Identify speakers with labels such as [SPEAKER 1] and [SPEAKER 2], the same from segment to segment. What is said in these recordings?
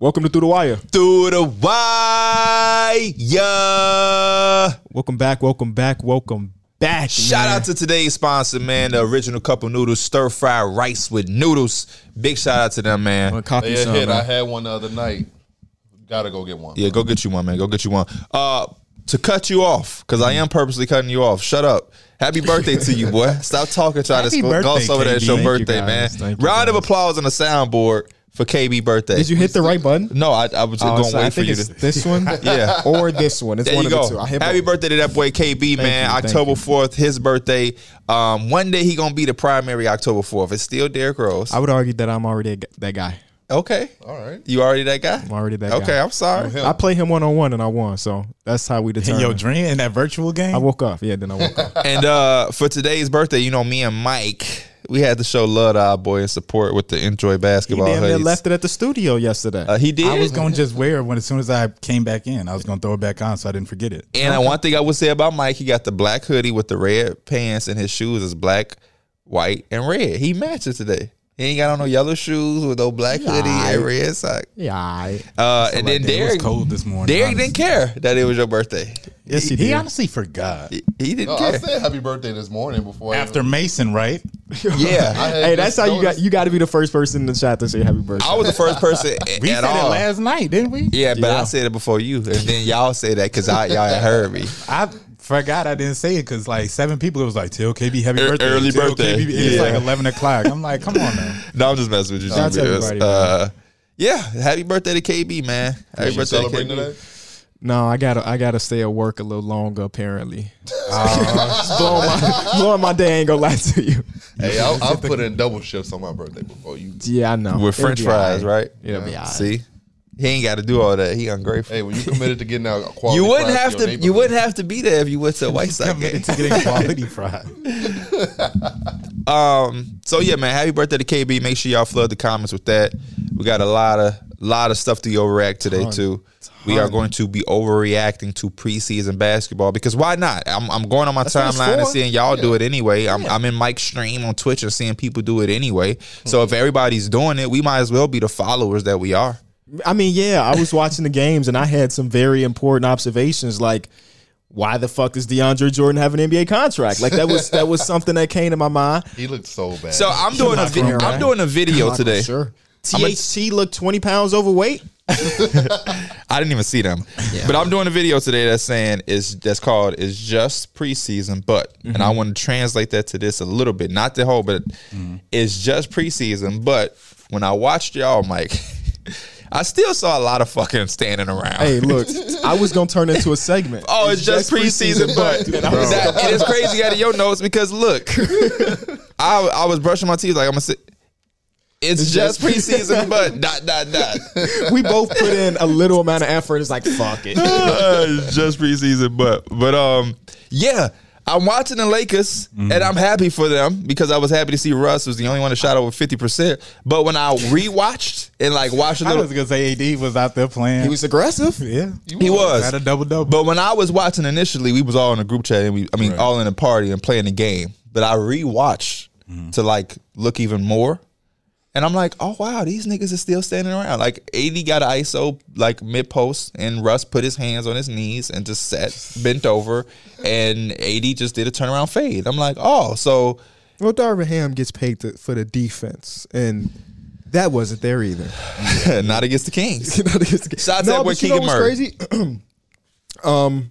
[SPEAKER 1] Welcome to Through the Wire.
[SPEAKER 2] Through the wire.
[SPEAKER 1] Welcome back. Welcome back. Welcome back.
[SPEAKER 2] Shout out to today's sponsor, man. The original cup of noodles, stir fry rice with noodles. Big shout out to them, man.
[SPEAKER 1] to copy
[SPEAKER 3] They
[SPEAKER 1] some,
[SPEAKER 3] hit. I
[SPEAKER 1] man.
[SPEAKER 3] had one the other night. Gotta go get one.
[SPEAKER 2] Yeah, go get you one, man. Go get you one. Uh, to cut you off, because I am purposely cutting you off. Shut up. Happy birthday to you, boy. Stop talking, try to
[SPEAKER 1] Happy
[SPEAKER 2] sp-
[SPEAKER 1] birthday,
[SPEAKER 2] gloss over that. It's
[SPEAKER 1] KB.
[SPEAKER 2] your
[SPEAKER 1] Thank you,
[SPEAKER 2] birthday,
[SPEAKER 1] guys.
[SPEAKER 2] man.
[SPEAKER 1] Thank you,
[SPEAKER 2] Round of
[SPEAKER 1] guys.
[SPEAKER 2] applause on the soundboard for KB birthday.
[SPEAKER 1] Did you hit the right button?
[SPEAKER 2] no, I, I was just
[SPEAKER 1] Oh,
[SPEAKER 2] going
[SPEAKER 1] so
[SPEAKER 2] to wait
[SPEAKER 1] I
[SPEAKER 2] for
[SPEAKER 1] think
[SPEAKER 2] you
[SPEAKER 1] it's
[SPEAKER 2] to.
[SPEAKER 1] this one,
[SPEAKER 2] Yeah.
[SPEAKER 1] or this one. It's
[SPEAKER 2] There
[SPEAKER 1] one
[SPEAKER 2] you
[SPEAKER 1] of
[SPEAKER 2] go.
[SPEAKER 1] the two. I hit
[SPEAKER 2] Happy
[SPEAKER 1] both.
[SPEAKER 2] birthday to that boy KB, man.
[SPEAKER 1] you, thank
[SPEAKER 2] October
[SPEAKER 1] you.
[SPEAKER 2] 4th, his birthday. Um, one day he going to be the primary October 4th. It's still Derrick Rose.
[SPEAKER 1] I would argue that I'm already a g- that guy.
[SPEAKER 2] okay.
[SPEAKER 3] All right.
[SPEAKER 2] You already that guy?
[SPEAKER 1] I'm already that
[SPEAKER 2] okay,
[SPEAKER 1] guy.
[SPEAKER 2] I'm sorry.
[SPEAKER 3] him.
[SPEAKER 1] I play him one on one and I won, so that's how we
[SPEAKER 4] in
[SPEAKER 1] determine.
[SPEAKER 4] your dream in that virtual game.
[SPEAKER 1] I woke up. Yeah, then I woke up.
[SPEAKER 2] and uh for today's birthday, you know, me and Mike, we had to show love to our boy and support with the enjoy
[SPEAKER 1] He
[SPEAKER 2] basketball.
[SPEAKER 1] damn near
[SPEAKER 2] hoodies.
[SPEAKER 1] left it at the studio yesterday.
[SPEAKER 2] Uh, he did.
[SPEAKER 4] I was gonna just wear it when as soon as I came back in, I was gonna throw it back on so I didn't forget it.
[SPEAKER 2] and uh, one thing I would say about Mike, he got the black hoodie with the red pants and his shoes is black, white, and red. He matches today. He ain't got on no yellow shoes with no black hoodie and red sock.
[SPEAKER 1] yeah, I-
[SPEAKER 2] Uh, and then
[SPEAKER 4] Like, it was
[SPEAKER 2] Derek,
[SPEAKER 4] cold this morning.
[SPEAKER 2] Derek didn't
[SPEAKER 4] honestly.
[SPEAKER 2] care that it was your birthday.
[SPEAKER 1] yes, he,
[SPEAKER 4] He,
[SPEAKER 1] did.
[SPEAKER 4] honestly forgot.
[SPEAKER 2] He, he didn't
[SPEAKER 3] No, Oh, I
[SPEAKER 2] care.
[SPEAKER 3] said happy birthday this morning before I
[SPEAKER 4] After
[SPEAKER 3] even-
[SPEAKER 4] Mason, right?
[SPEAKER 2] yeah,
[SPEAKER 3] I had
[SPEAKER 1] Hey,
[SPEAKER 3] just
[SPEAKER 1] that's how you got.
[SPEAKER 3] noticed-
[SPEAKER 1] You got to be the first person in the chat to say happy birthday.
[SPEAKER 2] I was the first person a-
[SPEAKER 4] We
[SPEAKER 2] at
[SPEAKER 4] said
[SPEAKER 2] all.
[SPEAKER 4] it last night, didn't we?
[SPEAKER 2] yeah, but I said it before you, and then y'all said that because y'all had heard me.
[SPEAKER 4] I forgot I didn't say it because like seven people it was like tell KB happy
[SPEAKER 2] Ear-
[SPEAKER 4] birthday.
[SPEAKER 2] Er, early
[SPEAKER 4] Tell
[SPEAKER 2] birthday.
[SPEAKER 4] KB, it's
[SPEAKER 2] Yeah.
[SPEAKER 4] like eleven o'clock. I'm like, come on now.
[SPEAKER 2] No, I'm just messing with you.
[SPEAKER 1] Shout out to
[SPEAKER 2] GB. It was,
[SPEAKER 1] everybody, man.
[SPEAKER 2] uh, yeah, happy birthday to KB, man. Happy
[SPEAKER 3] You
[SPEAKER 2] birthday to
[SPEAKER 3] celebrating
[SPEAKER 2] KB.
[SPEAKER 3] today?
[SPEAKER 1] No, I gotta I gotta stay at work a little longer apparently. It's blowing, my, blowing my day ain't gonna lie to you.
[SPEAKER 3] Hey, I'll, I'll put in double shifts on my birthday before you.
[SPEAKER 1] Yeah, I know.
[SPEAKER 2] With
[SPEAKER 1] It'll
[SPEAKER 2] French
[SPEAKER 1] be
[SPEAKER 2] fries,
[SPEAKER 1] alright.
[SPEAKER 2] right?
[SPEAKER 1] It'll be alright.
[SPEAKER 2] See, he ain't got to do all that. He ungrateful.
[SPEAKER 3] Hey, when you committed to getting out, quality
[SPEAKER 2] you wouldn't
[SPEAKER 3] fries
[SPEAKER 2] have
[SPEAKER 3] your
[SPEAKER 2] to. You
[SPEAKER 3] neighborhood,
[SPEAKER 2] wouldn't have to be there if you went to a White Sox game.
[SPEAKER 4] Committed to getting quality fried.
[SPEAKER 2] Um. So yeah, man. Happy birthday to KB. Make sure y'all flood the comments with that. We got a lot of lot of stuff to overreact today too. We are going to be overreacting to preseason basketball because why not? I'm, I'm going on my
[SPEAKER 1] what it's
[SPEAKER 2] timeline and
[SPEAKER 1] for.
[SPEAKER 2] seeing y'all do it anyway. I'm, I'm in Mike's stream on Twitch and seeing people do it anyway.
[SPEAKER 1] Hmm.
[SPEAKER 2] So if everybody's doing it, we might as well be the followers that we are.
[SPEAKER 1] I mean, yeah, I was watching the games and I had some very important observations like why the fuck does DeAndre Jordan have an NBA contract? Like that was that was something that came to my mind.
[SPEAKER 3] He looked so bad.
[SPEAKER 2] So I'm doing a
[SPEAKER 1] not
[SPEAKER 2] vi-
[SPEAKER 1] gonna
[SPEAKER 2] I'm
[SPEAKER 1] run.
[SPEAKER 2] doing a video today.
[SPEAKER 1] Sure. THC looked 20 pounds overweight.
[SPEAKER 2] I didn't even see them. But I'm doing a video today that's saying is that's called it's just preseason, but and I want to translate that to this a little bit, not the whole, but it's just preseason. But when I watched y'all, Mike, I still saw a lot of fucking standing around.
[SPEAKER 1] Hey, look, I was gonna turn it into a segment.
[SPEAKER 2] Oh, it's, just, preseason, but that, it is crazy out of your notes because look, I I was brushing my teeth like I'm gonna say, it's, just, preseason, but dot dot dot.
[SPEAKER 1] we both put in a little amount of effort. It's like fuck it.
[SPEAKER 2] Uh, it's just preseason, but but um yeah, I'm watching the Lakers and I'm happy for them because I was happy to see Russ was the only one that shot over fifty percent. But when I rewatched and like watched a
[SPEAKER 4] I
[SPEAKER 2] little,
[SPEAKER 4] was gonna say AD was out there playing.
[SPEAKER 1] He was aggressive.
[SPEAKER 4] yeah.
[SPEAKER 2] he was
[SPEAKER 4] Had a double double.
[SPEAKER 2] But when I was watching initially, we was all in a group chat and we, I mean, all in a party and playing the game. But I rewatched
[SPEAKER 1] Mm-hmm.
[SPEAKER 2] to like look even more, and I'm like, oh wow, these niggas are still standing around. Like AD got an ISO like mid post, and Russ put his hands on his knees and just sat bent over, and AD just did a turnaround fade. I'm like, oh, so
[SPEAKER 1] Well, Darvin Ham gets paid to, for the defense, and that wasn't there either.
[SPEAKER 2] not against the Kings.
[SPEAKER 1] You know, this-
[SPEAKER 2] Shout out to that boy
[SPEAKER 1] but you know
[SPEAKER 2] Keegan
[SPEAKER 1] what's
[SPEAKER 2] Murray.
[SPEAKER 1] Crazy. um,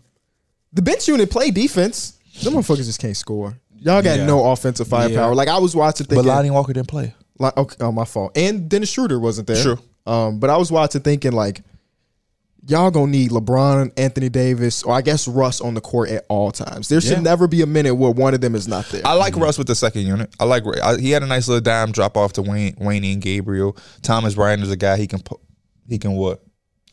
[SPEAKER 1] the bench unit play defense. Them motherfuckers just can't score. Y'all got
[SPEAKER 4] Yeah.
[SPEAKER 1] no offensive firepower. Like I was watching,
[SPEAKER 2] But
[SPEAKER 1] thinking,
[SPEAKER 2] Lonnie Walker didn't play.
[SPEAKER 1] like, okay, oh my fault. And Dennis Schroeder wasn't there.
[SPEAKER 2] Sure.
[SPEAKER 1] Um, but I was watching, thinking like, y'all gonna need LeBron, Anthony Davis, or I guess Russ on the court at all times. There should
[SPEAKER 4] Yeah.
[SPEAKER 1] never be a minute where one of them is not there.
[SPEAKER 2] I like Russ with the second unit. I like I, he had a nice little dime drop off to Wayne, Wayne and Gabriel. Thomas Bryan is a guy he can pu- he can what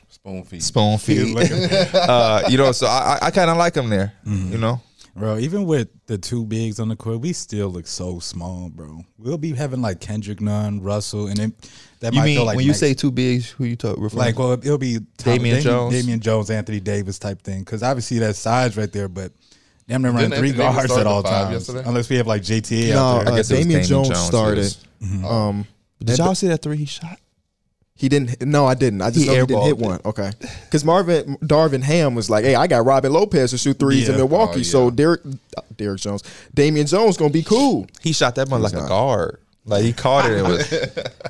[SPEAKER 3] spoon feed.
[SPEAKER 2] spoon feed. uh, you know, so I I- I kind of like him there.
[SPEAKER 1] Mm-hmm.
[SPEAKER 2] You know,
[SPEAKER 4] Bro, even with the two bigs on the court, we still look so small, bro. We'll be having like Kendrick Nunn, Russell, and then that might feel like next-
[SPEAKER 2] two bigs, who you talk referring?
[SPEAKER 4] like, well, it'll be Tyler-
[SPEAKER 2] Damian Jones.
[SPEAKER 4] Damian Jones, Anthony Davis type thing. Because obviously that's size right there, but damn, they're running
[SPEAKER 3] Didn't
[SPEAKER 4] three
[SPEAKER 3] Anthony Davis
[SPEAKER 4] guards
[SPEAKER 3] start
[SPEAKER 4] at
[SPEAKER 3] at
[SPEAKER 4] all
[SPEAKER 3] five
[SPEAKER 4] times,
[SPEAKER 3] yesterday?
[SPEAKER 4] unless we have like JTA
[SPEAKER 1] no,
[SPEAKER 4] out there.
[SPEAKER 1] uh,
[SPEAKER 2] guess it was
[SPEAKER 1] Damian
[SPEAKER 2] Damian
[SPEAKER 1] Jones
[SPEAKER 4] Mm-hmm.
[SPEAKER 2] Jones,
[SPEAKER 1] started.
[SPEAKER 2] yes.
[SPEAKER 1] Um,
[SPEAKER 2] did y'all see that three he shot?
[SPEAKER 1] He didn't. No, I didn't. I just
[SPEAKER 2] He
[SPEAKER 1] know he didn't
[SPEAKER 2] airballed
[SPEAKER 1] hit
[SPEAKER 2] it.
[SPEAKER 1] one. Okay, because Marvin Darvin Ham was like, "Hey, I got Robin Lopez to shoot threes in
[SPEAKER 4] Yeah.
[SPEAKER 1] Milwaukee,
[SPEAKER 3] Oh, yeah.
[SPEAKER 1] so Derek, uh, Derek Jones, Damian Jones gonna be cool."
[SPEAKER 2] He shot that one like a guard. Like he caught it, and, was,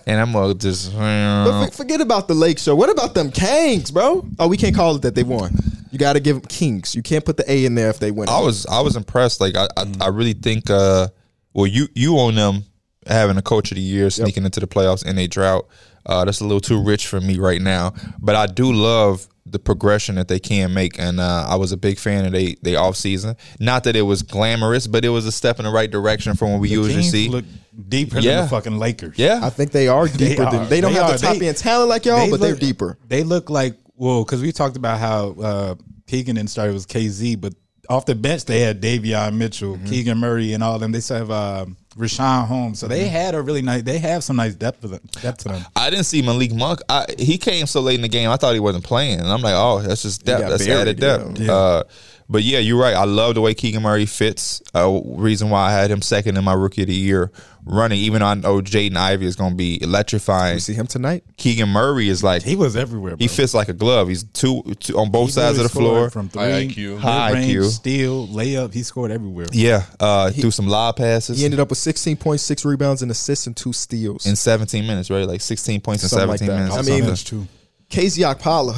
[SPEAKER 2] and I'm gonna just.
[SPEAKER 4] Oh.
[SPEAKER 1] But for- forget about the Lake Show. What about them Kings, bro? Oh, we can't call it that. They won. You got to give them Kings. You can't put the A in there if they win.
[SPEAKER 4] Oh,
[SPEAKER 2] I was I was impressed. Like I I, I really think uh well you you own them having a coach of the year sneaking into the playoffs in a drought. Uh, that's a little too rich for me right now, but I do love the progression that they can make, and uh, I was a big fan of they they off season. Not that it was glamorous, but it was a step in the right direction from what we usually
[SPEAKER 4] Kings
[SPEAKER 2] see.
[SPEAKER 4] look deeper than
[SPEAKER 2] Yeah.
[SPEAKER 4] the fucking Lakers.
[SPEAKER 2] yeah,
[SPEAKER 1] I think they are deeper
[SPEAKER 4] are.
[SPEAKER 1] than they don't
[SPEAKER 4] They
[SPEAKER 1] have
[SPEAKER 4] are.
[SPEAKER 1] the top
[SPEAKER 4] They-
[SPEAKER 1] end talent like y'all,
[SPEAKER 4] they
[SPEAKER 1] but they're
[SPEAKER 4] look-
[SPEAKER 1] deeper.
[SPEAKER 4] They look like well, because we talked about how uh, Keegan and started was KZ, but off the bench they had Davion Mitchell, Keegan Murray, and all them. They still have um, Rashawn Holmes, so they had a really nice. They have some nice depth to them. Depth to them.
[SPEAKER 2] I didn't see Malik Monk. I, he came so late in the game, I thought he wasn't playing. And I'm like, oh, that's just depth.
[SPEAKER 1] got
[SPEAKER 2] That's
[SPEAKER 1] buried,
[SPEAKER 2] added depth.
[SPEAKER 4] yeah. Yeah.
[SPEAKER 2] Uh, but yeah, you're right. I love the way Keegan Murray fits. Uh, reason why I had him second in my rookie of the year running, even though I know Jaden Ivey is going to be electrifying.
[SPEAKER 1] You see him tonight?
[SPEAKER 2] Keegan Murray is like,
[SPEAKER 4] He
[SPEAKER 2] he,
[SPEAKER 4] was everywhere. Bro.
[SPEAKER 2] fits like a glove. He's two, two on both
[SPEAKER 4] He
[SPEAKER 2] sides of the
[SPEAKER 4] really
[SPEAKER 2] floor.
[SPEAKER 4] scored from three,
[SPEAKER 3] High IQ.
[SPEAKER 2] High
[SPEAKER 4] mid-range,
[SPEAKER 2] IQ.
[SPEAKER 4] steal, layup. He scored everywhere.
[SPEAKER 2] yeah, uh, threw some lob passes
[SPEAKER 1] He ended up with sixteen point six rebounds and assists and two steals.
[SPEAKER 2] in 17 minutes, right? Like 16 points in
[SPEAKER 1] Something like
[SPEAKER 2] 17
[SPEAKER 1] that.
[SPEAKER 2] minutes.
[SPEAKER 1] I
[SPEAKER 2] or
[SPEAKER 1] mean,
[SPEAKER 2] something.
[SPEAKER 4] That's true.
[SPEAKER 1] Casey Akpala,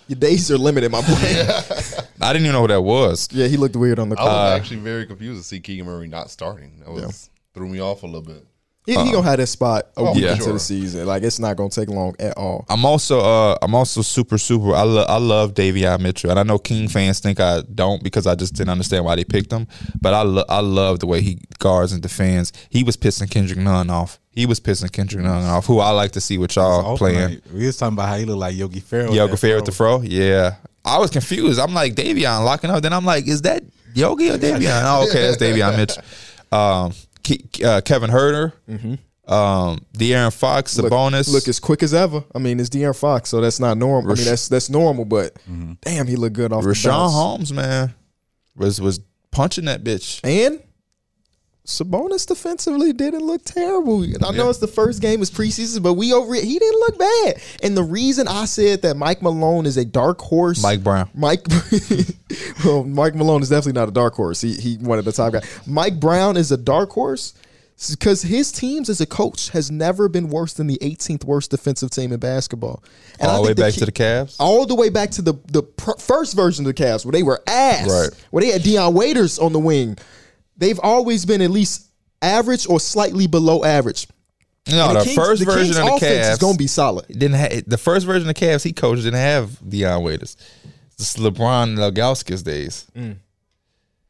[SPEAKER 1] your days are limited, my boy.
[SPEAKER 2] I didn't even know who that was.
[SPEAKER 1] yeah, he looked weird on the
[SPEAKER 3] I was
[SPEAKER 1] court.
[SPEAKER 2] Uh,
[SPEAKER 3] actually very confused to see Keegan Murray not starting. That was threw me off a little bit.
[SPEAKER 1] he,
[SPEAKER 2] Uh,
[SPEAKER 1] he gonna have that spot a
[SPEAKER 3] Oh,
[SPEAKER 1] week
[SPEAKER 2] yeah.
[SPEAKER 1] into
[SPEAKER 3] sure.
[SPEAKER 1] the season. Like it's not gonna take long at all.
[SPEAKER 2] I'm also uh I'm also super super I love I love Davion Mitchell and I know King fans think I don't because I just didn't understand why they picked him but I lo- I love the way he guards and defends he was pissing Kendrick Nunn off he was pissing Kendrick Nunn off who I like to see with y'all
[SPEAKER 4] Off
[SPEAKER 2] uh, playing
[SPEAKER 4] night, We was talking about how he looked like Yogi Ferrell. with
[SPEAKER 2] Yoga
[SPEAKER 4] that
[SPEAKER 2] Fair with the
[SPEAKER 4] fro.
[SPEAKER 2] fro yeah I was confused I'm like Davion locking up then I'm like is that Yogi or Davion oh okay that's Davion Mitchell um Ke- uh, Kevin Herter um De'Aaron Fox
[SPEAKER 1] Mm-hmm. Look-
[SPEAKER 2] Sabonis
[SPEAKER 1] Look as quick as ever. I mean, it's De'Aaron Fox, so that's not normal. I mean, that's that's normal, but damn, he looked good off the
[SPEAKER 2] Mm-hmm. Rashawn
[SPEAKER 1] bounce.
[SPEAKER 2] Holmes, man, was was punching that bitch.
[SPEAKER 1] And Sabonis defensively didn't look terrible. And I know
[SPEAKER 2] Yeah.
[SPEAKER 1] it's the first game is preseason, but we over it. He didn't look bad. And the reason I said that Mike Malone is a dark horse,
[SPEAKER 2] Mike Brown.
[SPEAKER 1] Mike, well, Mike Malone is definitely not a dark horse. He he one of the top guys. Mike Brown is a dark horse because his teams as a coach has never been worse than the 18th worst defensive team in basketball. And
[SPEAKER 2] All the Oh, way back
[SPEAKER 1] key-
[SPEAKER 2] to the Cavs.
[SPEAKER 1] all the way back to the the pr- first version of the Cavs where they were ass,
[SPEAKER 2] Right.
[SPEAKER 1] where they had Deion Waiters on the wing. They've always been at least average or slightly below average.
[SPEAKER 2] No,
[SPEAKER 1] And
[SPEAKER 2] the,
[SPEAKER 1] Kings-
[SPEAKER 2] first version
[SPEAKER 1] Kings
[SPEAKER 2] of the
[SPEAKER 1] offense is
[SPEAKER 2] Cavs
[SPEAKER 1] going to be solid.
[SPEAKER 2] didn't ha- the first version of the Cavs he coached didn't have Deion Waiters. It's LeBron Lagauskas days.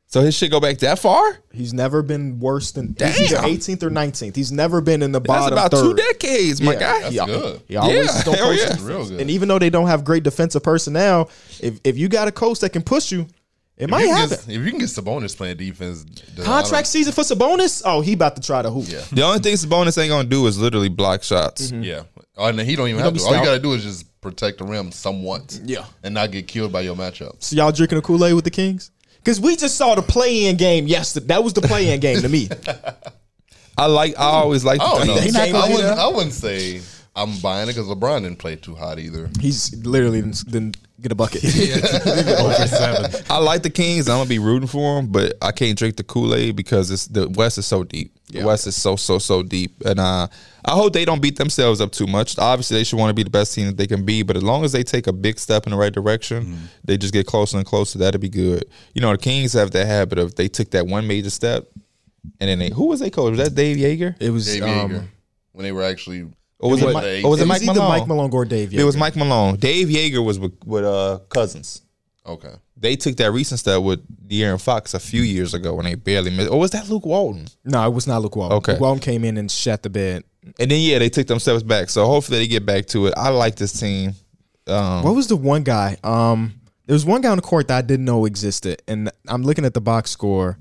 [SPEAKER 2] So his shit go back that far?
[SPEAKER 1] He's never been worse than he's either
[SPEAKER 2] Damn.
[SPEAKER 1] 18th or 19th. He's never been in the
[SPEAKER 2] That's
[SPEAKER 1] bottom
[SPEAKER 2] about
[SPEAKER 1] third.
[SPEAKER 2] two decades, my guy.
[SPEAKER 3] That's
[SPEAKER 1] Yeah.
[SPEAKER 3] good.
[SPEAKER 1] He ah, always
[SPEAKER 2] Yeah,
[SPEAKER 1] don't
[SPEAKER 2] hell
[SPEAKER 1] coach
[SPEAKER 2] yeah.
[SPEAKER 1] defense.
[SPEAKER 3] Real good.
[SPEAKER 2] e-
[SPEAKER 1] And even though they don't have great defensive personnel, if if you got a coach that can push you, it
[SPEAKER 3] If
[SPEAKER 1] might
[SPEAKER 3] you, can
[SPEAKER 1] happen.
[SPEAKER 3] get, if you can get Sabonis playing defense, then I
[SPEAKER 1] Contract season for Sabonis. Oh, he about to try to hoop.
[SPEAKER 3] Yeah.
[SPEAKER 2] The only thing Sabonis ain't gonna do is literally block shots.
[SPEAKER 3] don't- yeah. Oh, and he don't
[SPEAKER 1] Mm-hmm.
[SPEAKER 3] even
[SPEAKER 1] gonna
[SPEAKER 3] have
[SPEAKER 1] be
[SPEAKER 3] to. All you
[SPEAKER 1] stout.
[SPEAKER 3] gotta do is just protect the rim somewhat.
[SPEAKER 1] Yeah.
[SPEAKER 3] and not get killed by your matchups.
[SPEAKER 1] So y'all drinking a Kool Aid with the Kings? Because we just saw the play-in game yesterday. That was the play-in game to me.
[SPEAKER 2] I like. I always like.
[SPEAKER 3] I don't know.
[SPEAKER 1] He not gonna
[SPEAKER 3] I
[SPEAKER 1] do
[SPEAKER 3] wouldn't.
[SPEAKER 1] that.
[SPEAKER 3] I wouldn't say I'm buying it because LeBron didn't play too hot either.
[SPEAKER 1] He's literally didn't, didn't get a bucket.
[SPEAKER 4] Over seven.
[SPEAKER 2] I like the Kings. I'm gonna be rooting for them, but I can't drink the Kool Aid because it's the West is so deep. The West is so so so deep, and uh, I hope they don't beat themselves up too much. Obviously, they should want to be the best team that they can be, but as long as they take a big step in the right direction,
[SPEAKER 1] Mm-hmm.
[SPEAKER 2] they just get closer and closer. That'd be good. You know, the Kings have that habit of they took that one major step, and then they who was they coach? Was that Dave Yeager?
[SPEAKER 1] It was
[SPEAKER 3] Dave
[SPEAKER 1] um,
[SPEAKER 3] Yeager, when they were actually.
[SPEAKER 2] Or was it,
[SPEAKER 3] It was
[SPEAKER 2] Mi-
[SPEAKER 3] Mike-
[SPEAKER 2] or was
[SPEAKER 1] it
[SPEAKER 2] it
[SPEAKER 1] was
[SPEAKER 2] Mike
[SPEAKER 1] either
[SPEAKER 2] Malone?
[SPEAKER 1] Mike Malone or Dave.
[SPEAKER 2] It was
[SPEAKER 1] Yeager.
[SPEAKER 2] Mike Malone. Dave Yeager was with, with uh, Cousins.
[SPEAKER 3] Okay.
[SPEAKER 2] They took that recent step with De'Aaron Fox a few years ago when they barely missed. Or was that Luke Walton?
[SPEAKER 1] No, it was not Luke Walton.
[SPEAKER 2] Okay.
[SPEAKER 1] Luke Walton came in and shut the bed.
[SPEAKER 2] And then yeah, they took themselves back. So hopefully they get back to it. I like this team. Um,
[SPEAKER 1] What was the one guy? Um, there was one guy on the court that I didn't know existed, and I'm looking at the box score.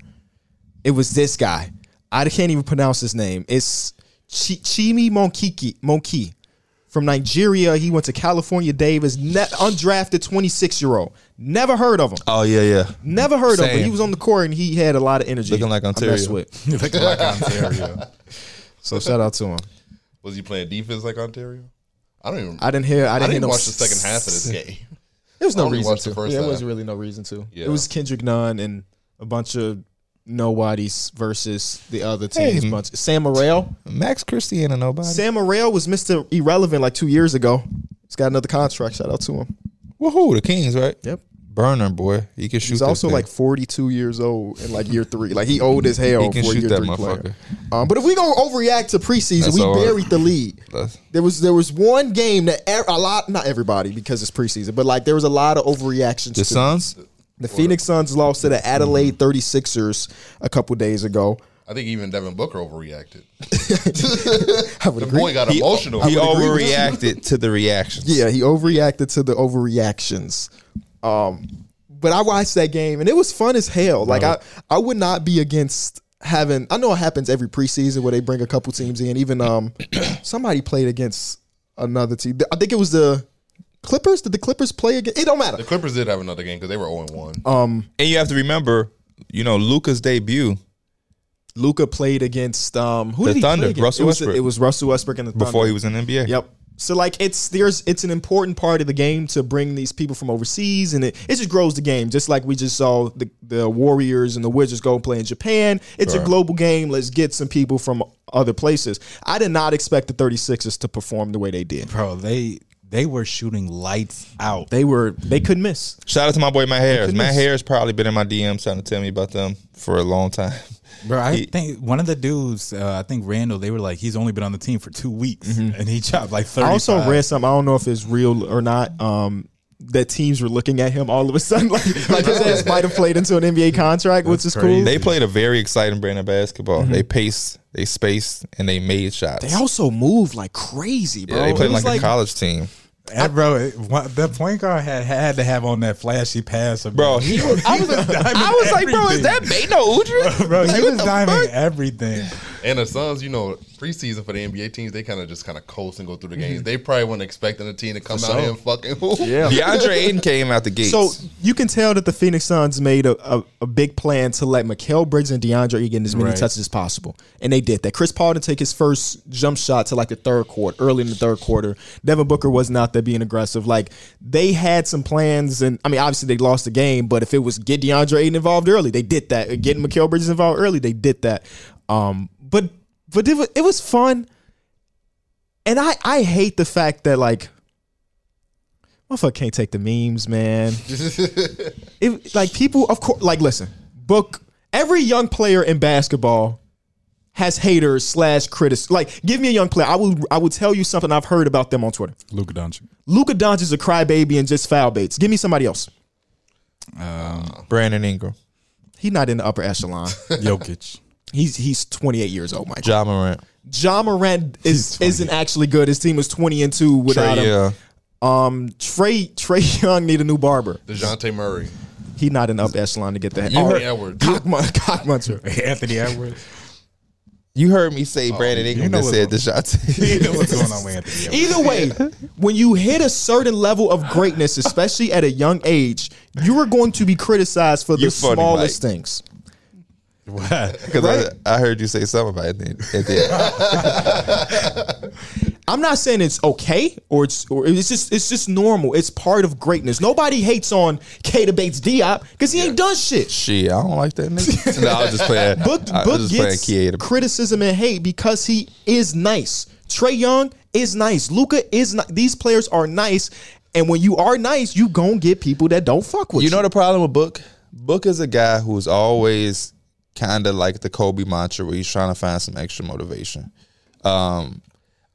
[SPEAKER 1] It was this guy. I can't even pronounce his name. It's Ch- Chimi Monkiki Monki from Nigeria. He went to California Davis, ne- undrafted 26 year old. Never heard of him.
[SPEAKER 2] oh yeah, yeah.
[SPEAKER 1] Never heard of him.
[SPEAKER 2] Same.
[SPEAKER 1] He was on the court and he had a lot of energy.
[SPEAKER 2] Looking like
[SPEAKER 1] I
[SPEAKER 2] Ontario.
[SPEAKER 1] mess with.
[SPEAKER 4] Look like Ontario.
[SPEAKER 1] So shout out to him.
[SPEAKER 3] Was he playing defense like Ontario? I don't even.
[SPEAKER 1] I didn't hear. I
[SPEAKER 3] I
[SPEAKER 1] didn't, hear
[SPEAKER 3] didn't
[SPEAKER 1] no
[SPEAKER 3] watch the second half of this game.
[SPEAKER 1] There was
[SPEAKER 3] I
[SPEAKER 1] no
[SPEAKER 3] only
[SPEAKER 1] reason
[SPEAKER 3] watched
[SPEAKER 1] to.
[SPEAKER 3] the first
[SPEAKER 1] yeah, there
[SPEAKER 3] half.
[SPEAKER 1] was really no reason to.
[SPEAKER 3] Yeah.
[SPEAKER 1] It was Kendrick Nunn and a bunch of nobodies versus the other
[SPEAKER 2] Hey,
[SPEAKER 1] teams.
[SPEAKER 2] m-
[SPEAKER 1] bunch. Sam Morril.
[SPEAKER 2] Max Christie ain't a nobody.
[SPEAKER 1] Sam Morril was Mister Irrelevant like two years ago. He's got another contract. Shout out to him.
[SPEAKER 2] Woohoo, the Kings, right?
[SPEAKER 1] Yep.
[SPEAKER 2] Burner boy. He can shoot.
[SPEAKER 1] He's
[SPEAKER 2] that
[SPEAKER 1] also
[SPEAKER 2] thing.
[SPEAKER 1] like 42 years old in like year three. Like he old as hell
[SPEAKER 2] He can
[SPEAKER 1] for a
[SPEAKER 2] shoot
[SPEAKER 1] year
[SPEAKER 2] that
[SPEAKER 1] three
[SPEAKER 2] motherfucker.
[SPEAKER 1] player. Um, but if we gonna overreact to preseason,
[SPEAKER 2] That's
[SPEAKER 1] we
[SPEAKER 2] all right.
[SPEAKER 1] buried the lead.
[SPEAKER 2] That's-
[SPEAKER 1] There was there was one game that e- a lot not everybody because it's preseason, but like there was a lot of overreactions. to
[SPEAKER 2] the Suns.
[SPEAKER 1] the Phoenix Suns lost to the Adelaide 36ers a couple days ago.
[SPEAKER 3] I think even Devin Booker overreacted.
[SPEAKER 1] I would
[SPEAKER 3] The
[SPEAKER 1] agree.
[SPEAKER 3] boy got emotional.
[SPEAKER 2] He overreacted to the reaction.
[SPEAKER 1] Yeah, he overreacted to the overreactions. Um, but I watched that game and it was fun as hell. Like I, I would not be against having. I know it happens every preseason where they bring a couple teams in. Even um, somebody played against another team. I think it was the Clippers. Did the Clippers play again? It don't matter. Um,
[SPEAKER 3] The Clippers did have another game because they were 0 1.
[SPEAKER 2] And you have to remember, you know, Luca's debut
[SPEAKER 1] Luca played against um, who
[SPEAKER 2] The
[SPEAKER 1] did he
[SPEAKER 2] Thunder,
[SPEAKER 1] play against?
[SPEAKER 2] Russell
[SPEAKER 1] it was,
[SPEAKER 2] Westbrook.
[SPEAKER 1] It was Russell Westbrook and the Thunder.
[SPEAKER 2] before he was in the NBA.
[SPEAKER 1] Yep. So like it's there's it's an important part of the game to bring these people from overseas and it, it just grows the game. Just like we just saw the, the Warriors and the Wizards go play in Japan. It's a global game. Let's get some people from other places. I did not expect the 36ers to perform the way they did.
[SPEAKER 4] bro. They they were shooting lights out.
[SPEAKER 1] They were they couldn't miss.
[SPEAKER 2] Shout out to my boy Matt Harris. Matt
[SPEAKER 1] goodness.
[SPEAKER 2] Harris probably been in my DMs trying to tell me about them for a long time.
[SPEAKER 4] Bro, I think one of the dudes, uh, I think Randall, they were like, he's only been on the team for two weeks,
[SPEAKER 2] Mm-hmm.
[SPEAKER 4] and he dropped like thirty.
[SPEAKER 1] I also read something. I don't know if it's real or not. Um, that teams were looking at him all of a sudden, like like his ass might have played into an NBA contract, which is cool.
[SPEAKER 4] crazy.
[SPEAKER 2] They played a very exciting brand of basketball. They paced, they spaced, and they made shots.
[SPEAKER 1] They also moved like crazy, bro.
[SPEAKER 2] yeah, they
[SPEAKER 1] It
[SPEAKER 2] played
[SPEAKER 1] was
[SPEAKER 2] like, a college team.
[SPEAKER 4] And bro, it, one, the point guard had had to have on that flashy pass,
[SPEAKER 2] Bro, he was,
[SPEAKER 4] I was,
[SPEAKER 2] I was like, bro, is that Bano Udrich?
[SPEAKER 4] Bro,
[SPEAKER 2] Like,
[SPEAKER 4] he
[SPEAKER 2] what
[SPEAKER 4] was
[SPEAKER 2] the
[SPEAKER 4] diving
[SPEAKER 2] fuck?
[SPEAKER 4] everything.
[SPEAKER 3] And the Suns, you know, preseason for the NBA teams, they kind of just kind of coast and go through the games. They probably weren't expecting a team to come out here and fucking hoop.
[SPEAKER 1] Mm-hmm. Yeah.
[SPEAKER 2] DeAndre Ayton came out the gates.
[SPEAKER 1] So you can tell that the Phoenix Suns made a, a, a big plan to let Mikael Bridges and DeAndre Ayton get as many
[SPEAKER 4] Right.
[SPEAKER 1] touches as possible, and they did that. Chris Paul didn't take his first jump shot to like the third quarter, early in the third quarter. Devin Booker wasn't out there being aggressive. Like they had some plans, and I mean, obviously they lost the game, but if it was get DeAndre Ayton involved early, they did that. Getting Mikael Bridges involved early, they did that. Um, but but it was, it was fun, and I I hate the fact that like. Motherfucker can't take the memes, man it, like people of course like listen book every young player in basketball has haters slash critics like give me a young player i will i will tell you something i've heard about them on twitter
[SPEAKER 4] Luka Doncic,
[SPEAKER 1] luka doncic is a crybaby and just foul baits give me somebody else
[SPEAKER 2] Brandon Ingram,
[SPEAKER 1] he's not in the upper echelon
[SPEAKER 4] Jokic.
[SPEAKER 1] he's he's 28 years old mike
[SPEAKER 2] Ja Morant,
[SPEAKER 1] john morant is isn't actually good his team was 20 and 2 without
[SPEAKER 2] Trey,
[SPEAKER 1] him
[SPEAKER 2] uh,
[SPEAKER 1] um trey trey young need a new barber
[SPEAKER 3] DeJounte Murray.
[SPEAKER 1] he's not in the upper echelon to get that
[SPEAKER 3] You
[SPEAKER 1] Oh,
[SPEAKER 3] heard- Edwards.
[SPEAKER 1] Cockmun- cockmuncher
[SPEAKER 4] Anthony Edwards.
[SPEAKER 2] you heard me say Brandon Ingram
[SPEAKER 4] know
[SPEAKER 2] that said DeJounte.
[SPEAKER 4] You know what's going on with Anthony Edwards.
[SPEAKER 1] Either way, when you hit a certain level of greatness, especially at a young age, you are going to be criticized for the
[SPEAKER 2] You funny,
[SPEAKER 1] smallest things.
[SPEAKER 4] What?
[SPEAKER 2] Because I, I heard you say something about it. then- at the end.
[SPEAKER 1] I'm not saying it's okay or it's or it's just it's just normal. It's part of greatness. Nobody hates on K Bates Diop because he ain't done shit.
[SPEAKER 2] Shit, I don't like that nigga. no, I was just playing.
[SPEAKER 1] Book
[SPEAKER 2] I
[SPEAKER 1] Book
[SPEAKER 2] was just playing
[SPEAKER 1] gets
[SPEAKER 2] Kieda.
[SPEAKER 1] criticism and hate because he is nice. Trey Young is nice. Luca is nice. These players are nice. And when you are nice, you gonna get people that don't fuck with you.
[SPEAKER 2] You know the problem with Book? Book is a guy who's always kind of like the Kobe mantra where he's trying to find some extra motivation. Um,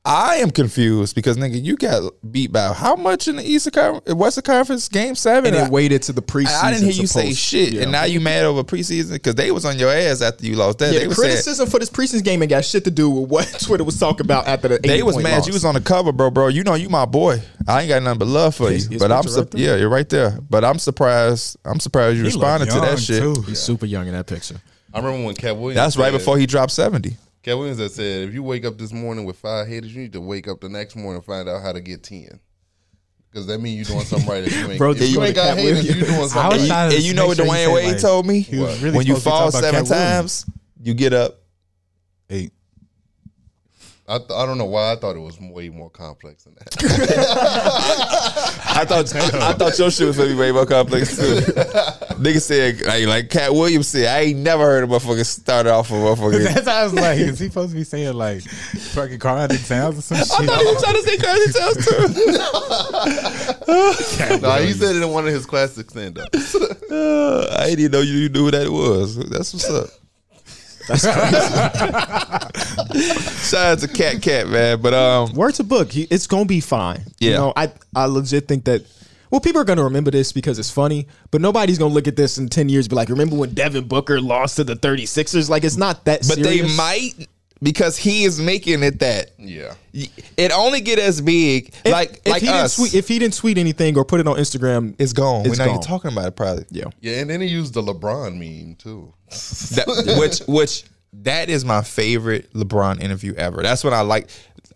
[SPEAKER 2] I am confused because nigga, you got beat by how much in the Eastern Conference, Western Conference Game Seven?
[SPEAKER 1] and
[SPEAKER 2] I-
[SPEAKER 1] it waited to the preseason.
[SPEAKER 2] I, didn't hear you say
[SPEAKER 1] supposed-
[SPEAKER 2] shit,
[SPEAKER 1] Yeah.
[SPEAKER 2] and now you mad over preseason because they was on your ass after you lost that.
[SPEAKER 1] Yeah,
[SPEAKER 2] they
[SPEAKER 1] the
[SPEAKER 2] was saying,
[SPEAKER 1] criticism for this preseason game ain't got shit to do with what Twitter was talking about after the.
[SPEAKER 2] they was mad you was on the cover, bro, bro. You know you my boy. I ain't got nothing but love for
[SPEAKER 1] His-
[SPEAKER 2] you.
[SPEAKER 1] his
[SPEAKER 2] But I'm
[SPEAKER 1] picture
[SPEAKER 2] sup-
[SPEAKER 1] right there?
[SPEAKER 2] yeah, you're right there. But I'm surprised. I'm surprised you
[SPEAKER 4] He
[SPEAKER 2] responded to
[SPEAKER 4] looked
[SPEAKER 2] that
[SPEAKER 4] young,
[SPEAKER 2] shit.
[SPEAKER 4] too.
[SPEAKER 1] He's super young in that picture.
[SPEAKER 3] I remember when Cat Williams.
[SPEAKER 2] That's right
[SPEAKER 3] said-
[SPEAKER 2] before he dropped seventy.
[SPEAKER 3] Cat Williams had said, if you wake up this morning with five haters, you need to wake up the next morning and find out how to get ten. Because that means you doing something right. If you ain't,
[SPEAKER 1] Bro,
[SPEAKER 3] if
[SPEAKER 1] did you
[SPEAKER 3] you
[SPEAKER 1] go
[SPEAKER 3] ain't
[SPEAKER 1] to
[SPEAKER 3] got
[SPEAKER 1] Cat
[SPEAKER 3] haters, you
[SPEAKER 1] Williams?
[SPEAKER 3] doing
[SPEAKER 4] I
[SPEAKER 3] something
[SPEAKER 4] was
[SPEAKER 3] right.
[SPEAKER 4] trying to
[SPEAKER 2] And you know what
[SPEAKER 4] make sure he
[SPEAKER 2] Dwayne
[SPEAKER 4] said,
[SPEAKER 2] Wade
[SPEAKER 4] like,
[SPEAKER 2] told me?
[SPEAKER 4] he was really
[SPEAKER 2] when you
[SPEAKER 4] supposed to
[SPEAKER 2] fall
[SPEAKER 4] be talking
[SPEAKER 2] seven
[SPEAKER 4] about Cat Williams.
[SPEAKER 2] times, you get up.
[SPEAKER 4] Hey,
[SPEAKER 3] I, th- I don't know why I thought it was way more complex than that.
[SPEAKER 2] I thought I thought your shit was gonna be way more complex too. Nigga said like like Cat Williams said, I ain't never heard a motherfucker start off a motherfucker.
[SPEAKER 4] That's how I was like, is he supposed to be saying like fucking Carlton Towns or some shit?
[SPEAKER 2] I thought he was trying to say crazy tales too.
[SPEAKER 3] no, he said it in one of his classic stand ups.
[SPEAKER 2] Uh, I didn't know you knew who that was. That's what's up. That's crazy. Shout out to Cat Cat man, but um,
[SPEAKER 1] Word to book, he- it's gonna be fine. You
[SPEAKER 2] Yeah.
[SPEAKER 1] know, I I legit think that. Well, people are gonna remember this because it's funny, but nobody's gonna look at this in ten years. and Be like, remember when Devin Booker lost to the 36ers? Like, it's not that.
[SPEAKER 2] but they
[SPEAKER 1] serious.
[SPEAKER 2] might because he is making it that.
[SPEAKER 3] yeah.
[SPEAKER 2] It only get as big
[SPEAKER 1] If-
[SPEAKER 2] like
[SPEAKER 1] if
[SPEAKER 2] like
[SPEAKER 1] he
[SPEAKER 2] us.
[SPEAKER 1] Didn't tweet, if he didn't tweet anything or put it on Instagram,
[SPEAKER 2] it's gone.
[SPEAKER 1] It's
[SPEAKER 2] We're not even
[SPEAKER 1] gone.
[SPEAKER 2] talking about it probably.
[SPEAKER 1] yeah.
[SPEAKER 3] Yeah, and then he used the LeBron meme too.
[SPEAKER 2] That- which which that is my favorite LeBron interview ever. That's when I like.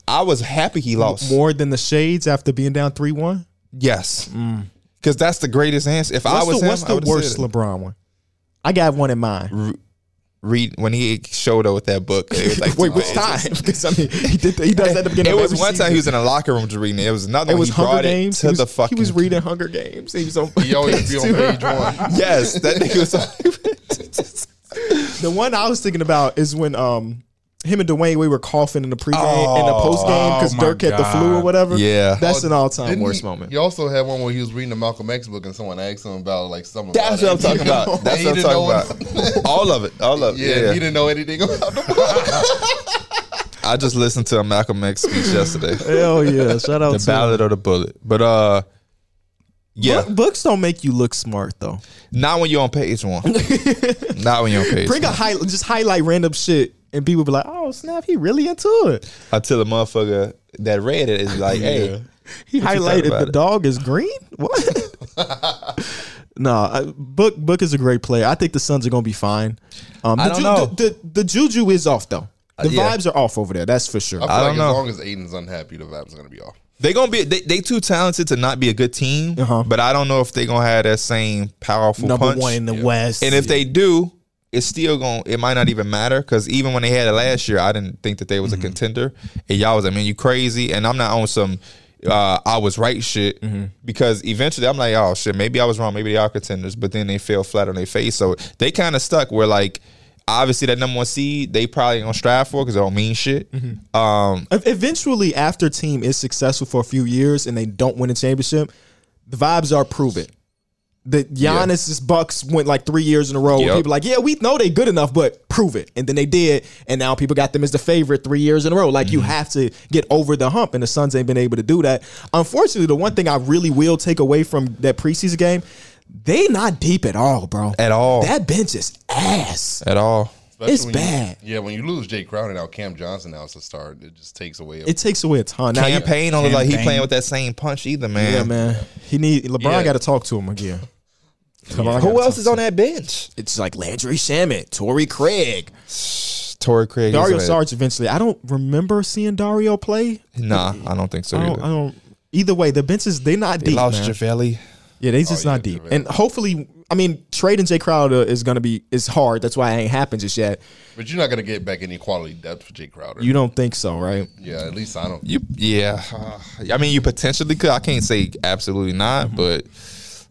[SPEAKER 2] I was happy he lost.
[SPEAKER 1] More than the shades after being down three one.
[SPEAKER 2] Yes, because that's the greatest answer. If I
[SPEAKER 1] Mm. What's
[SPEAKER 2] was
[SPEAKER 1] the,
[SPEAKER 2] him,
[SPEAKER 1] what's
[SPEAKER 2] I
[SPEAKER 1] the
[SPEAKER 2] would've said
[SPEAKER 1] worst
[SPEAKER 2] it.
[SPEAKER 1] LeBron one? I got one in mind.
[SPEAKER 2] read when he showed up with that book. It was like
[SPEAKER 1] Wait,
[SPEAKER 2] two
[SPEAKER 1] which
[SPEAKER 2] pages.
[SPEAKER 1] time? Because I mean, he did that- he does that at the beginning.
[SPEAKER 2] It
[SPEAKER 1] of
[SPEAKER 2] was
[SPEAKER 1] every
[SPEAKER 2] one time
[SPEAKER 1] season.
[SPEAKER 2] he was in a locker room to read. It It was another
[SPEAKER 1] It
[SPEAKER 2] one.
[SPEAKER 1] was
[SPEAKER 2] He
[SPEAKER 1] Hunger
[SPEAKER 2] brought
[SPEAKER 1] Games.
[SPEAKER 2] it to
[SPEAKER 1] he, was,
[SPEAKER 2] the fucking.
[SPEAKER 1] he was reading Hunger Games. He was on.
[SPEAKER 3] He always be on page one.
[SPEAKER 2] Yes, that nigga was. Like,
[SPEAKER 1] The one I was thinking about is when um him and Dwayne we were coughing in the pregame in the postgame because
[SPEAKER 4] oh my
[SPEAKER 1] Dirk had the flu or
[SPEAKER 4] God.
[SPEAKER 1] whatever.
[SPEAKER 2] Yeah. Oh,
[SPEAKER 1] that's an all-time
[SPEAKER 3] Didn't
[SPEAKER 1] worst
[SPEAKER 3] he,
[SPEAKER 1] moment.
[SPEAKER 3] He also had one where he was reading the Malcolm X book and someone asked him about like some.
[SPEAKER 2] that's what I'm talking about. That's
[SPEAKER 3] He
[SPEAKER 2] what I'm
[SPEAKER 3] didn't know
[SPEAKER 2] talking about. All of it. All of it.
[SPEAKER 3] Yeah,
[SPEAKER 2] Yeah.
[SPEAKER 3] he didn't know anything about the book.
[SPEAKER 2] I just listened to a Malcolm X speech yesterday.
[SPEAKER 1] Hell yeah! Shout out
[SPEAKER 2] the
[SPEAKER 1] to
[SPEAKER 2] ballad or the bullet. But uh, yeah,
[SPEAKER 1] Book- books don't make you look smart though.
[SPEAKER 2] not when you're on page one. not when you're on page.
[SPEAKER 1] Bring a
[SPEAKER 2] one.
[SPEAKER 1] highlight, just highlight random shit, and people be like, "Oh snap, he really into it."
[SPEAKER 2] Until the motherfucker that read it is like, hey,
[SPEAKER 1] He
[SPEAKER 2] What you thought
[SPEAKER 1] highlighted
[SPEAKER 2] about
[SPEAKER 1] the
[SPEAKER 2] it?
[SPEAKER 1] dog is green. What? no, I, book book is a great player. I think the Suns are gonna be fine. Um, the,
[SPEAKER 2] I don't know. Uh,
[SPEAKER 1] The, the, the juju is off though. The
[SPEAKER 2] yeah.
[SPEAKER 1] vibes are off over there. That's for sure.
[SPEAKER 3] I feel
[SPEAKER 2] I
[SPEAKER 3] like
[SPEAKER 2] don't know.
[SPEAKER 3] as long as Aiden's unhappy, the vibes are gonna be off.
[SPEAKER 2] they gonna be they, they too talented to not be a good team.
[SPEAKER 1] Uh-huh.
[SPEAKER 2] But I don't know if they gonna have that same powerful
[SPEAKER 1] number
[SPEAKER 2] punch.
[SPEAKER 1] one in the West.
[SPEAKER 2] and if they do, it's still going. to It might not even matter because even when they had it last year, I didn't think that they was a contender. And y'all was like, "Man, you crazy!" And I'm not on some. Uh, I was right shit because eventually I'm like, oh shit, maybe I was wrong. Maybe they are contenders, but then they fell flat on their face. So they kind of stuck where like, obviously that number one seed they probably gonna strive for because they don't mean shit. Um,
[SPEAKER 1] Ev- eventually, after team is successful for a few years and they don't win a championship, the vibes are prove it. The Giannis's Bucks went like three years in a row. Where
[SPEAKER 2] Yep.
[SPEAKER 1] people like, yeah, we know they good enough, but prove it. And then they did, and now people got them as the favorite three years in a row. Like
[SPEAKER 2] Mm-hmm.
[SPEAKER 1] you have to get over the hump, and the Suns ain't been able to do that. Unfortunately, the one thing I really will take away from that preseason game, they not deep at all, bro.
[SPEAKER 2] At all.
[SPEAKER 1] That bench is ass.
[SPEAKER 2] at all.
[SPEAKER 1] It's
[SPEAKER 3] when
[SPEAKER 1] bad.
[SPEAKER 3] You, yeah, when you lose Jay Crowder now, Cam Johnson now is a start. It just takes away.
[SPEAKER 1] It takes away a ton. Now, you-
[SPEAKER 2] Campaign don't look like he
[SPEAKER 4] Campaign.
[SPEAKER 2] playing with that same punch either, man.
[SPEAKER 1] Yeah, man. He need LeBron
[SPEAKER 3] Yeah.
[SPEAKER 1] got to talk to him again.
[SPEAKER 2] Who else is on that bench?
[SPEAKER 1] It's like Landry Shamit, Torrey Craig,
[SPEAKER 2] Torrey Craig. is
[SPEAKER 1] Dario
[SPEAKER 2] on that-
[SPEAKER 1] Sarge. Eventually, I don't remember seeing Dario play.
[SPEAKER 2] Nah, I don't think so.
[SPEAKER 1] I
[SPEAKER 2] either.
[SPEAKER 1] don't. I don't either way, the benches they not
[SPEAKER 2] They
[SPEAKER 1] deep.
[SPEAKER 2] lost Oh,
[SPEAKER 1] man.
[SPEAKER 2] Javelli.
[SPEAKER 1] Yeah, they just
[SPEAKER 3] yeah,
[SPEAKER 1] not deep.
[SPEAKER 3] JaVale.
[SPEAKER 1] And hopefully, I mean, trading Jay Crowder is gonna be is hard. That's why it ain't happened just yet.
[SPEAKER 3] but you're not gonna get back any quality depth for Jay Crowder.
[SPEAKER 1] You don't think so, right?
[SPEAKER 3] yeah, at least I don't.
[SPEAKER 2] You, yeah. Uh, I mean, you potentially could. I can't say absolutely not, but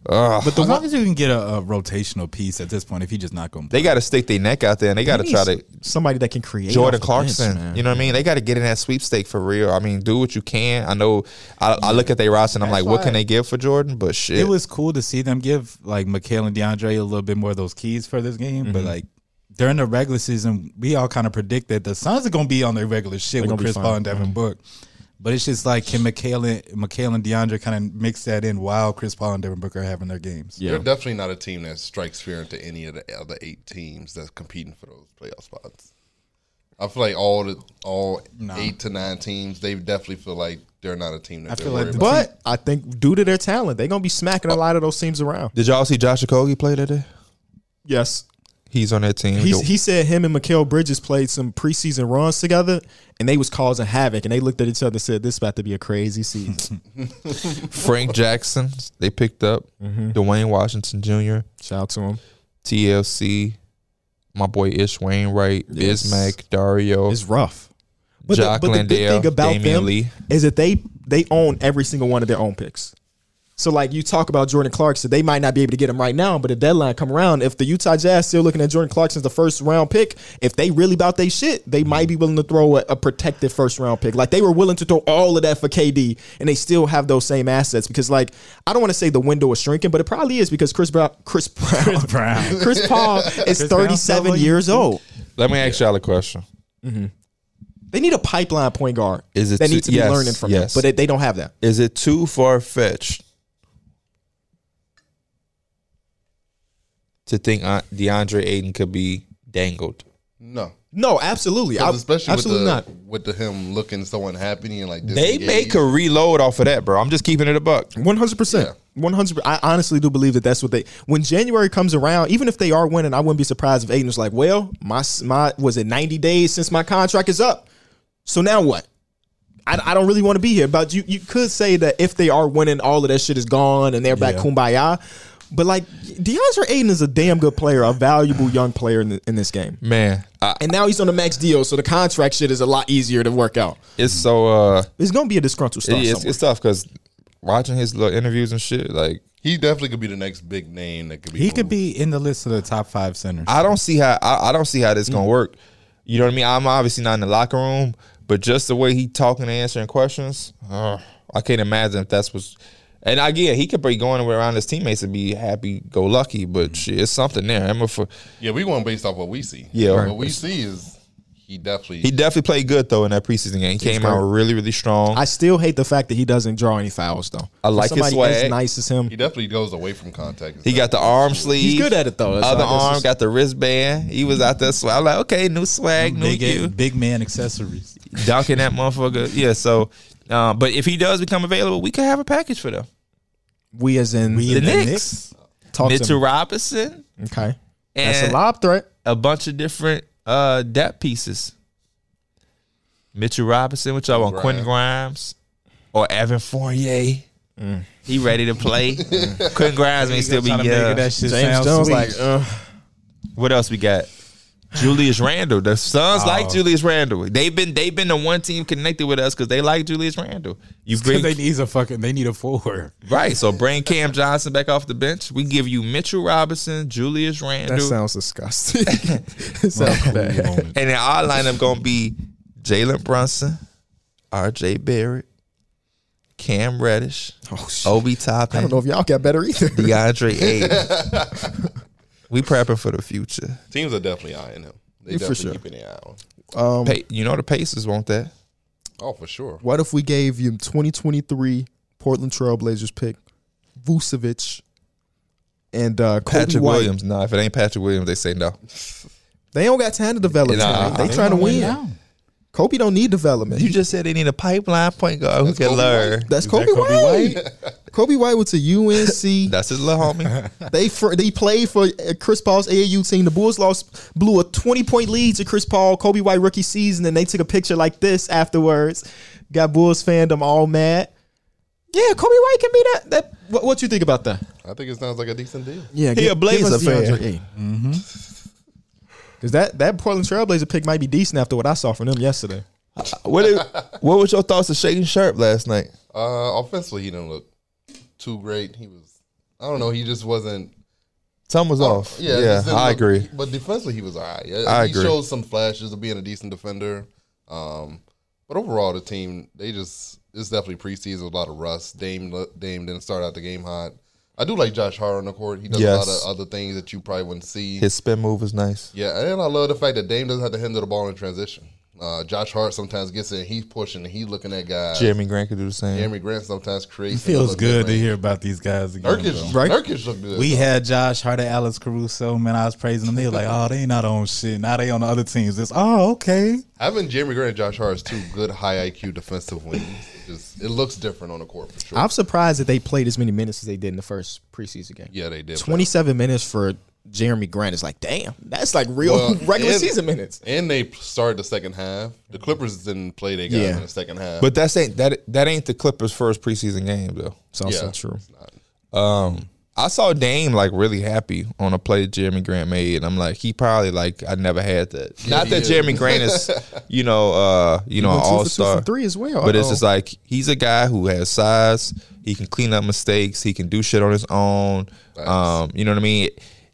[SPEAKER 2] uh,
[SPEAKER 4] But the as long as you can get a, a rotational piece at this point, if you just not going to
[SPEAKER 2] they got to stick their neck out there and they got to
[SPEAKER 1] He
[SPEAKER 2] try
[SPEAKER 1] needs
[SPEAKER 2] to.
[SPEAKER 1] somebody that can create.
[SPEAKER 2] Jordan
[SPEAKER 1] off the
[SPEAKER 2] Clarkson,
[SPEAKER 1] bench, man.
[SPEAKER 2] you know what I mean? They got to get in that sweepstake for real. I mean, do what you can. I know. I, I look at their roster and I'm like, what
[SPEAKER 4] why-
[SPEAKER 2] can they give for Jordan? But shit,
[SPEAKER 4] It was cool to see them give like Mikhail and DeAndre a little bit more of those keys for this game,
[SPEAKER 1] Mm-hmm.
[SPEAKER 4] but like during the regular season, we all kind of predict that the Suns are going to be on their regular shit with
[SPEAKER 1] gonna be
[SPEAKER 4] Chris
[SPEAKER 1] fine. Mm-hmm.
[SPEAKER 4] Paul and Devin Book. But it's just like can Mikhail and Mikhail and DeAndre kind of mix that in while Chris Paul and Devin Booker are having their games.
[SPEAKER 1] Yeah.
[SPEAKER 3] They're definitely not a team that strikes fear into any of the other eight teams that's competing for those playoff spots. I feel like all the all eight to nine teams, they definitely feel like they're not a team that
[SPEAKER 4] I
[SPEAKER 3] they're
[SPEAKER 4] feel like
[SPEAKER 3] worried
[SPEAKER 4] the-
[SPEAKER 3] about.
[SPEAKER 1] But I think due to their talent, they're gonna be smacking
[SPEAKER 2] Oh.
[SPEAKER 1] a lot of those teams around.
[SPEAKER 2] Did y'all see Josh Okogie play today?
[SPEAKER 1] Yes,
[SPEAKER 2] He's on that team.
[SPEAKER 1] He, he said him and Mikael Bridges played some preseason runs together, and they was causing havoc. And they looked at each other and said, "This about to be a crazy season."
[SPEAKER 2] Frank Jackson, they picked up. Dwayne Washington Jr.
[SPEAKER 1] Shout out to him.
[SPEAKER 2] TLC, my boy Ish Wainwright,
[SPEAKER 1] Yes.
[SPEAKER 2] Bismack, Dario.
[SPEAKER 1] It's rough, But,
[SPEAKER 2] Jock
[SPEAKER 1] the, but the good
[SPEAKER 2] Landale,
[SPEAKER 1] thing about
[SPEAKER 2] Damian
[SPEAKER 1] them
[SPEAKER 2] Lee.
[SPEAKER 1] is that they they own every single one of their own picks. So like you talk about Jordan Clarkson, they might not be able to get him right now, but the deadline come around. If the Utah Jazz still looking at Jordan Clarkson as the first round pick, if they really about they shit,
[SPEAKER 2] Mm-hmm.
[SPEAKER 1] they might be willing to throw a, a protected first round pick. Like they were willing to throw all of that for KD, and they still have those same assets because like I don't want to say the window is shrinking, but it probably is because Chris Brown, Chris Brown, Chris,
[SPEAKER 4] Brown.
[SPEAKER 1] Paul is
[SPEAKER 4] Brown's
[SPEAKER 1] thirty seven
[SPEAKER 4] still-
[SPEAKER 1] years old.
[SPEAKER 2] Let me ask y'all a question.
[SPEAKER 1] They need a pipeline point guard.
[SPEAKER 2] Is it
[SPEAKER 1] that
[SPEAKER 2] too-
[SPEAKER 1] needs to be
[SPEAKER 2] yes,
[SPEAKER 1] learning from
[SPEAKER 2] yes.
[SPEAKER 1] them, but they, they don't have that.
[SPEAKER 2] Is it too far fetched to think uh, DeAndre Ayton could be dangled?
[SPEAKER 3] No,
[SPEAKER 1] No, absolutely. I,
[SPEAKER 3] 'Cause especially
[SPEAKER 1] absolutely
[SPEAKER 3] with the
[SPEAKER 1] not.
[SPEAKER 3] with the him looking so unhappy and like
[SPEAKER 2] They
[SPEAKER 3] disengaged.
[SPEAKER 2] may could reload off of that, bro. I'm just keeping it a buck.
[SPEAKER 1] One hundred percent. One hundred. I honestly do believe that that's what they. When January comes around, even if they are winning, I wouldn't be surprised if Aiden's like, "Well, my s- my was it ninety days since my contract is up, so now what? I, I don't really want to be here." But you you could say that if they are winning, all of that shit is gone and they're back
[SPEAKER 4] Yeah.
[SPEAKER 1] kumbaya. But like DeAndre Aiden is a damn good player, a valuable young player in the, in this game,
[SPEAKER 2] Man, I,
[SPEAKER 1] and now he's on a max deal, so the contract shit is a lot easier to work out.
[SPEAKER 2] it's so uh,
[SPEAKER 1] It's gonna be a disgruntled star.
[SPEAKER 2] it- it's,
[SPEAKER 1] somewhere.
[SPEAKER 2] it's tough because watching his little interviews and shit, like
[SPEAKER 3] He definitely could be the next big name that could be.
[SPEAKER 4] He could
[SPEAKER 3] moved.
[SPEAKER 4] be in the list of the top five centers.
[SPEAKER 2] I don't see how I, I don't see how this gonna work. You know what I mean? I'm obviously not in the locker room, but just the way he talking and answering questions, uh, I can't imagine if that's what's. And again, he could be going around his teammates and be happy go lucky, but shit, it's something there. Emma for,
[SPEAKER 3] Yeah, we going based off what we see.
[SPEAKER 2] Yeah,
[SPEAKER 3] what
[SPEAKER 2] right.
[SPEAKER 3] we see is he definitely.
[SPEAKER 2] he definitely played good though in that preseason game. He came out really, really strong.
[SPEAKER 1] I still hate the fact that he doesn't draw any fouls though.
[SPEAKER 2] I like his
[SPEAKER 1] somebody
[SPEAKER 2] swag.
[SPEAKER 1] as nice as him.
[SPEAKER 3] he definitely goes away from contact.
[SPEAKER 2] he got the arm sleeve.
[SPEAKER 1] He's good at it though. That's
[SPEAKER 2] Other
[SPEAKER 1] all- that's
[SPEAKER 2] arm
[SPEAKER 1] just-
[SPEAKER 2] got the wristband. He was out there swag. I'm like, okay, new swag, new
[SPEAKER 4] Big,
[SPEAKER 2] you.
[SPEAKER 4] big man accessories.
[SPEAKER 2] dunking that motherfucker. Yeah, so uh, but if he does become available, we could have a package for them.
[SPEAKER 1] we as in
[SPEAKER 4] We
[SPEAKER 2] The
[SPEAKER 4] in
[SPEAKER 2] Knicks.
[SPEAKER 1] talk to
[SPEAKER 2] Mitchell
[SPEAKER 1] him.
[SPEAKER 2] Robinson
[SPEAKER 1] Okay,
[SPEAKER 2] and
[SPEAKER 1] that's a lob threat.
[SPEAKER 2] a bunch of different uh depth pieces. Mitchell Robinson, which y'all want Quentin Grimes or Evan Fournier.
[SPEAKER 4] Mm.
[SPEAKER 2] He ready to play. Quentin Grimes may still be
[SPEAKER 4] Tryna make it
[SPEAKER 2] young.
[SPEAKER 4] that shit
[SPEAKER 1] James
[SPEAKER 4] sound
[SPEAKER 1] Jones
[SPEAKER 4] sweet.
[SPEAKER 1] like uh,
[SPEAKER 2] What else we got? Julius Randle. The Suns like
[SPEAKER 4] Oh.
[SPEAKER 2] Julius Randle. They've been they've been the one team connected with us because they like Julius Randle. You bring
[SPEAKER 4] Because they need a fucking, they need a forward.
[SPEAKER 2] Right. So bring Cam Johnson back off the bench. We give you Mitchell Robinson, Julius Randle,
[SPEAKER 1] that sounds disgusting. It sounds bad.
[SPEAKER 4] Moment.
[SPEAKER 2] and then our lineup gonna be Jalen Brunson, R.J. Barrett, Cam Reddish,
[SPEAKER 1] Oh, shit.
[SPEAKER 2] Obi
[SPEAKER 1] I don't
[SPEAKER 2] Toppin,
[SPEAKER 1] know if y'all got better either.
[SPEAKER 2] DeAndre Ayton. we prepping for the future.
[SPEAKER 3] teams are definitely eyeing him. They
[SPEAKER 1] Yeah, for
[SPEAKER 3] definitely
[SPEAKER 1] sure.
[SPEAKER 3] keeping an eye on. him.
[SPEAKER 1] Um,
[SPEAKER 2] Pa- you know the Pacers want that.
[SPEAKER 3] Oh, for sure.
[SPEAKER 1] what if we gave you 2023 Portland Trailblazers pick Vucevic and uh, Kobe
[SPEAKER 2] Patrick
[SPEAKER 1] White?
[SPEAKER 2] Williams. No, if it ain't Patrick Williams, they say no.
[SPEAKER 1] They don't got time to develop.
[SPEAKER 2] Nah,
[SPEAKER 1] talent. they,
[SPEAKER 2] they
[SPEAKER 1] trying to
[SPEAKER 4] Going
[SPEAKER 1] win.
[SPEAKER 4] down.
[SPEAKER 1] Kobe don't need development.
[SPEAKER 2] You just said they need a pipeline point guard who can
[SPEAKER 3] Kobe
[SPEAKER 2] learn.
[SPEAKER 1] That's
[SPEAKER 4] Is
[SPEAKER 1] Kobe,
[SPEAKER 4] that Kobe
[SPEAKER 1] White. Kobe White went to UNC.
[SPEAKER 2] That's his little homie.
[SPEAKER 1] They for, they played for uh, Chris Paul's AAU team. The Bulls lost blew a twenty point lead to Chris Paul, Kobe White rookie season, and they took a picture like this afterwards. Got Bulls fandom all mad. Yeah, Kobe White can be that. That what, what you think about that?
[SPEAKER 3] I think it sounds like a decent deal.
[SPEAKER 1] Yeah,
[SPEAKER 2] He a Blazer fan.
[SPEAKER 1] Because that that Portland Trailblazer pick might be decent after what I saw from them yesterday.
[SPEAKER 2] what, did- what was your thoughts of Shaden Sharp last night?
[SPEAKER 3] Uh, offensively, he didn't look too great. He was, I don't know, he just wasn't.
[SPEAKER 2] Tom was off.
[SPEAKER 3] Yeah,
[SPEAKER 2] Yeah,
[SPEAKER 3] it just didn't
[SPEAKER 2] I
[SPEAKER 3] look-
[SPEAKER 2] agree.
[SPEAKER 3] But defensively, he was all right.
[SPEAKER 2] I
[SPEAKER 3] he
[SPEAKER 2] agree.
[SPEAKER 3] showed some flashes of being a decent defender. Um, but overall, the team they just it's definitely preseason. A lot of rust. Dame Dame didn't start out the game hot. I do like Josh Hart on the court. He does a
[SPEAKER 2] Yes.
[SPEAKER 3] lot of other things that you probably wouldn't see.
[SPEAKER 2] His spin move was nice.
[SPEAKER 3] Yeah, and I love the fact that Dame doesn't have to handle the ball in transition. Uh, Josh Hart sometimes gets in, he's pushing, and he's looking at guys.
[SPEAKER 2] Jeremy Grant could do the same.
[SPEAKER 3] Jeremy Grant sometimes creates. and
[SPEAKER 4] Feels
[SPEAKER 3] look
[SPEAKER 4] good to
[SPEAKER 3] different.
[SPEAKER 4] hear about these guys again. though.
[SPEAKER 3] Nurkic,
[SPEAKER 1] Right?
[SPEAKER 3] Nurkic looked good.
[SPEAKER 4] We had Josh Hart and Alex Caruso, man. I was praising them. They were like, oh, they not on shit. Now they on the other teams. It's oh, okay.
[SPEAKER 3] Having Jeremy Grant and Josh Hart is two good high IQ defensive wings. Just, it looks different on the court for sure.
[SPEAKER 1] I'm surprised that they played as many minutes as they did in the first preseason game.
[SPEAKER 3] yeah, they did. but-
[SPEAKER 1] 27 minutes for Jeremy Grant is like, damn, that's like real
[SPEAKER 3] Well,
[SPEAKER 1] regular
[SPEAKER 3] and-
[SPEAKER 1] season minutes.
[SPEAKER 3] And they started the second half. The Clippers didn't play their guys
[SPEAKER 1] Yeah.
[SPEAKER 3] in the second half.
[SPEAKER 2] But that's ain't that that ain't the Clippers' first preseason game though.
[SPEAKER 1] It's also
[SPEAKER 3] Yeah.
[SPEAKER 1] true.
[SPEAKER 2] Um, I saw Dame like really happy on a play Jeremy Grant made, and I'm like, he probably like I never had that. Not
[SPEAKER 3] he
[SPEAKER 2] that
[SPEAKER 3] is.
[SPEAKER 2] Jeremy Grant is, you know, uh, you know,
[SPEAKER 1] went two for two
[SPEAKER 2] all star
[SPEAKER 1] for three as well.
[SPEAKER 2] But it's
[SPEAKER 1] Oh.
[SPEAKER 2] just like he's a guy who has size. He can clean up mistakes. He can do shit on his own. Um, you know what I mean?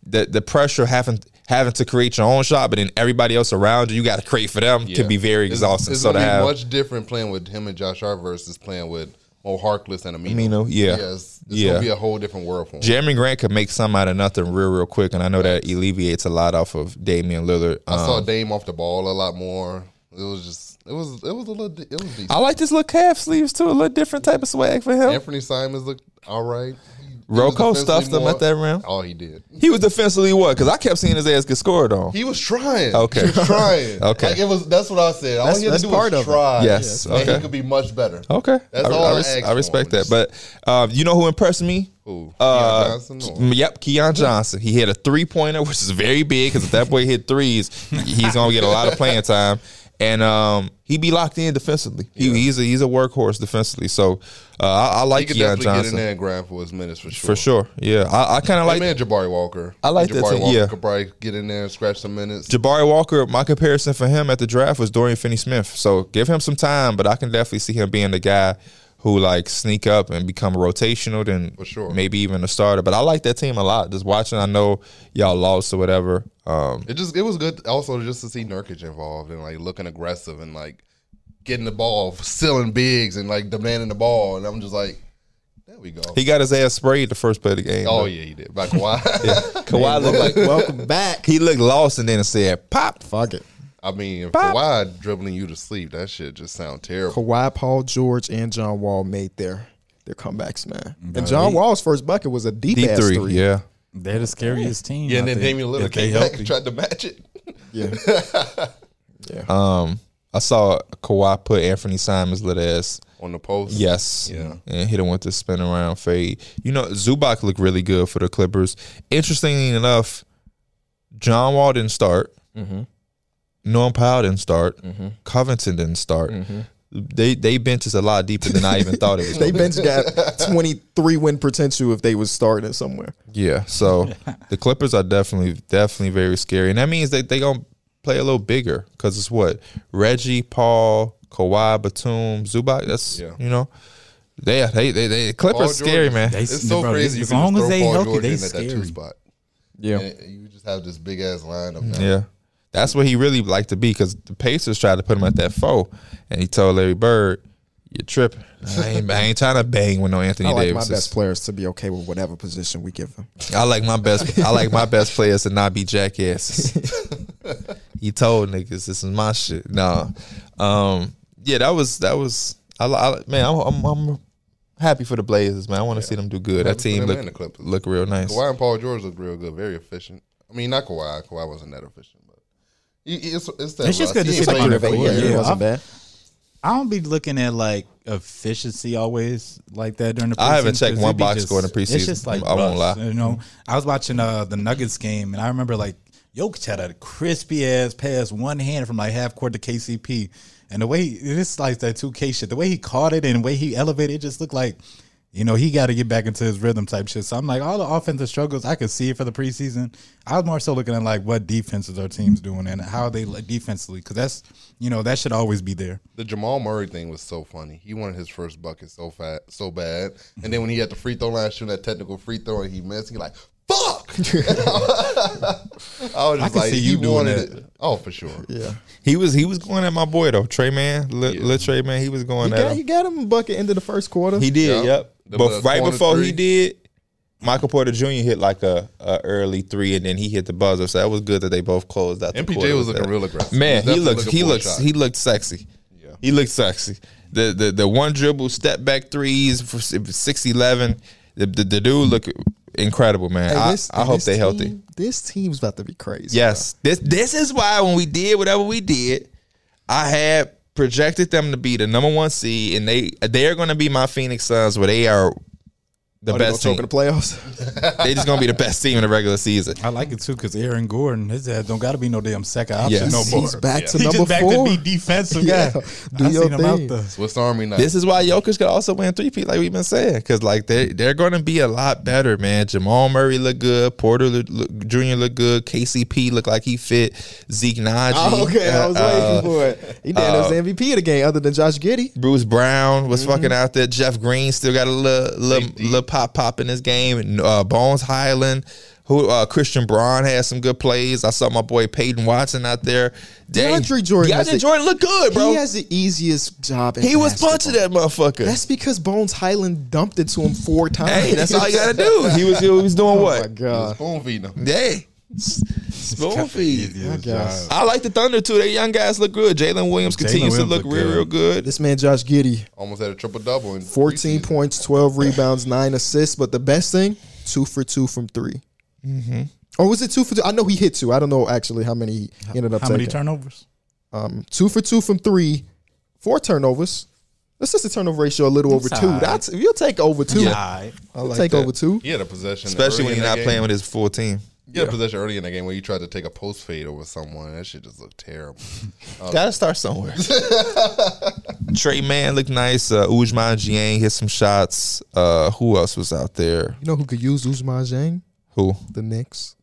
[SPEAKER 2] The the pressure of having having to create your own shot, but then everybody else around you, you got to create for them, can be very
[SPEAKER 3] It's-
[SPEAKER 2] exhausting.
[SPEAKER 3] It's
[SPEAKER 2] so to
[SPEAKER 3] gonna be
[SPEAKER 2] have
[SPEAKER 3] much different playing with him and Josh Hart versus playing with Mo Harkless and Amino.
[SPEAKER 2] Amino, yeah.
[SPEAKER 3] it's, it's
[SPEAKER 2] Yeah.
[SPEAKER 3] gonna be a whole different world for him.
[SPEAKER 2] Jeremy Grant could make some out of nothing real, real quick, and I know that alleviates a lot off of Damian Lillard. Um,
[SPEAKER 3] I
[SPEAKER 2] I,
[SPEAKER 3] saw Dame off the ball a lot more. It was just it was it was a little de- it was decent.
[SPEAKER 2] like this little calf sleeves too, a little different type of swag for him.
[SPEAKER 3] Anthony Simons looked all right. He- he was
[SPEAKER 2] Rocco stuffed
[SPEAKER 3] defensively
[SPEAKER 2] him at that round.
[SPEAKER 3] Oh, he did.
[SPEAKER 2] He was defensively what? Because I kept seeing his ass get scored on.
[SPEAKER 3] He was trying.
[SPEAKER 2] Okay.
[SPEAKER 3] he was trying.
[SPEAKER 2] Okay.
[SPEAKER 3] like it was. That's what I said. All
[SPEAKER 1] That's-
[SPEAKER 3] he had
[SPEAKER 1] that's
[SPEAKER 3] to do
[SPEAKER 1] part
[SPEAKER 3] was
[SPEAKER 1] of it.
[SPEAKER 3] try.
[SPEAKER 2] Yes,
[SPEAKER 3] and
[SPEAKER 2] okay.
[SPEAKER 3] he could be much better.
[SPEAKER 2] Okay,
[SPEAKER 3] That's
[SPEAKER 2] I,
[SPEAKER 3] all
[SPEAKER 2] I,
[SPEAKER 3] I
[SPEAKER 2] res-
[SPEAKER 3] asked
[SPEAKER 2] I respect
[SPEAKER 3] for.
[SPEAKER 2] that. But uh, you know who impressed me?
[SPEAKER 3] Who?
[SPEAKER 2] Uh,
[SPEAKER 3] Keon Johnson or-
[SPEAKER 2] mm, Yep, Keon Johnson. He hit a three pointer, which is very big because if that boy hit threes, he's gonna get a lot of playing time. And um, he be locked in defensively. He, He's a he's a workhorse defensively. So uh, I, I
[SPEAKER 3] he
[SPEAKER 2] like
[SPEAKER 3] could
[SPEAKER 2] Keon
[SPEAKER 3] definitely
[SPEAKER 2] Johnson
[SPEAKER 3] get in there and grind for his minutes for sure.
[SPEAKER 2] for sure. Yeah, I, I kind of like
[SPEAKER 3] Him and Jabari Walker.
[SPEAKER 2] I like that
[SPEAKER 3] Jabari
[SPEAKER 2] too,
[SPEAKER 3] Walker
[SPEAKER 2] yeah.
[SPEAKER 3] could probably get in there and scratch some minutes.
[SPEAKER 2] Jabari Walker. My comparison for him at the draft was Dorian Finney-Smith. So give him some time, but I can definitely see him being the guy who like sneak up and become rotational, then
[SPEAKER 3] For sure.
[SPEAKER 2] maybe even a starter. But I like that team a lot. Just watching, I know y'all lost or whatever. Um,
[SPEAKER 3] It just it was good also just to see Nurkic involved and like looking aggressive and like getting the ball, stealing bigs and like demanding the ball. And I'm just like, there we go.
[SPEAKER 2] he got his ass sprayed the first play of the game.
[SPEAKER 3] oh
[SPEAKER 2] though.
[SPEAKER 3] yeah, he did. By Kawhi.
[SPEAKER 2] Kawhi looked like
[SPEAKER 1] Welcome back.
[SPEAKER 2] he looked lost and then said pop.
[SPEAKER 1] Fuck it.
[SPEAKER 3] I mean, if
[SPEAKER 2] Pop.
[SPEAKER 3] Kawhi dribbling you to sleep, that shit just sound terrible.
[SPEAKER 1] Kawhi, Paul George, and John Wall made their their comebacks, man. And John Wall's first bucket was a deep,
[SPEAKER 2] Deep
[SPEAKER 1] ass
[SPEAKER 2] three,
[SPEAKER 1] three.
[SPEAKER 2] yeah.
[SPEAKER 4] They're the scariest team.
[SPEAKER 3] Yeah, and
[SPEAKER 4] I
[SPEAKER 3] then
[SPEAKER 4] think,
[SPEAKER 3] Damian
[SPEAKER 4] if
[SPEAKER 3] Lillard came
[SPEAKER 4] they
[SPEAKER 3] back
[SPEAKER 4] healthy.
[SPEAKER 3] and tried to match it.
[SPEAKER 1] yeah.
[SPEAKER 2] Um, I saw Kawhi put Anthony Simons little ass
[SPEAKER 3] On the post.
[SPEAKER 2] Yes.
[SPEAKER 3] Yeah.
[SPEAKER 2] And hit him with the spin around fade. You know, Zubac looked really good for the Clippers. Interestingly enough, John Wall didn't start.
[SPEAKER 3] Mm-hmm.
[SPEAKER 2] Norm Powell didn't start. Covington didn't start.
[SPEAKER 3] Mm-hmm.
[SPEAKER 2] They they bench is a lot deeper than I even thought it was.
[SPEAKER 1] They bench got 23 win potential if they was starting somewhere.
[SPEAKER 2] yeah. So the Clippers are definitely definitely very scary, and that means that they gonna play a little bigger because it's what Reggie, Paul, Kawhi, Batum, Zubac. That's
[SPEAKER 3] Yeah.
[SPEAKER 2] you know. They, they, they, they, Clippers
[SPEAKER 3] Paul
[SPEAKER 2] scary,
[SPEAKER 3] George-
[SPEAKER 2] man.
[SPEAKER 4] They-
[SPEAKER 3] It's so
[SPEAKER 4] bro,
[SPEAKER 3] crazy. you
[SPEAKER 4] As
[SPEAKER 3] can
[SPEAKER 4] long
[SPEAKER 3] just throw
[SPEAKER 4] as they
[SPEAKER 3] Paul
[SPEAKER 4] healthy,
[SPEAKER 3] George
[SPEAKER 4] they
[SPEAKER 3] in at that two
[SPEAKER 4] scary.
[SPEAKER 3] spot.
[SPEAKER 1] Yeah.
[SPEAKER 3] And you just have this big ass lineup now.
[SPEAKER 2] Yeah. That's what he really liked to be because the Pacers tried to put him at that four, and he told Larry Bird, "You're tripping. I ain't, I ain't trying to bang with no Anthony
[SPEAKER 1] I like my
[SPEAKER 2] Davis.
[SPEAKER 1] best players to be okay with whatever position we give them.
[SPEAKER 2] I like my best. I like my best players to not be jackasses." he told niggas, "This is my shit." Nah. Um. Yeah. That was that was. I, li- I li- man. I'm, I'm I'm happy for the Blazers, man. I want to see them do good. That
[SPEAKER 3] Happy for
[SPEAKER 2] team
[SPEAKER 3] them
[SPEAKER 2] look
[SPEAKER 3] and the Clippers.
[SPEAKER 2] look real nice.
[SPEAKER 3] Kawhi and Paul George looked real good, very efficient. I mean, not Kawhi. Kawhi wasn't that efficient, but he- he- it's it's that.
[SPEAKER 4] It's just
[SPEAKER 3] Russ.
[SPEAKER 4] good to
[SPEAKER 3] He ain't
[SPEAKER 4] see
[SPEAKER 3] playing
[SPEAKER 4] them
[SPEAKER 3] for
[SPEAKER 4] on the
[SPEAKER 3] years.
[SPEAKER 4] court.
[SPEAKER 1] it
[SPEAKER 4] Yeah.
[SPEAKER 1] wasn't bad.
[SPEAKER 4] I don't be looking at like efficiency always like that during the. Preseason,
[SPEAKER 2] I haven't checked
[SPEAKER 4] 'cause
[SPEAKER 2] one
[SPEAKER 4] it be
[SPEAKER 2] box score in the
[SPEAKER 4] It's
[SPEAKER 2] preseason.
[SPEAKER 4] just like
[SPEAKER 2] I won't
[SPEAKER 4] rough,
[SPEAKER 2] lie.
[SPEAKER 4] You know, I was watching uh, the Nuggets game, and I remember like Jokic had a crispy ass pass, one hand from like half court to KCP, and the way it's like that two K shit. The way he caught it and the way he elevated, it just looked like. You know, he got to get back into his rhythm type shit. So I'm like, all the offensive struggles, I could see it for the preseason. I was more so looking at like what defenses our team's doing and how they like, defensively, because that's, you know, that should always be there.
[SPEAKER 3] The Jamal Murray thing was so funny. He wanted his first bucket so fat, so bad, and then when he had the free throw line shooting that technical free throw and he missed, he like fuck. I was just
[SPEAKER 4] I can
[SPEAKER 3] like,
[SPEAKER 4] see
[SPEAKER 3] you
[SPEAKER 4] you
[SPEAKER 3] he
[SPEAKER 4] doing
[SPEAKER 3] wanted
[SPEAKER 4] that.
[SPEAKER 3] it. Oh, for sure.
[SPEAKER 1] Yeah.
[SPEAKER 2] He was he was going at my boy though, Trey Man, Lil Lil Trey Man. He was going
[SPEAKER 1] He
[SPEAKER 2] at
[SPEAKER 1] got,
[SPEAKER 2] him.
[SPEAKER 1] he got him a bucket into the first quarter.
[SPEAKER 2] He did. Yep.
[SPEAKER 3] Yep. The
[SPEAKER 2] But
[SPEAKER 3] best
[SPEAKER 2] right
[SPEAKER 3] corner
[SPEAKER 2] before he
[SPEAKER 3] three.
[SPEAKER 2] did, Michael Porter Jr. hit like a, a early three, and then he hit the buzzer. So that was good that they both closed out. the
[SPEAKER 3] MPJ
[SPEAKER 2] quarter
[SPEAKER 3] was
[SPEAKER 2] with
[SPEAKER 3] looking
[SPEAKER 2] that.
[SPEAKER 3] real aggressive.
[SPEAKER 2] Man, he
[SPEAKER 3] was
[SPEAKER 2] looks
[SPEAKER 3] definitely
[SPEAKER 2] he
[SPEAKER 3] looking for a
[SPEAKER 2] looks
[SPEAKER 3] shot.
[SPEAKER 2] he looked sexy.
[SPEAKER 3] Yeah.
[SPEAKER 2] He looked sexy. The the the one dribble step back threes for six eleven. The, the the dude look incredible, man.
[SPEAKER 1] Hey,
[SPEAKER 2] I,
[SPEAKER 1] this-
[SPEAKER 2] I hope
[SPEAKER 1] this
[SPEAKER 2] they healthy.
[SPEAKER 1] team- This team's about to be crazy.
[SPEAKER 2] Yes. This this is why when we did whatever we did, I had projected them to be the number one seed, and they they are going to be my Phoenix Suns, where they are the
[SPEAKER 1] Are Oh, they gonna
[SPEAKER 2] best
[SPEAKER 1] choke
[SPEAKER 2] team.
[SPEAKER 1] in the playoffs.
[SPEAKER 2] they just gonna be the best team in the regular season.
[SPEAKER 4] I like it too because Aaron Gordon, his ass don't got to be no damn second option
[SPEAKER 2] Yes.
[SPEAKER 4] no more.
[SPEAKER 1] He's back to
[SPEAKER 4] He
[SPEAKER 1] number
[SPEAKER 4] just back
[SPEAKER 1] four.
[SPEAKER 4] to be defensive.
[SPEAKER 1] Yeah.
[SPEAKER 4] Yeah,
[SPEAKER 1] Do
[SPEAKER 4] I
[SPEAKER 1] your
[SPEAKER 4] seen him out
[SPEAKER 1] thing.
[SPEAKER 4] there.
[SPEAKER 3] Swiss Army knife.
[SPEAKER 2] This is why Jokic could also win three P, like we've been saying, because like they they're going to be a lot better, man. Jamal Murray look good, Porter look, look, Jr. look good, KCP look like he fit, Zeke Najee,
[SPEAKER 1] Oh, okay, I was
[SPEAKER 2] uh, uh,
[SPEAKER 1] waiting for it. He damn near was the MVP of the game, other than Josh Giddy.
[SPEAKER 2] Bruce Brown was
[SPEAKER 1] Mm-hmm.
[SPEAKER 2] fucking out there. Jeff Green still got a little little,
[SPEAKER 3] Safety.
[SPEAKER 2] little pop pop in his game. And, uh, Bones Highland, who uh, Christian Braun had some good plays. I saw my boy Peyton Watson out there. Dang,
[SPEAKER 1] DeAndre Jordan has
[SPEAKER 2] DeAndre
[SPEAKER 1] the-
[SPEAKER 2] Jordan looked good, bro.
[SPEAKER 1] He has the easiest job. in
[SPEAKER 2] He was
[SPEAKER 1] basketball.
[SPEAKER 2] punching that motherfucker.
[SPEAKER 1] That's because Bones Highland dumped it to him four times.
[SPEAKER 2] hey, that's all you gotta do. He was he was doing
[SPEAKER 1] Oh my
[SPEAKER 2] what?
[SPEAKER 1] god.
[SPEAKER 3] spoon feeding them.
[SPEAKER 2] Hey, spoon feed.
[SPEAKER 1] I guess.
[SPEAKER 2] I like the Thunder too. Their young guys look good. Jalen Williams continues
[SPEAKER 4] Williams
[SPEAKER 2] to look
[SPEAKER 4] look
[SPEAKER 2] real,
[SPEAKER 4] good.
[SPEAKER 2] real good.
[SPEAKER 1] This man Josh Giddy,
[SPEAKER 3] Almost had a triple double in
[SPEAKER 1] 14
[SPEAKER 3] preseason.
[SPEAKER 1] points, 12 rebounds, 9 assists, but the best thing, 2 for 2 from 3. Mhm.
[SPEAKER 2] Mm-hmm.
[SPEAKER 1] Or was it 2 for 2? I know he hit 2. I don't know actually how many he ended up
[SPEAKER 4] How
[SPEAKER 1] taking.
[SPEAKER 4] many turnovers?
[SPEAKER 1] um, 2 for 2 from 3, 4 turnovers. That's just a turnover ratio a little over 2.
[SPEAKER 4] alright.
[SPEAKER 1] That's you'll take over 2.
[SPEAKER 2] Yeah.
[SPEAKER 4] Alright.
[SPEAKER 2] I like
[SPEAKER 1] take
[SPEAKER 2] that.
[SPEAKER 1] over 2.
[SPEAKER 3] He had a possession,
[SPEAKER 2] especially
[SPEAKER 3] early
[SPEAKER 2] when
[SPEAKER 3] in
[SPEAKER 2] you're
[SPEAKER 3] that
[SPEAKER 2] not
[SPEAKER 3] game.
[SPEAKER 2] playing with his full team.
[SPEAKER 3] He had a possession early in the game where you tried to take a post fade over someone. That shit just looked terrible.
[SPEAKER 2] Gotta start somewhere. Trey Man looked nice. Uh, Ujman Jiang hit some shots. Uh, who else was out there?
[SPEAKER 1] You know who could use Uzman Zhang?
[SPEAKER 2] Who?
[SPEAKER 1] The Knicks.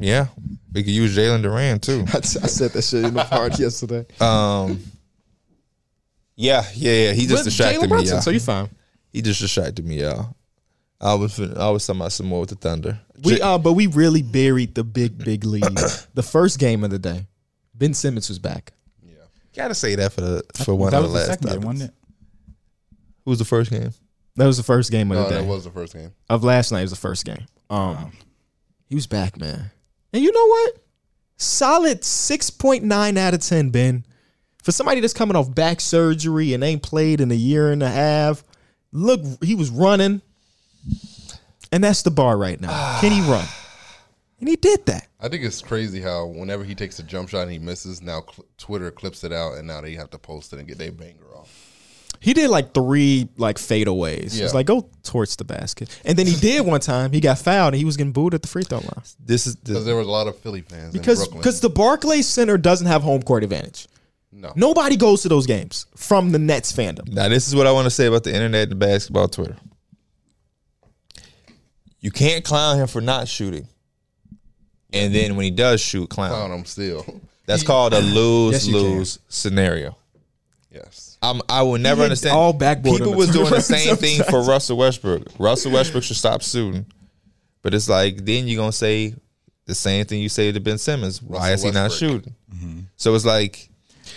[SPEAKER 2] Yeah, we could use Jalen Duran too.
[SPEAKER 1] I, I said that shit in the party yesterday.
[SPEAKER 2] Um, yeah, yeah, yeah. He just
[SPEAKER 1] But
[SPEAKER 2] distracted
[SPEAKER 1] Jalen
[SPEAKER 2] me.
[SPEAKER 1] Brunson,
[SPEAKER 2] Y'all.
[SPEAKER 1] So you fine.
[SPEAKER 2] he just distracted me, y'all. I was fin- I was talking about some more with the Thunder.
[SPEAKER 1] We
[SPEAKER 2] J-
[SPEAKER 1] uh, but we really buried the big big lead. the first game of the day, Ben Simmons was back.
[SPEAKER 3] Yeah.
[SPEAKER 2] gotta say that for the for one
[SPEAKER 4] that
[SPEAKER 2] of the
[SPEAKER 4] was the
[SPEAKER 2] last.
[SPEAKER 4] second game,
[SPEAKER 2] topics.
[SPEAKER 4] wasn't it?
[SPEAKER 2] Who was the first game?
[SPEAKER 1] That was the first game of
[SPEAKER 3] No,
[SPEAKER 1] the
[SPEAKER 3] that
[SPEAKER 1] day
[SPEAKER 3] was the first game.
[SPEAKER 1] of last night. Was the first game. Um, he was back, man. And you know what? Solid six point nine out of ten, Ben. For somebody that's coming off back surgery and ain't played in a year and a half, look, he was running, and that's the bar right now. Can he run? And he did that.
[SPEAKER 3] I think it's crazy how whenever he takes a jump shot and he misses, now cl- Twitter clips it out and now they have to post it and get their banger off.
[SPEAKER 1] He did like three like fadeaways.
[SPEAKER 3] Yeah.
[SPEAKER 1] It's like go towards the basket, and then he did one time. He got fouled and he was getting booed at the free throw line
[SPEAKER 2] This is
[SPEAKER 3] Because
[SPEAKER 2] the,
[SPEAKER 3] there was a lot of Philly fans
[SPEAKER 1] because
[SPEAKER 3] in Brooklyn.
[SPEAKER 1] because the Barclays Center doesn't have home court advantage.
[SPEAKER 3] no.
[SPEAKER 1] Nobody goes to those games from the Nets fandom.
[SPEAKER 2] now. This is what I want to say about the internet and basketball Twitter. You can't clown him for not shooting, and then when he does shoot, clown.
[SPEAKER 3] Clown him still.
[SPEAKER 2] That's called a lose
[SPEAKER 1] Yes, you can.
[SPEAKER 2] lose scenario.
[SPEAKER 3] Yes.
[SPEAKER 2] I'm, I will never
[SPEAKER 1] hit
[SPEAKER 2] understand.
[SPEAKER 1] all backboard
[SPEAKER 2] People
[SPEAKER 1] on the
[SPEAKER 2] was doing the
[SPEAKER 1] turnaround
[SPEAKER 2] same thing for Russell Westbrook. Russell Westbrook should stop suiting. But it's like then you're gonna say the same thing you say to Ben Simmons. Why
[SPEAKER 3] Russell
[SPEAKER 2] is he not
[SPEAKER 3] Westbrook.
[SPEAKER 2] shooting?
[SPEAKER 1] Mm-hmm.
[SPEAKER 2] So it's like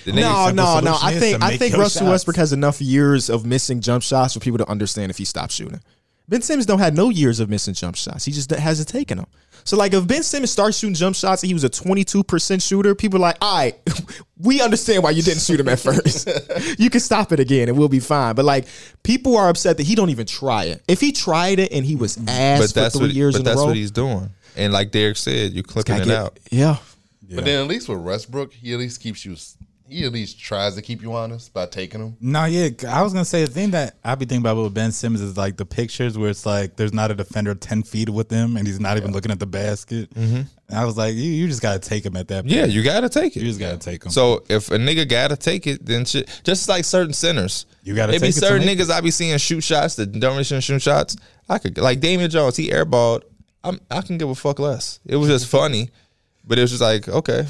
[SPEAKER 2] the
[SPEAKER 1] No, no,
[SPEAKER 4] simple
[SPEAKER 1] no.
[SPEAKER 4] solution
[SPEAKER 1] I
[SPEAKER 4] is
[SPEAKER 1] think
[SPEAKER 4] to
[SPEAKER 1] I
[SPEAKER 4] make
[SPEAKER 1] think
[SPEAKER 4] your
[SPEAKER 1] Russell
[SPEAKER 4] shots.
[SPEAKER 1] Westbrook has enough years of missing jump shots for people to understand if he stops shooting. Ben Simmons don't have no years of missing jump shots. He just hasn't taken them. So like if Ben Simmons starts shooting jump shots and he was a 22% shooter, people are like, "All right, we understand why you didn't shoot him at first. you can stop it again and we'll be fine." But like people are upset that he don't even try it. If he tried it and he was ass
[SPEAKER 2] but
[SPEAKER 1] for
[SPEAKER 2] that's
[SPEAKER 1] three
[SPEAKER 2] what
[SPEAKER 1] years
[SPEAKER 2] but
[SPEAKER 1] in
[SPEAKER 2] that's
[SPEAKER 1] a row,
[SPEAKER 2] what he's doing. And like Derek said, you're clipping
[SPEAKER 1] I
[SPEAKER 2] it
[SPEAKER 1] get-
[SPEAKER 2] out.
[SPEAKER 1] Yeah.
[SPEAKER 3] But then at least with Westbrook, he at least keeps you. s- He at least tries to keep you honest by taking him.
[SPEAKER 4] No, yeah, I was gonna say the thing that I be thinking about with Ben Simmons is like the pictures where it's like there's not a defender ten feet with him and he's not even looking at the basket.
[SPEAKER 1] Mm-hmm.
[SPEAKER 4] And I was like, you, you just gotta take him at that.
[SPEAKER 2] Yeah,
[SPEAKER 4] point.
[SPEAKER 2] you gotta take it.
[SPEAKER 4] you just gotta take him.
[SPEAKER 2] So if a nigga gotta take it, then shit. Just like certain centers,
[SPEAKER 4] You gotta
[SPEAKER 2] It be
[SPEAKER 4] take it to
[SPEAKER 2] certain
[SPEAKER 4] make
[SPEAKER 2] niggas I be seeing shoot shots that don't really shouldn't shoot shots. I could like Damian Jones, he airballed. I'm I can give a fuck less. It was just funny, but it was just like okay,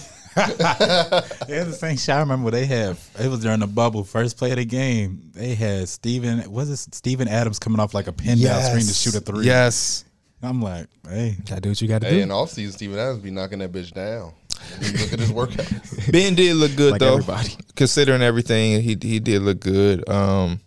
[SPEAKER 4] They had the same shot. I remember they had. It was during the bubble, first play of the game. They had Steven, was it Steven Adams coming off like a pin down screen to shoot a three?
[SPEAKER 2] Yes,
[SPEAKER 4] I'm like, hey,
[SPEAKER 1] Gotta do what you gotta
[SPEAKER 3] Hey,
[SPEAKER 1] do.
[SPEAKER 3] in off season, Steven Adams be knocking that bitch down. When you Look at his workout.
[SPEAKER 2] Ben did look good
[SPEAKER 1] Like
[SPEAKER 2] though.
[SPEAKER 1] everybody.
[SPEAKER 2] Considering everything, he he did look good. Um,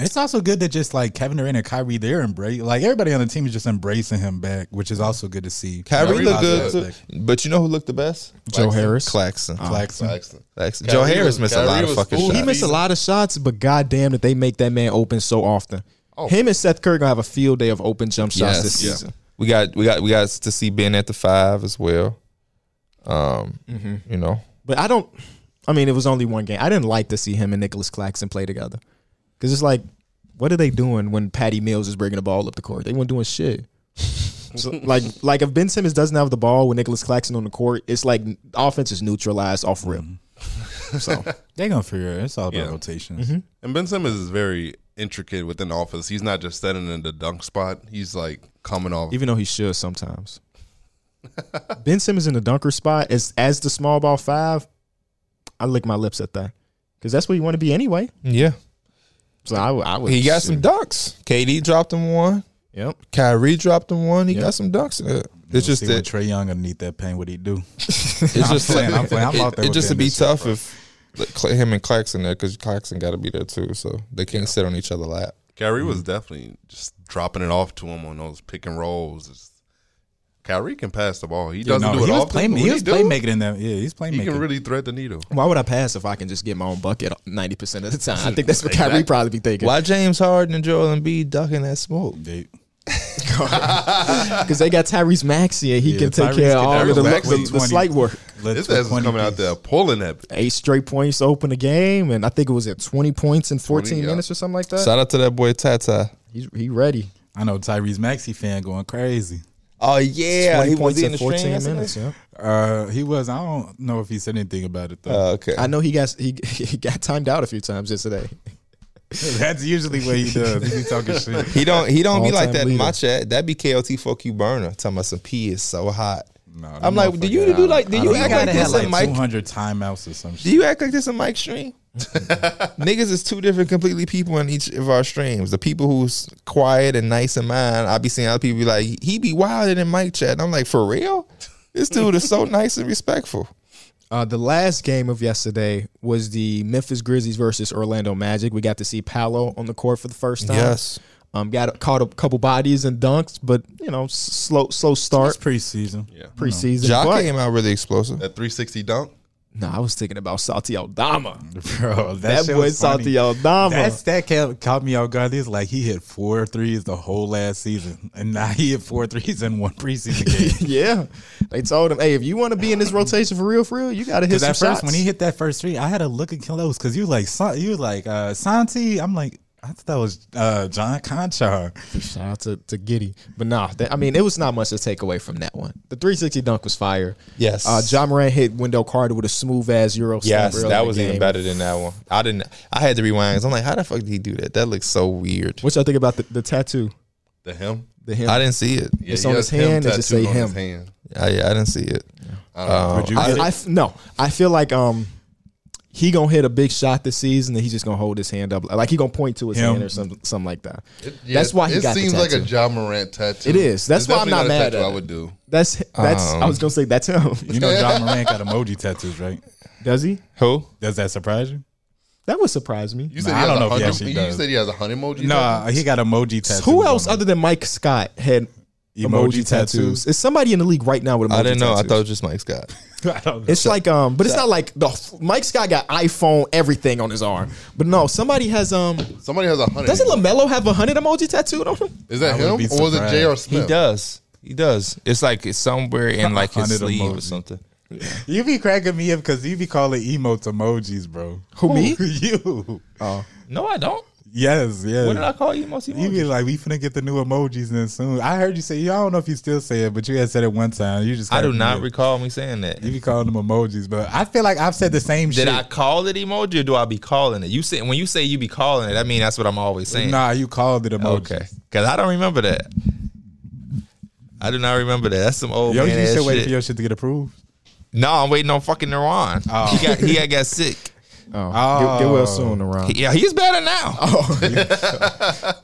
[SPEAKER 4] it's also good that just like Kevin Durant and Kyrie, they're embrace like everybody on the team is just embracing him back, which is also good to see.
[SPEAKER 2] Kyrie
[SPEAKER 3] Kyrie
[SPEAKER 2] looked good,
[SPEAKER 3] looked
[SPEAKER 2] too. but you know who looked the best?
[SPEAKER 1] Joe Harris.
[SPEAKER 2] Claxton.
[SPEAKER 4] Claxton.
[SPEAKER 3] Claxton.
[SPEAKER 2] Claxton.
[SPEAKER 3] Kyrie
[SPEAKER 2] Joe Harris
[SPEAKER 3] was-
[SPEAKER 2] missed
[SPEAKER 3] Kyrie
[SPEAKER 2] a lot of
[SPEAKER 3] was
[SPEAKER 2] fucking
[SPEAKER 3] fooled.
[SPEAKER 2] shots.
[SPEAKER 1] He missed a lot of shots, but goddamn that they make that man open so often. Him and Seth Curry gonna have a field day of open jump shots this
[SPEAKER 2] Yes.
[SPEAKER 1] season.
[SPEAKER 2] We got we got we got to see Ben at the five as well. Um, you know,
[SPEAKER 1] But I don't. I mean, it was only one game. I didn't like to see him and Nicholas Claxton play together because it's like what are they doing when Patty Mills is bringing the ball up the court? They weren't doing shit. So, like, like if Ben Simmons doesn't have the ball with Nicholas Claxton on the court, it's like offense is neutralized off rip. So
[SPEAKER 4] They're gonna figure it. It's all about
[SPEAKER 3] Yeah.
[SPEAKER 4] rotations.
[SPEAKER 3] And Ben Simmons is very intricate within the office. He's not just standing in the dunk spot. He's like coming off.
[SPEAKER 1] even though he should sometimes, Ben Simmons in the dunker spot as as the small ball five, I lick my lips at that because that's where you want to be anyway.
[SPEAKER 2] Yeah.
[SPEAKER 1] So I, would- I would.
[SPEAKER 2] He got some dunks. KD dropped him one.
[SPEAKER 1] Yep.
[SPEAKER 2] Kyrie dropped him one. He
[SPEAKER 1] Yeah.
[SPEAKER 2] got some dunks. in it. It's just
[SPEAKER 4] See
[SPEAKER 2] that
[SPEAKER 4] Trey Young underneath that paint, what he do?
[SPEAKER 2] It's just
[SPEAKER 4] playing,
[SPEAKER 2] like-
[SPEAKER 4] I'm playing. I'm
[SPEAKER 2] it,
[SPEAKER 4] out there
[SPEAKER 2] it
[SPEAKER 4] with
[SPEAKER 2] just would
[SPEAKER 4] them
[SPEAKER 2] be
[SPEAKER 4] this year,
[SPEAKER 2] tough if like, Cla- him and Claxton there because Claxton got to be there too, so they can't sit on each other lap.
[SPEAKER 3] Kyrie was
[SPEAKER 1] Mhm.
[SPEAKER 3] definitely just dropping it off to him on those pick and rolls. It's, Kyrie can pass the ball. He doesn't do it
[SPEAKER 4] he was
[SPEAKER 3] often. but
[SPEAKER 4] playmaking.
[SPEAKER 3] when
[SPEAKER 4] He was
[SPEAKER 3] do,
[SPEAKER 4] playmaking in that. Yeah, he's
[SPEAKER 3] He
[SPEAKER 4] playmaking.
[SPEAKER 3] can really thread the needle.
[SPEAKER 1] Why would I pass if I can just get my own bucket ninety percent of the time? I think that's what Kyrie probably be thinking
[SPEAKER 2] Why James Harden and Joel Embiid ducking that smoke?
[SPEAKER 4] They-
[SPEAKER 1] because they got Tyrese Maxey and he
[SPEAKER 4] Yeah,
[SPEAKER 1] can take
[SPEAKER 4] Tyrese
[SPEAKER 1] care of
[SPEAKER 4] can-
[SPEAKER 1] all of
[SPEAKER 3] Tyrese
[SPEAKER 1] the, the,
[SPEAKER 3] Maxey
[SPEAKER 1] the
[SPEAKER 4] 20.
[SPEAKER 1] slight work.
[SPEAKER 4] let's
[SPEAKER 3] This
[SPEAKER 4] put
[SPEAKER 3] ass is
[SPEAKER 4] 20
[SPEAKER 3] coming out
[SPEAKER 4] piece.
[SPEAKER 3] there pulling that.
[SPEAKER 1] Eight straight points to open the game, and I think it was at twenty points in fourteen
[SPEAKER 3] 20, yeah.
[SPEAKER 1] minutes or something like that.
[SPEAKER 2] Shout out to that boy Tata.
[SPEAKER 1] He's he ready.
[SPEAKER 4] I know Tyrese Maxey fan going crazy.
[SPEAKER 2] Oh yeah,
[SPEAKER 1] Twenty
[SPEAKER 2] he was
[SPEAKER 1] points
[SPEAKER 2] in
[SPEAKER 1] in
[SPEAKER 2] the
[SPEAKER 1] fourteen
[SPEAKER 2] fourteen
[SPEAKER 1] minutes. Yeah.
[SPEAKER 4] Uh, he was. I don't know if he said anything about it though.
[SPEAKER 2] Oh, okay.
[SPEAKER 1] I know he got he, he got timed out a few times yesterday.
[SPEAKER 4] That's usually what he does. He be talking shit.
[SPEAKER 2] he don't. He don't be
[SPEAKER 1] All-time
[SPEAKER 2] like that in my
[SPEAKER 1] leader.
[SPEAKER 2] chat. That be KLT fuck you burner. Talking about some pee is so hot.
[SPEAKER 4] No, that
[SPEAKER 2] I'm like, do you do like? Do you
[SPEAKER 4] He
[SPEAKER 2] act
[SPEAKER 4] gotta
[SPEAKER 2] like
[SPEAKER 4] have
[SPEAKER 2] this
[SPEAKER 4] like
[SPEAKER 2] in Mike?
[SPEAKER 4] 200 timeouts or some
[SPEAKER 2] Do
[SPEAKER 4] shit.
[SPEAKER 2] you act like this in Mike's stream? Niggas is two different completely people in each of our streams. The people who's quiet and nice in mine, I be seeing other people be like, he be wilder than Mike chat. And I'm like, for real? This dude is so nice and respectful.
[SPEAKER 1] Uh, the last game of yesterday was the Memphis Grizzlies versus Orlando Magic. We got to see Paolo on the court for the first time.
[SPEAKER 2] Yes.
[SPEAKER 1] um, got caught a couple bodies and dunks, but you know, s- slow slow
[SPEAKER 4] It's
[SPEAKER 1] start
[SPEAKER 4] preseason.
[SPEAKER 3] Yeah.
[SPEAKER 1] preseason.
[SPEAKER 2] Ja
[SPEAKER 1] but,
[SPEAKER 2] came out really explosive.
[SPEAKER 3] That 360 dunk.
[SPEAKER 1] no, I was thinking about Salty Aldama.
[SPEAKER 4] Bro,
[SPEAKER 1] That,
[SPEAKER 4] that, shit
[SPEAKER 1] boy
[SPEAKER 4] was funny.
[SPEAKER 1] Salty Aldama.
[SPEAKER 4] That's that caught, caught me off guard. He's like he hit four threes the whole last season, and now he hit four threes in one preseason game.
[SPEAKER 1] yeah, they told him, hey, if you want to be in this rotation for real, for real, you got to hit
[SPEAKER 4] Because
[SPEAKER 1] some
[SPEAKER 4] at first,
[SPEAKER 1] shots.
[SPEAKER 4] when he hit that first three, I had to look at close because you like Sa- you like uh, Santi. I'm like I thought that was uh, John Conchar.
[SPEAKER 1] Shout out to, to Giddy, but nah, that, I mean, it was not much to take away from that one. The 360 dunk was fire.
[SPEAKER 2] Yes.
[SPEAKER 1] uh, John Moran hit Wendell Carter with a smooth ass euro. step
[SPEAKER 2] Yes,
[SPEAKER 1] early in
[SPEAKER 2] that
[SPEAKER 1] the
[SPEAKER 2] was
[SPEAKER 1] game.
[SPEAKER 2] even better than that one. I didn't I had to rewind 'cause I'm like, how the fuck did he do that? That looks so weird.
[SPEAKER 1] What y'all think about the, the tattoo?
[SPEAKER 3] The him.
[SPEAKER 1] The him.
[SPEAKER 2] I didn't see it.
[SPEAKER 3] Yeah,
[SPEAKER 1] It's
[SPEAKER 3] he
[SPEAKER 1] on
[SPEAKER 3] has
[SPEAKER 1] his hand, it just
[SPEAKER 3] tattooed
[SPEAKER 1] say
[SPEAKER 3] on his
[SPEAKER 1] him.
[SPEAKER 3] hand.
[SPEAKER 2] I, I didn't see it. Um,
[SPEAKER 4] Would you
[SPEAKER 2] I-
[SPEAKER 4] get
[SPEAKER 1] I f- no, I feel like um he gonna hit a big shot this season and he's just gonna hold his hand up like he gonna point to his
[SPEAKER 4] Him.
[SPEAKER 1] hand or something something like that.
[SPEAKER 3] It- yeah,
[SPEAKER 1] that's why he
[SPEAKER 3] it
[SPEAKER 1] got
[SPEAKER 3] seems
[SPEAKER 1] the
[SPEAKER 3] like
[SPEAKER 1] tattoo.
[SPEAKER 3] a John Morant tattoo.
[SPEAKER 1] It is. That's
[SPEAKER 3] It's
[SPEAKER 1] why I'm
[SPEAKER 3] definitely
[SPEAKER 1] not
[SPEAKER 3] a
[SPEAKER 1] mad
[SPEAKER 3] tattoo
[SPEAKER 1] at
[SPEAKER 3] I
[SPEAKER 1] it.
[SPEAKER 3] would do.
[SPEAKER 1] that's that's I
[SPEAKER 2] Um,
[SPEAKER 1] was gonna say that's him.
[SPEAKER 4] You know John Moran got emoji tattoos, right?
[SPEAKER 1] Does he?
[SPEAKER 2] who?
[SPEAKER 4] Does that surprise you?
[SPEAKER 1] That would surprise me.
[SPEAKER 3] You said
[SPEAKER 4] Nah,
[SPEAKER 3] he
[SPEAKER 4] I
[SPEAKER 3] has
[SPEAKER 4] don't know
[SPEAKER 3] a
[SPEAKER 4] if he
[SPEAKER 3] hundred.
[SPEAKER 4] actually
[SPEAKER 3] You
[SPEAKER 4] does.
[SPEAKER 3] said he has a hundred emoji.
[SPEAKER 4] No, he got emoji tattoos.
[SPEAKER 1] Who else
[SPEAKER 4] on him.
[SPEAKER 1] other than Mike Scott had emoji, tattoos? Is somebody in the league right now with emoji
[SPEAKER 2] I didn't know. I
[SPEAKER 1] tattoos?
[SPEAKER 2] thought it was just Mike Scott.
[SPEAKER 4] I don't know.
[SPEAKER 1] It's like um, but it's not like the Mike Scott got iPhone everything on his arm. But no, somebody has um.
[SPEAKER 3] Somebody has a hundred.
[SPEAKER 1] Doesn't Lamelo have a hundred emoji tattooed on him?
[SPEAKER 3] Is that
[SPEAKER 4] I would
[SPEAKER 3] him or
[SPEAKER 4] be
[SPEAKER 3] was it
[SPEAKER 4] surprised.
[SPEAKER 3] J.R.
[SPEAKER 2] He
[SPEAKER 3] Smith?
[SPEAKER 2] does. He does. It's like it's somewhere in like his
[SPEAKER 4] Hundred
[SPEAKER 2] sleeve or
[SPEAKER 4] emoji.
[SPEAKER 2] something.
[SPEAKER 4] You be cracking me up because you be calling emotes emojis, bro.
[SPEAKER 1] Who, me?
[SPEAKER 4] you?
[SPEAKER 2] No, I don't.
[SPEAKER 4] Yes, yes.
[SPEAKER 2] Oh. What did I call you most
[SPEAKER 4] you be like, we finna get the new emojis in soon. I heard you say, I don't know if you still say it, but you had said it one time. You just
[SPEAKER 2] I do
[SPEAKER 4] cracking
[SPEAKER 2] not
[SPEAKER 4] me up.
[SPEAKER 2] recall me saying that.
[SPEAKER 4] You be calling them emojis, but I feel like I've said the same
[SPEAKER 2] Did
[SPEAKER 4] shit.
[SPEAKER 2] I call it emoji or do I be calling it? You say when you say you be calling it, I mean that's what I'm always saying.
[SPEAKER 4] Nah, you called it emoji.
[SPEAKER 2] okay, because I don't remember that. I do not remember that. That's some old
[SPEAKER 4] Yo,
[SPEAKER 2] man
[SPEAKER 4] you
[SPEAKER 2] ass
[SPEAKER 4] should wait
[SPEAKER 2] shit.
[SPEAKER 4] for your shit to get approved.
[SPEAKER 2] no, I'm waiting on fucking Naron.
[SPEAKER 4] Oh.
[SPEAKER 2] He got he got, got sick.
[SPEAKER 1] Oh,
[SPEAKER 4] Oh.
[SPEAKER 1] Get, get well soon, around.
[SPEAKER 2] Yeah, he's better now.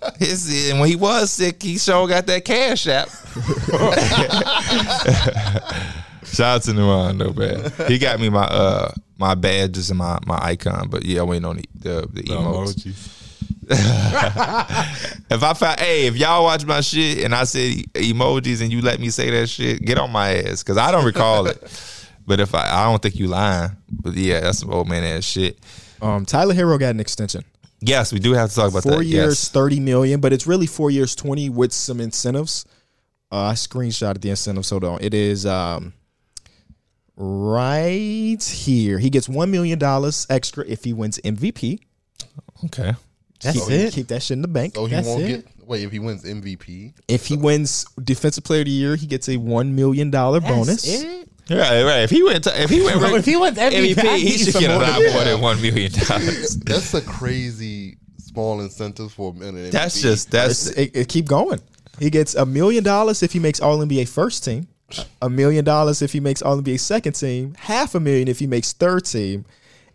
[SPEAKER 2] His, and when he was sick, he sure got that cash app. Shout out to Nuan, though, man. He got me my uh my badges and my my icon, but yeah, I waiting on the the, the
[SPEAKER 4] The
[SPEAKER 2] emotes.
[SPEAKER 4] emojis.
[SPEAKER 2] If I found, hey, if y'all watch my shit and I said emojis and you let me say that shit, get on my ass because I don't recall it. But if I, I don't think you lying. But yeah, that's some old man ass shit.
[SPEAKER 1] Um, Tyler Hero got an extension.
[SPEAKER 2] Yes, we do have to talk about
[SPEAKER 1] four
[SPEAKER 2] that.
[SPEAKER 1] years,
[SPEAKER 2] Yes.
[SPEAKER 1] thirty million, but it's really four years, twenty with some incentives. Uh, I screenshotted the incentives. Hold on, it is um, right here. He gets one million dollars extra if he wins MVP.
[SPEAKER 2] Okay.
[SPEAKER 1] That's
[SPEAKER 4] it?
[SPEAKER 1] Keep that shit in the bank.
[SPEAKER 3] So he
[SPEAKER 5] That's
[SPEAKER 3] won't
[SPEAKER 5] it?
[SPEAKER 3] get. Wait, if he wins MVP,
[SPEAKER 1] If he wins Defensive Player of the Year, he gets a one million dollar bonus.
[SPEAKER 2] Right, right. If he went, to, if he went,
[SPEAKER 5] Bro, if he went MVP, I
[SPEAKER 2] he
[SPEAKER 5] need
[SPEAKER 2] should
[SPEAKER 5] some
[SPEAKER 2] get a
[SPEAKER 5] more.
[SPEAKER 2] lot more than one million dollars.
[SPEAKER 3] that's a crazy small incentive for a minute.
[SPEAKER 2] That's just that's
[SPEAKER 1] It, it keep going. He gets a million dollars if he makes All NBA first team. A million dollars if he makes All NBA second team. Half a million if he makes third team.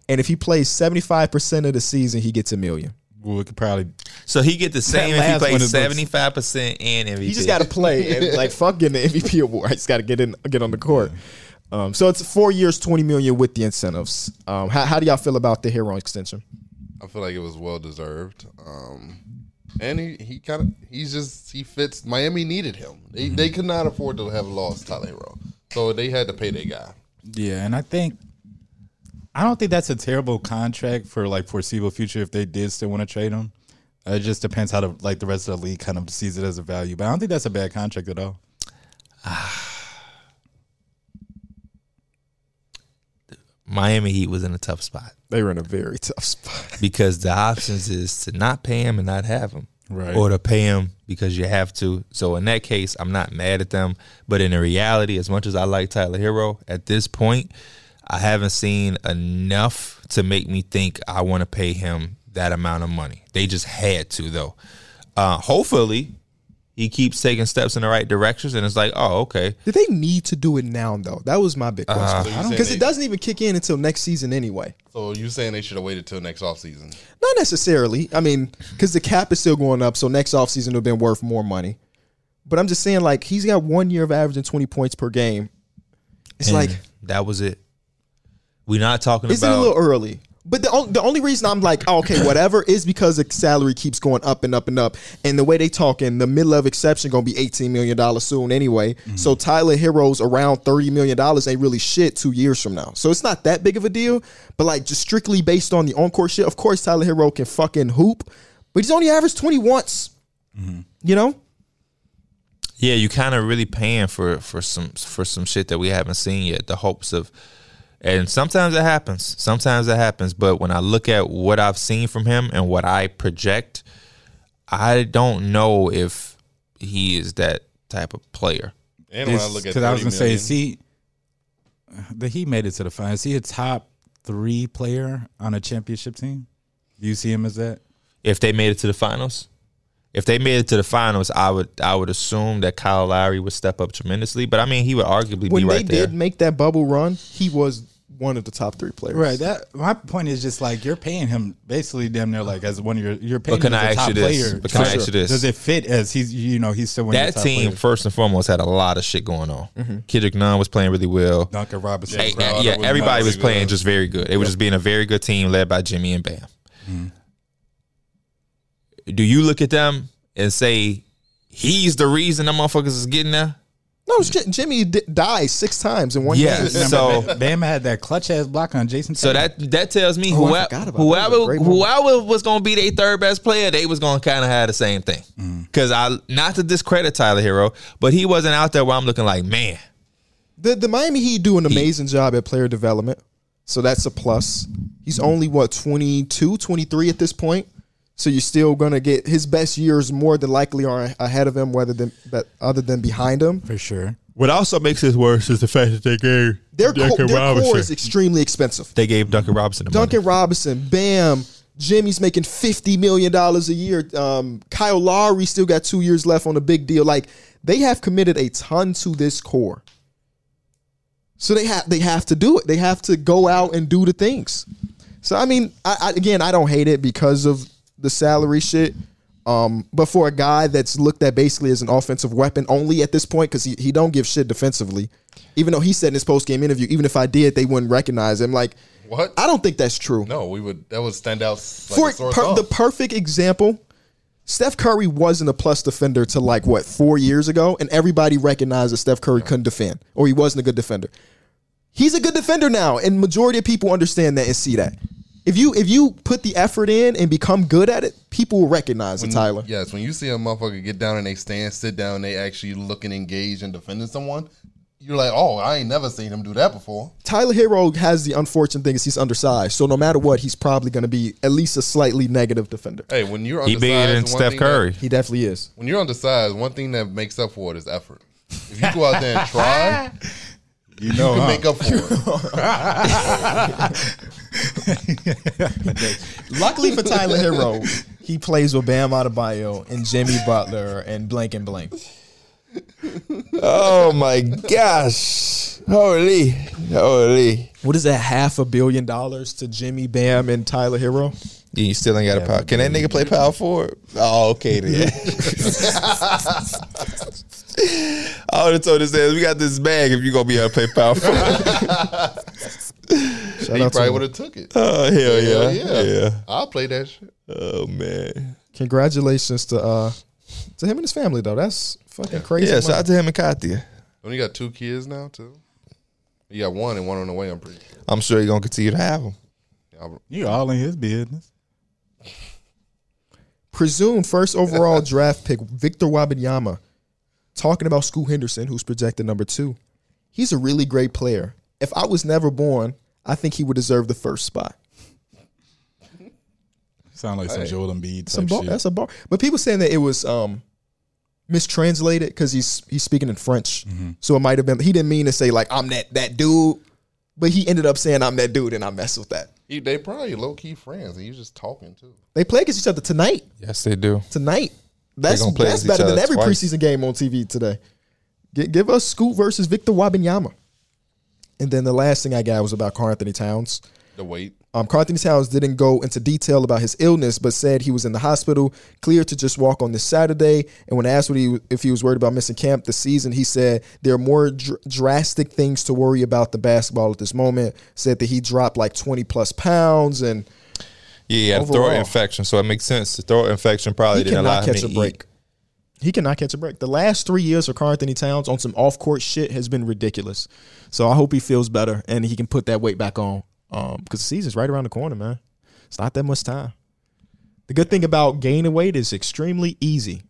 [SPEAKER 1] And if he plays seventy five percent of the season, he gets a million.
[SPEAKER 4] Well, it could probably
[SPEAKER 2] so he get the same if he
[SPEAKER 4] last one
[SPEAKER 2] plays
[SPEAKER 4] is looks-
[SPEAKER 2] seventy five percent and MVP.
[SPEAKER 1] He just got to play and like fuck getting the MVP award. He's got to get in, get on the court. Um, so it's four years, twenty million with the incentives. Um, how, how do y'all feel about the Heron extension?
[SPEAKER 3] I feel like it was well deserved. Um, and he, he kind of he's just he fits. Miami needed him. They
[SPEAKER 4] Mm-hmm.
[SPEAKER 3] they could not afford to have lost Tyler so they had to pay their guy.
[SPEAKER 4] Yeah, and I think I don't think that's a terrible contract for like foreseeable future if they did still want to trade him. Uh, It just depends how the like the rest of the league kind of sees it as a value, but I don't think that's a bad contract at all.
[SPEAKER 2] Miami Heat was in a tough spot
[SPEAKER 1] They were in a very tough spot.
[SPEAKER 2] because the options is to not pay him and not have him,
[SPEAKER 4] Right.
[SPEAKER 2] Or to pay him because you have to. So in that case, I'm not mad at them. But in the reality, as much as I like Tyler Hero at this point, I haven't seen enough to make me think I want to pay him that amount of money. They just had to though. Uh, hopefully, he keeps taking steps in the right directions, and it's like, oh, okay.
[SPEAKER 1] Did they need to do it now though? That was my big question
[SPEAKER 3] So you saying
[SPEAKER 1] because
[SPEAKER 3] they-
[SPEAKER 1] it doesn't even kick in until next season anyway.
[SPEAKER 3] So you saying they should have waited till next offseason?
[SPEAKER 1] Not necessarily. I mean, because the cap is still going up, so next offseason it'll been worth more money. But I'm just saying, like, he's got one year of averaging 20 points per game. It's
[SPEAKER 2] And
[SPEAKER 1] like,
[SPEAKER 2] that was it. We're not talking
[SPEAKER 1] is it
[SPEAKER 2] about
[SPEAKER 1] a little early? But the, on- the only reason I'm like, oh, okay, whatever, is because the salary keeps going up and up and up. And the way they talking, the middle of exception going to be $18 million soon anyway.
[SPEAKER 2] Mm-hmm.
[SPEAKER 1] So Tyler Hero's around $30 million ain't really shit two years from now. So it's not that big of a deal. But like, just strictly based on the encore shit, of course, Tyler Hero can fucking hoop, but he's only averaged 20 once.
[SPEAKER 2] Mm-hmm.
[SPEAKER 1] You know?
[SPEAKER 2] Yeah, you kind of really paying for for some for some shit that we haven't seen yet. The hopes of, and sometimes it happens. Sometimes it happens. But when I look at what I've seen from him and what I project, I don't know if he is that type of player.
[SPEAKER 3] And when I look at
[SPEAKER 4] Because I was
[SPEAKER 3] 30
[SPEAKER 4] gonna say,
[SPEAKER 3] million,
[SPEAKER 4] is he the he made it to the finals? Is he a top three player on a championship team? Do you see him as that?
[SPEAKER 2] If they made it to the finals, if they made it to the finals, I would I would assume that Kyle Lowry would step up tremendously. But I mean, he would arguably
[SPEAKER 1] When
[SPEAKER 2] be
[SPEAKER 1] they
[SPEAKER 2] right there.
[SPEAKER 1] did make that bubble run, he was one of the top three players.
[SPEAKER 4] Right. That my point is just like you're paying him basically damn near like as one of your you're paying
[SPEAKER 2] But can
[SPEAKER 4] him as
[SPEAKER 2] I
[SPEAKER 4] a top
[SPEAKER 2] ask you this?
[SPEAKER 4] player.
[SPEAKER 2] But can I
[SPEAKER 4] For
[SPEAKER 2] ask you this?
[SPEAKER 4] Does it fit as he's you know he's still one of your
[SPEAKER 2] that
[SPEAKER 4] top
[SPEAKER 2] team,
[SPEAKER 4] players?
[SPEAKER 2] first and foremost, had a lot of shit going on.
[SPEAKER 1] Mm-hmm.
[SPEAKER 2] Kendrick Nunn was playing really well.
[SPEAKER 4] Duncan Robinson.
[SPEAKER 2] Hey,
[SPEAKER 3] Crowder
[SPEAKER 2] yeah,
[SPEAKER 3] was
[SPEAKER 2] everybody was
[SPEAKER 3] very
[SPEAKER 2] playing
[SPEAKER 3] good.
[SPEAKER 2] just very good. It was just being a very good team led by Jimmy and Bam.
[SPEAKER 1] Mm-hmm.
[SPEAKER 2] Do you look at them and say he's the reason them motherfuckers is getting there?
[SPEAKER 1] No, it's J- Jimmy d- died six times in one
[SPEAKER 2] Yeah.
[SPEAKER 1] game.
[SPEAKER 4] Remember,
[SPEAKER 2] So-
[SPEAKER 4] Ba- Bam had that clutch ass block on Jason.
[SPEAKER 2] So
[SPEAKER 4] Tatum.
[SPEAKER 2] that that tells me
[SPEAKER 1] Oh, I
[SPEAKER 2] whoever
[SPEAKER 1] forgot about that. That was a
[SPEAKER 2] whoever
[SPEAKER 1] great moment.
[SPEAKER 2] whoever was going to be their third best player, they was going to kind of have the same thing.
[SPEAKER 1] Mm.
[SPEAKER 2] Because I not to discredit Tyler Hero, but he wasn't out there where I'm looking like man.
[SPEAKER 1] The the Miami Heat do an amazing job at player development. So that's a plus. He's only what 22, 23 at this point. So you're still going to get his best years more than likely are ahead of him whether than but other than behind him.
[SPEAKER 4] for sure.
[SPEAKER 2] What also makes this worse is the fact that they gave
[SPEAKER 1] Their co- their core is extremely expensive.
[SPEAKER 2] they gave Duncan Robinson the money.
[SPEAKER 1] Duncan Robinson, Bam, Jimmy's making fifty million dollars a year. Um, Kyle Lowry still got two years left on a big deal. Like they have committed a ton to this core, so they have they have to do it. They have to go out and do the things. So I mean, I, I again, I don't hate it because of the salary shit. Um, but for a guy that's looked at basically as an offensive weapon only at this point, because he, he don't give shit defensively, even though he said in his post game interview, even if I did, they wouldn't recognize him. Like,
[SPEAKER 3] what?
[SPEAKER 1] I don't think that's true.
[SPEAKER 3] no, we would that would stand out like
[SPEAKER 1] For
[SPEAKER 3] a sore
[SPEAKER 1] per,
[SPEAKER 3] thumb.
[SPEAKER 1] the perfect example, Steph Curry wasn't a plus defender to like what four years ago, and everybody recognized that Steph Curry couldn't defend or he wasn't a good defender. He's a good defender now, and majority of people understand that and see that. If you if you put the effort in and become good at it, people will recognize
[SPEAKER 3] Mm,
[SPEAKER 1] it, Tyler.
[SPEAKER 3] Yes, when you see a motherfucker get down and they stand, sit down, they actually looking engaged and defending someone, you're like, oh, I ain't never seen him do that before.
[SPEAKER 1] Tyler Hero has the unfortunate thing is he's undersized, so no matter what, he's probably going to be at least a slightly negative defender.
[SPEAKER 3] Hey, when you're
[SPEAKER 5] He
[SPEAKER 3] undersized,
[SPEAKER 5] bigger than
[SPEAKER 3] one
[SPEAKER 5] Steph
[SPEAKER 3] thing that-
[SPEAKER 5] Curry.
[SPEAKER 1] He definitely is.
[SPEAKER 3] when you're undersized, one thing that makes up for it is effort. If you go out there and try,
[SPEAKER 4] You know,
[SPEAKER 3] you
[SPEAKER 4] huh?
[SPEAKER 3] can make up for it.
[SPEAKER 1] Luckily for Tyler Hero, he plays with Bam Adebayo and Jimmy Butler and blank and blank.
[SPEAKER 2] Oh my gosh. Holy. Holy.
[SPEAKER 1] What is that? Half a billion dollars to Jimmy Bam and Tyler Hero?
[SPEAKER 2] You still ain't got a power. Can that nigga play power forward? Oh, okay then. I would have told his ass, we got this bag if you gonna be able to play power forward.
[SPEAKER 1] Shout
[SPEAKER 3] He
[SPEAKER 1] out to
[SPEAKER 3] probably
[SPEAKER 1] him.
[SPEAKER 3] would have took it.
[SPEAKER 2] oh, hell yeah.
[SPEAKER 3] Hell
[SPEAKER 2] yeah.
[SPEAKER 3] yeah. I'll play that shit.
[SPEAKER 2] Oh man.
[SPEAKER 1] Congratulations to uh to him and his family though. That's fucking crazy.
[SPEAKER 2] Yeah, shout
[SPEAKER 1] money.
[SPEAKER 2] out to him and Katia.
[SPEAKER 3] Don't you got two kids now too? You got one and one on the way. I'm pretty. sure.
[SPEAKER 2] I'm sure you're gonna continue to have him.
[SPEAKER 3] I'll-
[SPEAKER 4] you all in his business.
[SPEAKER 1] presumed first overall draft pick Victor Wabanyama, talking about Scoot Henderson, who's projected number two. He's a really great player. If I was never born, I think he would deserve the first spot.
[SPEAKER 4] Sound like some Joel Embiid type
[SPEAKER 1] Some bar,
[SPEAKER 4] shit.
[SPEAKER 1] that's a bar. But people saying that it was um, mistranslated because he's he's speaking in French,
[SPEAKER 2] Mm-hmm.
[SPEAKER 1] so it might have been he didn't mean to say like I'm that that dude, but he ended up saying I'm that dude, and I messed with that.
[SPEAKER 3] He, they probably low key friends, and you just talking too.
[SPEAKER 1] They play against each other tonight.
[SPEAKER 2] Yes, they do.
[SPEAKER 1] tonight. That's
[SPEAKER 2] gonna play
[SPEAKER 1] that's
[SPEAKER 2] against each
[SPEAKER 1] better than
[SPEAKER 2] other
[SPEAKER 1] every
[SPEAKER 2] twice.
[SPEAKER 1] preseason game on TV today. Gi- give us Scoot versus Victor Wabanyama. And then the last thing I got was about Carl Anthony Towns.
[SPEAKER 3] The weight.
[SPEAKER 1] Um, Carl Anthony Towns didn't go into detail about his illness, but said he was in the hospital, cleared to just walk on this Saturday. And when asked what he, if he was worried about missing camp this season, he said there are more dr- drastic things to worry about the basketball at this moment. Said that he dropped like 20 plus pounds and
[SPEAKER 2] Yeah, he had a
[SPEAKER 1] Overall.
[SPEAKER 2] throat infection, so it makes sense. The throat infection probably
[SPEAKER 1] he
[SPEAKER 2] didn't allow
[SPEAKER 1] cannot
[SPEAKER 2] him
[SPEAKER 1] catch
[SPEAKER 2] to
[SPEAKER 1] a break. He cannot catch a break. The last three years of Carl Anthony Towns on some off court shit has been ridiculous. So I hope he feels better and he can put that weight back on. Um, because the season's right around the corner, man. It's not that much time. The good thing about gaining weight is extremely easy.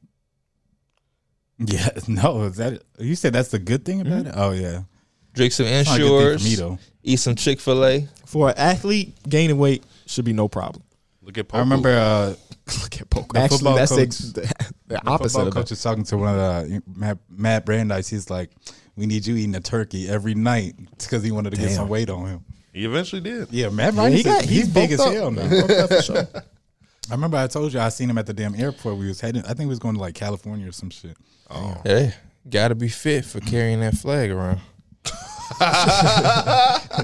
[SPEAKER 4] Yeah, no, is that you said that's the good thing about it? Oh yeah.
[SPEAKER 2] Eat. Drink some
[SPEAKER 4] not a good thing for me,
[SPEAKER 2] insures.
[SPEAKER 4] though.
[SPEAKER 2] Eat some Chick Fil A.
[SPEAKER 1] For an athlete, gaining weight should be no problem.
[SPEAKER 3] Look at. Poku.
[SPEAKER 4] I remember uh
[SPEAKER 1] Look at Poco.
[SPEAKER 4] The
[SPEAKER 1] Actually,
[SPEAKER 4] football
[SPEAKER 1] that's
[SPEAKER 4] coach-
[SPEAKER 1] ex- the, the
[SPEAKER 4] football
[SPEAKER 1] opposite of
[SPEAKER 4] coach
[SPEAKER 1] it.
[SPEAKER 4] is talking to one of the Matt, Matt Brandeis. He's like, "We need you eating a turkey every night because he wanted to get some weight on him."
[SPEAKER 3] he eventually did.
[SPEAKER 4] Yeah, Matt
[SPEAKER 1] he
[SPEAKER 4] Brandeis.
[SPEAKER 1] got-
[SPEAKER 4] is-
[SPEAKER 1] he's
[SPEAKER 4] he's big as
[SPEAKER 1] bulked up.
[SPEAKER 4] hell now. I remember I told you I seen him at the damn airport. We was heading. I think we was going to like California or some shit.
[SPEAKER 2] Hey, gotta be fit for carrying that flag around.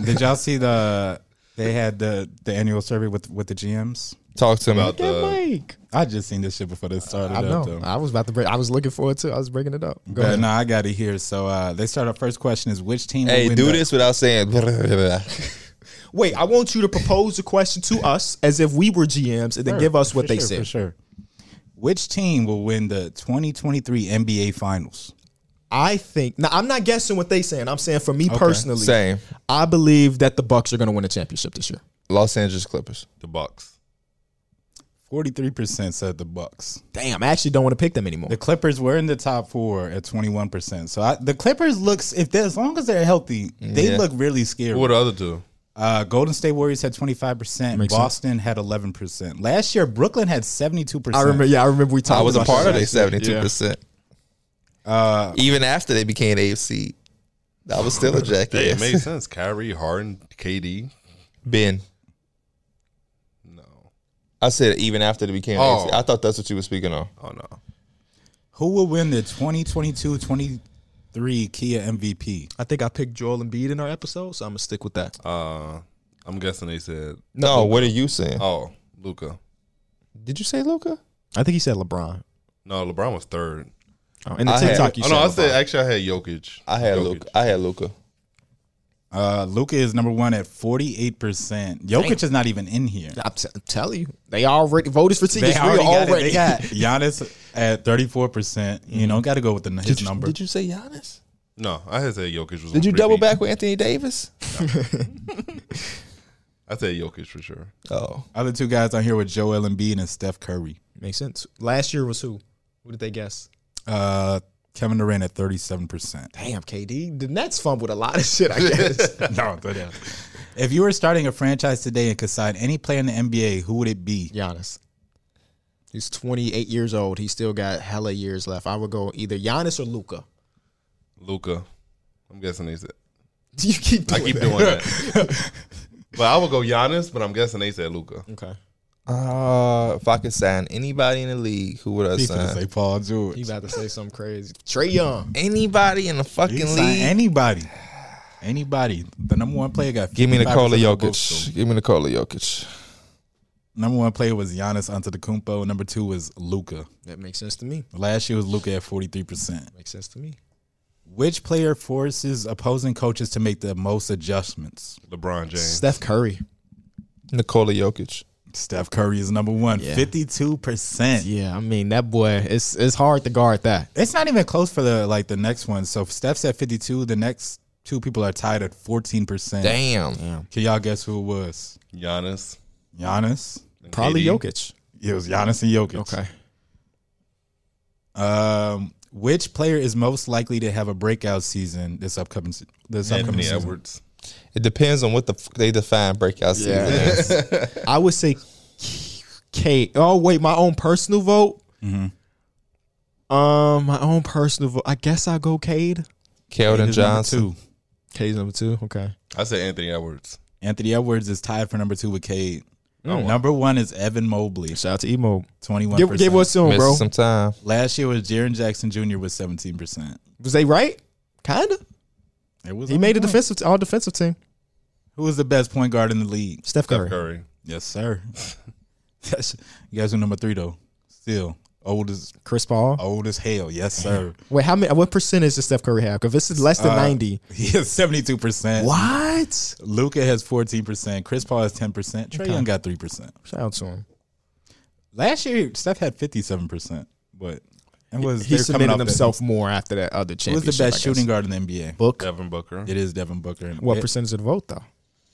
[SPEAKER 4] Did y'all see the? They had the the annual survey with with the GMs.
[SPEAKER 2] Talk to me.
[SPEAKER 3] About
[SPEAKER 1] Uh,
[SPEAKER 3] the,
[SPEAKER 1] Mike.
[SPEAKER 4] I just seen this shit before this started.
[SPEAKER 1] I
[SPEAKER 4] up,
[SPEAKER 1] know.
[SPEAKER 4] though.
[SPEAKER 1] I was about to bring. I was looking forward to. it. I was bringing it up. Go
[SPEAKER 4] But
[SPEAKER 1] ahead.
[SPEAKER 4] no, I got it here. So uh, they start. Our first question is which team?
[SPEAKER 2] Hey,
[SPEAKER 4] will win
[SPEAKER 2] do
[SPEAKER 4] the-
[SPEAKER 2] this without saying. blah, blah, blah, blah.
[SPEAKER 1] Wait, I want you to propose a question to us as if we were GMs and then give us what
[SPEAKER 4] For
[SPEAKER 1] they
[SPEAKER 4] sure, For
[SPEAKER 1] said.
[SPEAKER 4] sure. Which team will win the 2023 NBA Finals?
[SPEAKER 1] I think now I'm not guessing what they saying. I'm saying for me personally,
[SPEAKER 2] Same.
[SPEAKER 1] I believe that the Bucks are going to win a championship this year.
[SPEAKER 2] Los Angeles Clippers.
[SPEAKER 3] the Bucks.
[SPEAKER 4] 43% said the Bucks.
[SPEAKER 1] Damn, I actually don't want to pick them anymore.
[SPEAKER 4] The Clippers were in the top four at 21%. So I, the Clippers looks if they, as long as they're healthy, they
[SPEAKER 2] Yeah.
[SPEAKER 4] look really scary.
[SPEAKER 3] Who are the other two?
[SPEAKER 4] Uh, Golden State Warriors had 25%. Boston had 11%. Last year, Brooklyn had 72%.
[SPEAKER 1] I remember. Yeah, I remember we talked.
[SPEAKER 2] I Uh, was a
[SPEAKER 1] about
[SPEAKER 2] part
[SPEAKER 1] that.
[SPEAKER 2] of their seventy-two percent. Even after they became AFC, I was still a
[SPEAKER 3] Hey,
[SPEAKER 2] jackass.
[SPEAKER 3] it made sense. Kyrie, Harden, KD.
[SPEAKER 2] ben,
[SPEAKER 3] No.
[SPEAKER 2] I said even after they became
[SPEAKER 3] Oh.
[SPEAKER 2] AFC. I thought that's what you were speaking on.
[SPEAKER 3] Oh no.
[SPEAKER 4] Who will win the 2022 23 Kia MVP?
[SPEAKER 1] I think I picked Joel Embiid in our episode, so I'm gonna stick with that.
[SPEAKER 3] Uh, I'm guessing they said.
[SPEAKER 2] No, what are you saying?
[SPEAKER 3] Oh, Luca.
[SPEAKER 2] Did you say Luca?
[SPEAKER 1] I think he said LeBron.
[SPEAKER 3] No, LeBron was third.
[SPEAKER 1] Oh, in the
[SPEAKER 2] I had-
[SPEAKER 1] TikTok, you
[SPEAKER 3] oh
[SPEAKER 1] said.
[SPEAKER 3] no, I
[SPEAKER 1] LeBron.
[SPEAKER 3] said actually I had Jokic.
[SPEAKER 2] I had
[SPEAKER 3] Jokic.
[SPEAKER 2] Luca. I had Luca.
[SPEAKER 4] Uh, Luca is number one at 48%. Jokic is not even in here.
[SPEAKER 1] I'm, t- I'm telling you, they already voted for tickets.
[SPEAKER 4] They
[SPEAKER 1] We
[SPEAKER 4] already, got it.
[SPEAKER 1] already- Mm-hmm.
[SPEAKER 4] They got Giannis at thirty four percent. You know, got to go with the his number.
[SPEAKER 2] you say Giannis?
[SPEAKER 3] No, I had said Jokic was.
[SPEAKER 2] Did you
[SPEAKER 3] gonna
[SPEAKER 2] double
[SPEAKER 3] repeat.
[SPEAKER 2] back with Anthony Davis?
[SPEAKER 3] I said Jokic for sure.
[SPEAKER 2] Oh,
[SPEAKER 4] Other two guys on here with Joel Embiid and Steph Curry.
[SPEAKER 1] Makes sense. Last year was who? Who did they guess?
[SPEAKER 4] Uh, Kevin Durant at 37%.
[SPEAKER 1] Damn, KD, the Nets fumbled a lot of shit. I guess
[SPEAKER 4] no, don't do that. If you were starting a franchise today and could sign any player in the NBA, who would it be?
[SPEAKER 1] Giannis. He's 28 years old. He still got hella years left. I would go either Giannis or Luca.
[SPEAKER 3] Luca. I'm guessing they said.
[SPEAKER 1] You keep
[SPEAKER 3] I
[SPEAKER 1] doing
[SPEAKER 3] keep
[SPEAKER 1] that.
[SPEAKER 3] doing that. but I would go Giannis, but I'm guessing they said Luca.
[SPEAKER 1] Okay,
[SPEAKER 2] Uh, if I could sign anybody in the league, who would I
[SPEAKER 4] He's gonna
[SPEAKER 2] sign?
[SPEAKER 4] say Paul George.
[SPEAKER 1] he about to say something crazy. Trey Young.
[SPEAKER 2] anybody in the
[SPEAKER 4] You
[SPEAKER 2] fucking
[SPEAKER 4] can
[SPEAKER 2] league.
[SPEAKER 4] sign anybody. Anybody. The number one player got
[SPEAKER 2] Give me
[SPEAKER 4] 55%
[SPEAKER 2] Nikola
[SPEAKER 4] of the votes,
[SPEAKER 2] Jokic. Give me Nikola Jokic.
[SPEAKER 4] though. Number one player was Giannis Antetokounmpo. Number two was Luca.
[SPEAKER 1] That makes sense to me.
[SPEAKER 4] Last year was Luca at forty three percent.
[SPEAKER 1] Makes sense to me.
[SPEAKER 4] Which player forces opposing coaches to make the most adjustments?
[SPEAKER 3] LeBron James.
[SPEAKER 1] Steph Curry.
[SPEAKER 2] Nikola Jokic.
[SPEAKER 4] Steph Curry is number one,
[SPEAKER 1] Yeah.
[SPEAKER 4] fifty two percent.
[SPEAKER 1] Yeah, I mean that boy. It's it's hard to guard that.
[SPEAKER 4] It's not even close for the like the next one. So if Steph's at fifty two. The next two people are tied at fourteen percent.
[SPEAKER 2] Damn.
[SPEAKER 4] Can y'all guess who it was?
[SPEAKER 3] Giannis.
[SPEAKER 4] Giannis.
[SPEAKER 3] and
[SPEAKER 1] Probably
[SPEAKER 3] KD.
[SPEAKER 1] Jokic.
[SPEAKER 4] It was Giannis and Jokic. Um, which player is most likely to have a breakout season this upcoming se- this upcoming
[SPEAKER 3] Anthony
[SPEAKER 4] season?
[SPEAKER 3] Edwards.
[SPEAKER 2] It depends on what the f- they define breakout season. as.
[SPEAKER 1] I would say K- K. Oh wait, my own personal vote. Um, my own personal vote. I guess I go Cade.
[SPEAKER 2] Keldon
[SPEAKER 4] He's number
[SPEAKER 2] Johnson.
[SPEAKER 4] two.
[SPEAKER 1] Cade's number two. Okay.
[SPEAKER 3] I said Anthony Edwards.
[SPEAKER 4] Anthony Edwards is tied for number two with Cade. Number one is Evan Mobley,
[SPEAKER 1] Shout out to Emo.
[SPEAKER 4] twenty one
[SPEAKER 1] Give, give
[SPEAKER 4] percent.
[SPEAKER 1] us soon,
[SPEAKER 2] Missed
[SPEAKER 1] bro.
[SPEAKER 2] some time.
[SPEAKER 4] Last year was Jaron Jackson Jr. with seventeen percent.
[SPEAKER 1] Was they right? Kinda.
[SPEAKER 4] It was
[SPEAKER 1] He made a
[SPEAKER 4] on point.
[SPEAKER 1] defensive all defensive team.
[SPEAKER 4] Who is the best point guard in the league?
[SPEAKER 1] Steph Curry.
[SPEAKER 3] Steph Curry.
[SPEAKER 4] Yes, sir. Yes. you guys are number three though. Still old as
[SPEAKER 1] Chris Paul.
[SPEAKER 4] old as hell. Yes, sir.
[SPEAKER 1] Wait, how many? What percentage does Steph Curry have? Because this is less
[SPEAKER 4] Uh,
[SPEAKER 1] than ninety.
[SPEAKER 4] He has seventy two percent.
[SPEAKER 1] What?
[SPEAKER 4] Luca has fourteen percent. Chris Paul has ten percent. Trey Young got three percent.
[SPEAKER 1] Shout out to him.
[SPEAKER 4] Last year, Steph had fifty-seven percent, but it was
[SPEAKER 1] He
[SPEAKER 4] they were coming
[SPEAKER 1] submitted
[SPEAKER 4] off that-
[SPEAKER 1] himself more after that other
[SPEAKER 4] Who was
[SPEAKER 1] championship.
[SPEAKER 4] the
[SPEAKER 1] I
[SPEAKER 4] best
[SPEAKER 1] guess.
[SPEAKER 4] shooting guard in the NBA?
[SPEAKER 1] book?
[SPEAKER 3] Devin Booker.
[SPEAKER 4] It is Devin Booker.
[SPEAKER 1] What
[SPEAKER 4] It-
[SPEAKER 1] percentage of the vote though?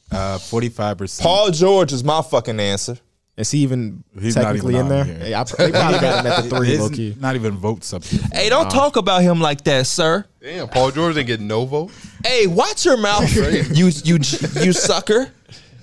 [SPEAKER 4] Uh, forty-five percent.
[SPEAKER 2] Paul George is my fucking answer.
[SPEAKER 1] Is he even
[SPEAKER 4] He's not
[SPEAKER 1] technically
[SPEAKER 4] even
[SPEAKER 1] in there?
[SPEAKER 4] on here.
[SPEAKER 1] Hey, I, they probably got him at the three, low key.
[SPEAKER 4] not even votes up here.
[SPEAKER 2] Hey, don't talk about him like that, sir.
[SPEAKER 3] Damn, Paul George didn't get no vote.
[SPEAKER 2] Hey, watch your mouth, you you you sucker.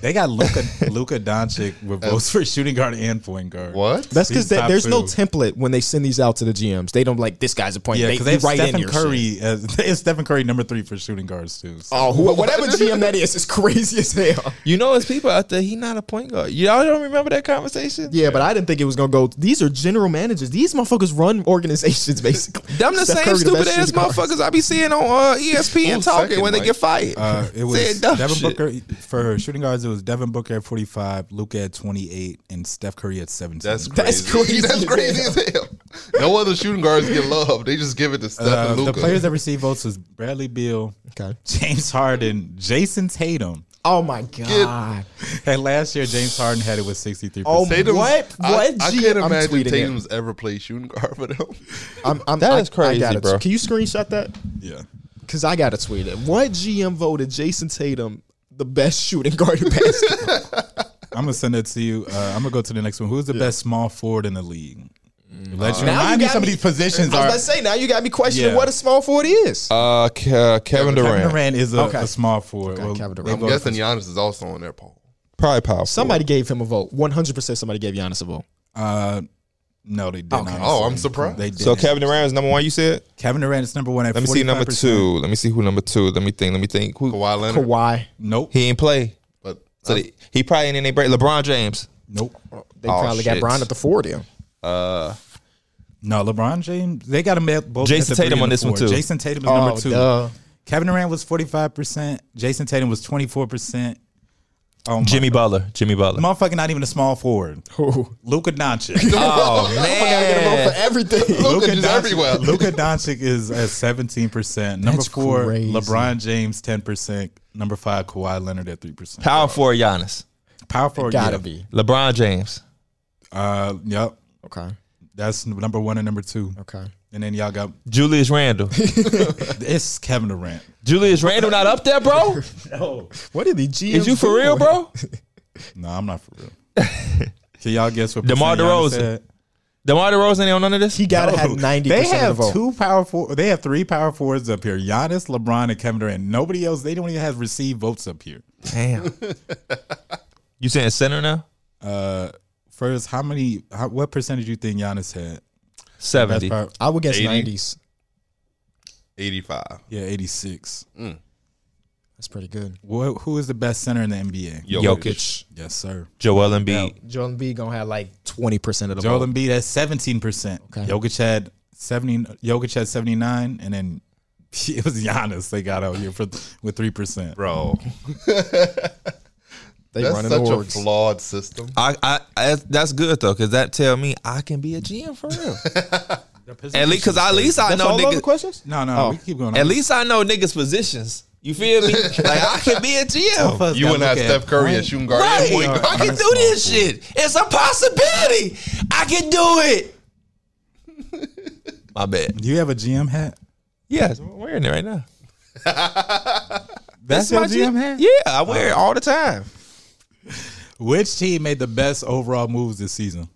[SPEAKER 4] They got Luka Luka Doncic with votes for shooting guard and point guard.
[SPEAKER 3] What?
[SPEAKER 1] That's because
[SPEAKER 4] He's top
[SPEAKER 1] there's no
[SPEAKER 4] two.
[SPEAKER 1] template when they send these out to the GMs. They don't like this guy's a point.
[SPEAKER 4] Yeah,
[SPEAKER 1] they,
[SPEAKER 4] because they
[SPEAKER 1] they
[SPEAKER 4] have
[SPEAKER 1] write in
[SPEAKER 4] Stephen
[SPEAKER 1] your shit.
[SPEAKER 4] Curry. As, they have Stephen Curry number three for shooting guards too. So
[SPEAKER 1] Oh, wh- whatever GM that is, is crazy as hell.
[SPEAKER 2] You know, it's people out there. He not a point guard. Y'all don't remember that conversation?
[SPEAKER 1] Yeah, but I didn't think it was gonna go. These are general managers. These motherfuckers run organizations basically.
[SPEAKER 2] Them the
[SPEAKER 1] Steph
[SPEAKER 2] same
[SPEAKER 1] Curry, the
[SPEAKER 2] stupid
[SPEAKER 1] best
[SPEAKER 2] ass
[SPEAKER 1] shooting guard.
[SPEAKER 2] motherfuckers I be seeing on uh, ESPN
[SPEAKER 3] Who's
[SPEAKER 2] talking
[SPEAKER 3] second,
[SPEAKER 2] when they
[SPEAKER 3] Mike?
[SPEAKER 2] get fired.
[SPEAKER 4] uh, it was
[SPEAKER 2] Saying dumb
[SPEAKER 4] Devin
[SPEAKER 2] shit.
[SPEAKER 4] Booker for shooting guards. It was Devin Booker at forty-five, Luka at twenty-eight, and Steph Curry at seventeen. Uh,
[SPEAKER 3] That's crazy.
[SPEAKER 1] That's
[SPEAKER 3] That's
[SPEAKER 1] crazy
[SPEAKER 3] crazy. That's crazy as hell. No other shooting guards get love. They just give it to Steph
[SPEAKER 4] Uh,
[SPEAKER 3] and Luca.
[SPEAKER 4] the players that received votes was Bradley Beal,
[SPEAKER 1] Okay.
[SPEAKER 4] James Harden, Jason Tatum.
[SPEAKER 1] Oh my god.
[SPEAKER 4] And last year, James Harden had it with 63%.
[SPEAKER 1] Oh my-
[SPEAKER 3] Tatum's-
[SPEAKER 1] What?
[SPEAKER 3] I,
[SPEAKER 1] What
[SPEAKER 3] I
[SPEAKER 1] GM?
[SPEAKER 3] can't
[SPEAKER 1] I'm
[SPEAKER 3] imagine
[SPEAKER 1] tweeting it.
[SPEAKER 3] Tatum's ever played shooting guard for them.
[SPEAKER 1] I'm, I'm,
[SPEAKER 2] That
[SPEAKER 1] I-
[SPEAKER 2] is crazy,
[SPEAKER 1] I gotta-
[SPEAKER 2] bro.
[SPEAKER 1] Can you screenshot that?
[SPEAKER 4] yeah.
[SPEAKER 1] Because I gotta tweet it. What GM voted Jason Tatum the best shooting guard in basketball?
[SPEAKER 4] I'm going to send it to you. Uh, I'm going to go to the next one. Who's the best small forward in the league? Let you
[SPEAKER 1] Uh, Now you
[SPEAKER 4] remind me
[SPEAKER 1] got
[SPEAKER 4] some of
[SPEAKER 1] me-
[SPEAKER 4] these positions
[SPEAKER 1] I was
[SPEAKER 4] are.
[SPEAKER 1] about to say now you got me questioning
[SPEAKER 4] Yeah.
[SPEAKER 1] what a small forward is.
[SPEAKER 2] Uh, Ke- uh, Kevin, Durant.
[SPEAKER 4] Kevin Durant is a,
[SPEAKER 1] Okay.
[SPEAKER 4] a small forward.
[SPEAKER 1] Okay, Kevin Durant.
[SPEAKER 4] they
[SPEAKER 1] I'm
[SPEAKER 3] I'm guessing
[SPEAKER 4] voted
[SPEAKER 3] Giannis is also on there, Paul.
[SPEAKER 2] probably powerful.
[SPEAKER 1] somebody gave him a vote. One hundred percent. Somebody gave Giannis a vote.
[SPEAKER 4] for- Uh, no, they did not.
[SPEAKER 3] Oh, I'm surprised.
[SPEAKER 4] They did.
[SPEAKER 2] So Kevin Durant is number one. You said.
[SPEAKER 4] Kevin Durant is number one at
[SPEAKER 2] Let me see number
[SPEAKER 4] 45%.
[SPEAKER 2] two. Let me see who number two. Let me think. Let me think. Who?
[SPEAKER 3] Kawhi Leonard.
[SPEAKER 1] Kawhi.
[SPEAKER 4] Nope.
[SPEAKER 2] He ain't play.
[SPEAKER 3] But
[SPEAKER 2] So they, he probably ain't in a break. LeBron James.
[SPEAKER 4] Nope.
[SPEAKER 1] They
[SPEAKER 2] Oh,
[SPEAKER 1] probably
[SPEAKER 2] shit.
[SPEAKER 1] got Brian at the four of them.
[SPEAKER 4] No, LeBron James. They got him at both.
[SPEAKER 2] Jason
[SPEAKER 4] at the three
[SPEAKER 2] Tatum
[SPEAKER 4] and
[SPEAKER 2] on
[SPEAKER 4] the
[SPEAKER 2] this one,
[SPEAKER 4] four.
[SPEAKER 2] too.
[SPEAKER 4] Jason Tatum is
[SPEAKER 1] Oh,
[SPEAKER 4] number two.
[SPEAKER 1] duh.
[SPEAKER 4] Kevin Durant was forty five percent. Jason Tatum was twenty four percent. Oh, my-
[SPEAKER 2] Jimmy Butler. Jimmy Butler.
[SPEAKER 4] motherfucker, not even a small forward.
[SPEAKER 1] Who?
[SPEAKER 4] Luka Doncic.
[SPEAKER 2] Oh man.
[SPEAKER 1] For everything.
[SPEAKER 3] Luka
[SPEAKER 4] Luka
[SPEAKER 3] just everywhere.
[SPEAKER 4] Luka Doncic is at seventeen percent. Number
[SPEAKER 1] That's
[SPEAKER 4] four,
[SPEAKER 1] crazy.
[SPEAKER 4] LeBron James ten percent. Number five, Kawhi Leonard at three percent.
[SPEAKER 2] Power forward Giannis.
[SPEAKER 4] Power forward,
[SPEAKER 1] Gotta
[SPEAKER 4] yeah.
[SPEAKER 1] be.
[SPEAKER 2] LeBron James.
[SPEAKER 4] Uh, yep,
[SPEAKER 1] Okay.
[SPEAKER 4] that's number one and number two.
[SPEAKER 1] Okay.
[SPEAKER 4] And then y'all got
[SPEAKER 2] Julius Randle.
[SPEAKER 4] it's Kevin Durant.
[SPEAKER 2] Julius Randle not up there, bro?
[SPEAKER 1] What did the GM?
[SPEAKER 2] Is you for
[SPEAKER 1] do?
[SPEAKER 2] real, bro?
[SPEAKER 4] No, I'm not for real. Can y'all guess what?
[SPEAKER 2] DeMar
[SPEAKER 4] percent Giannis
[SPEAKER 2] DeRozan.
[SPEAKER 4] had? Oh,
[SPEAKER 2] DeMar DeRozan ain't on none of this.
[SPEAKER 1] He gotta have ninety
[SPEAKER 4] They
[SPEAKER 1] percent of
[SPEAKER 4] have
[SPEAKER 1] the vote.
[SPEAKER 4] two power four. They have three power forwards up here: Giannis, LeBron, and Kevin Durant. Nobody else. They don't even have received votes up here.
[SPEAKER 2] Damn. you saying center now?
[SPEAKER 4] Uh, first, how many? How, what percentage you think Giannis had? That's
[SPEAKER 2] Seventy.
[SPEAKER 4] probably,
[SPEAKER 1] I would guess
[SPEAKER 3] 80.
[SPEAKER 1] nineties.
[SPEAKER 3] 85.
[SPEAKER 4] yeah, eighty six.
[SPEAKER 1] That's pretty good.
[SPEAKER 4] What? Who is the best center in the NBA?
[SPEAKER 2] Jokic,
[SPEAKER 4] Yes, sir.
[SPEAKER 2] Joel Embiid.
[SPEAKER 1] Joel Embiid gonna have like twenty percent of the
[SPEAKER 4] Joel
[SPEAKER 1] vote.
[SPEAKER 4] Embiid had seventeen percent.
[SPEAKER 1] Okay.
[SPEAKER 4] Jokic had seventy. Jokic had seventy nine, and then it was Giannis. They got out here for with three percent.
[SPEAKER 2] Bro,
[SPEAKER 1] They
[SPEAKER 3] That's
[SPEAKER 1] running
[SPEAKER 3] such a
[SPEAKER 1] orgs.
[SPEAKER 3] flawed system.
[SPEAKER 2] I, I, I that's good though, cause that tell me I can be a GM for real. at least, cause at least I
[SPEAKER 1] That's
[SPEAKER 2] know
[SPEAKER 1] all other
[SPEAKER 2] niggas.
[SPEAKER 1] questions.
[SPEAKER 4] No, no, we keep going.
[SPEAKER 2] At least I know niggas positions. You feel me? like I can be a GM.
[SPEAKER 3] You wouldn't have Steph Curry as shooting guard.
[SPEAKER 2] Right.
[SPEAKER 3] and point guard.
[SPEAKER 2] I can do this shit. It's a possibility. I can do it. My bad.
[SPEAKER 4] Do you have a GM hat?
[SPEAKER 2] Yeah, I'm wearing it right now.
[SPEAKER 4] That's, your GM hat. Oh.
[SPEAKER 2] Yeah, I wear it all the time.
[SPEAKER 4] Which team made the best overall moves this season?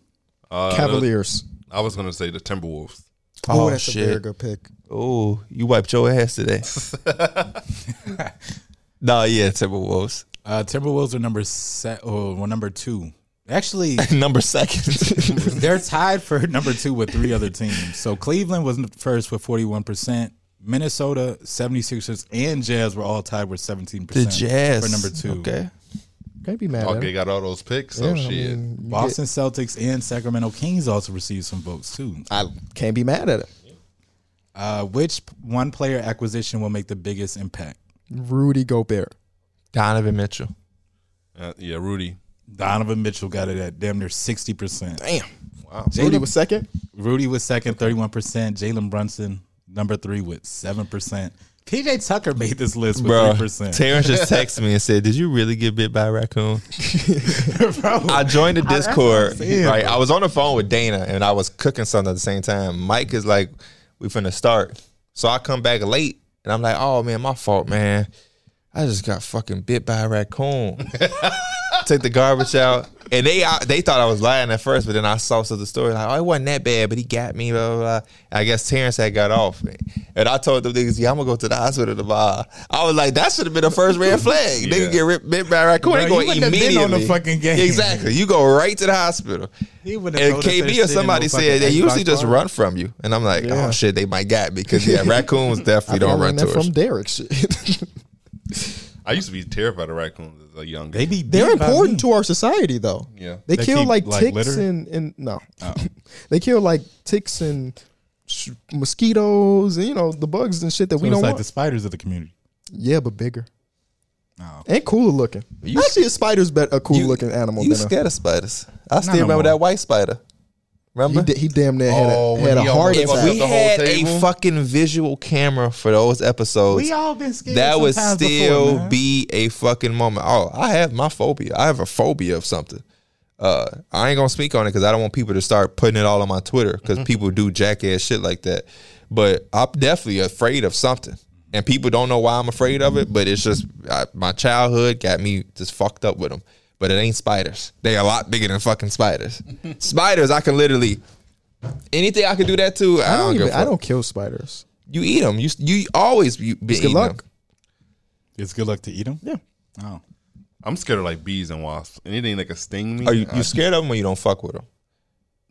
[SPEAKER 3] Uh,
[SPEAKER 1] Cavaliers.
[SPEAKER 3] I was going to say the Timberwolves.
[SPEAKER 1] Oh, that's
[SPEAKER 2] shit.
[SPEAKER 1] a very good pick.
[SPEAKER 2] Oh, you wiped your ass today. nah, yeah, Timberwolves.
[SPEAKER 4] Uh, Timberwolves are number set. Oh, well, number two. Actually,
[SPEAKER 2] Number second.
[SPEAKER 4] they're tied for number two with three other teams. So Cleveland was first with forty one percent. Minnesota, 76ers, and Jazz were all tied with 17%.
[SPEAKER 2] the Jazz.
[SPEAKER 4] For number two.
[SPEAKER 2] Okay.
[SPEAKER 1] Can't be mad.
[SPEAKER 3] Oh,
[SPEAKER 1] at
[SPEAKER 3] they
[SPEAKER 1] him.
[SPEAKER 3] got all those picks. So
[SPEAKER 1] Yeah, I
[SPEAKER 3] shit.
[SPEAKER 1] mean, you
[SPEAKER 4] Boston Celtics and Sacramento Kings also received some votes, too.
[SPEAKER 1] get- I can't be mad at it.
[SPEAKER 4] Uh, which one player acquisition will make the biggest impact?
[SPEAKER 1] Rudy Gobert.
[SPEAKER 2] Donovan Mitchell.
[SPEAKER 3] Uh, yeah, Rudy.
[SPEAKER 4] Donovan Mitchell got it at damn near 60%.
[SPEAKER 1] Damn. Wow. Rudy was second.
[SPEAKER 4] Rudy was second, thirty-one percent. Jalen Brunson, number three, with seven percent. PJ Tucker made this list with
[SPEAKER 2] Bro,
[SPEAKER 4] three percent.
[SPEAKER 2] Terrence just texted me and said, "Did you really get bit by a raccoon?" I joined the Discord. right, I was on the phone with Dana and I was cooking something at the same time. Mike is like, "We finna start," so I come back late and I'm like, "Oh man, my fault, man. I just got fucking bit by a raccoon." Took the garbage out, and they I, they thought I was lying at first, but then I saw some of the story like, "Oh, it wasn't that bad," but he got me. Blah blah. blah. I guess Terrence had got off, and I told them niggas, "Yeah, I'm gonna go to the hospital tomorrow." I was like, "That should have been the first red flag.
[SPEAKER 3] Yeah.
[SPEAKER 2] Nigga get ripped, bit by a raccoon.
[SPEAKER 4] Bro,
[SPEAKER 2] they
[SPEAKER 4] you
[SPEAKER 2] go
[SPEAKER 4] wouldn't have
[SPEAKER 2] immediately
[SPEAKER 4] been on the fucking game.
[SPEAKER 2] Exactly. You go right to the hospital.
[SPEAKER 4] He wouldn't have
[SPEAKER 2] And
[SPEAKER 4] told us that
[SPEAKER 2] KB
[SPEAKER 4] shit
[SPEAKER 2] or
[SPEAKER 4] in
[SPEAKER 2] somebody
[SPEAKER 4] no fucking
[SPEAKER 2] said they usually
[SPEAKER 4] Xbox
[SPEAKER 2] just
[SPEAKER 4] bar.
[SPEAKER 2] run from you, and I'm like,
[SPEAKER 1] Yeah.
[SPEAKER 2] oh shit, they might got me because yeah, raccoons definitely
[SPEAKER 1] I
[SPEAKER 2] don't run
[SPEAKER 1] learned that
[SPEAKER 2] to us.
[SPEAKER 1] from Derek. Shit.
[SPEAKER 3] I used to be terrified of raccoons as a young
[SPEAKER 4] They be
[SPEAKER 1] They're
[SPEAKER 4] beat by
[SPEAKER 1] important
[SPEAKER 4] me.
[SPEAKER 1] to our society, though.
[SPEAKER 3] Yeah.
[SPEAKER 1] They,
[SPEAKER 4] They
[SPEAKER 1] kill
[SPEAKER 4] keep,
[SPEAKER 1] like,
[SPEAKER 4] like,
[SPEAKER 1] ticks
[SPEAKER 4] litter?
[SPEAKER 1] and and no, they kill like ticks and sh- mosquitoes and you know the bugs and shit that we
[SPEAKER 4] So
[SPEAKER 1] don't
[SPEAKER 4] it's like
[SPEAKER 1] want.
[SPEAKER 4] the spiders of the community.
[SPEAKER 1] Yeah, but bigger
[SPEAKER 4] Oh.
[SPEAKER 1] and cooler looking. Actually, a spider's bet a cool looking animal
[SPEAKER 2] You
[SPEAKER 1] than a.
[SPEAKER 2] scared of spiders? I still
[SPEAKER 4] no
[SPEAKER 2] remember
[SPEAKER 4] more.
[SPEAKER 2] that white spider.
[SPEAKER 1] He,
[SPEAKER 2] Remember?
[SPEAKER 1] di- he damn near
[SPEAKER 3] Oh,
[SPEAKER 1] had a,
[SPEAKER 3] when
[SPEAKER 1] had a
[SPEAKER 3] he
[SPEAKER 1] heart
[SPEAKER 3] almost
[SPEAKER 1] attack.
[SPEAKER 3] fucked
[SPEAKER 2] we
[SPEAKER 3] up the whole
[SPEAKER 2] had a
[SPEAKER 3] table.
[SPEAKER 2] fucking visual camera for those episodes.
[SPEAKER 4] We all been scared.
[SPEAKER 2] that would
[SPEAKER 4] sometimes before,
[SPEAKER 2] still
[SPEAKER 4] man.
[SPEAKER 2] be a fucking moment. Oh, I have my phobia. I have a phobia of something. Uh, I ain't gonna speak on it because I don't want people to start putting it all on my Twitter because people do jackass shit like that. But I'm definitely afraid of something, and people don't know why I'm afraid of it. But it's just I, my childhood got me just fucked up with them. But it ain't spiders. They a lot bigger than fucking spiders. spiders, I can literally anything I can do that to. I,
[SPEAKER 1] I don't
[SPEAKER 2] don't, give
[SPEAKER 1] even.
[SPEAKER 2] a fuck.
[SPEAKER 1] I don't kill spiders.
[SPEAKER 2] You eat them. You you always you, be
[SPEAKER 1] Good
[SPEAKER 2] eating
[SPEAKER 1] luck.
[SPEAKER 2] them.
[SPEAKER 4] It's good luck to eat them.
[SPEAKER 1] Yeah.
[SPEAKER 4] Oh.
[SPEAKER 3] I'm scared of like bees and wasps. Anything that could sting me,
[SPEAKER 2] Are you,
[SPEAKER 3] I,
[SPEAKER 2] you scared of them or you don't fuck with them?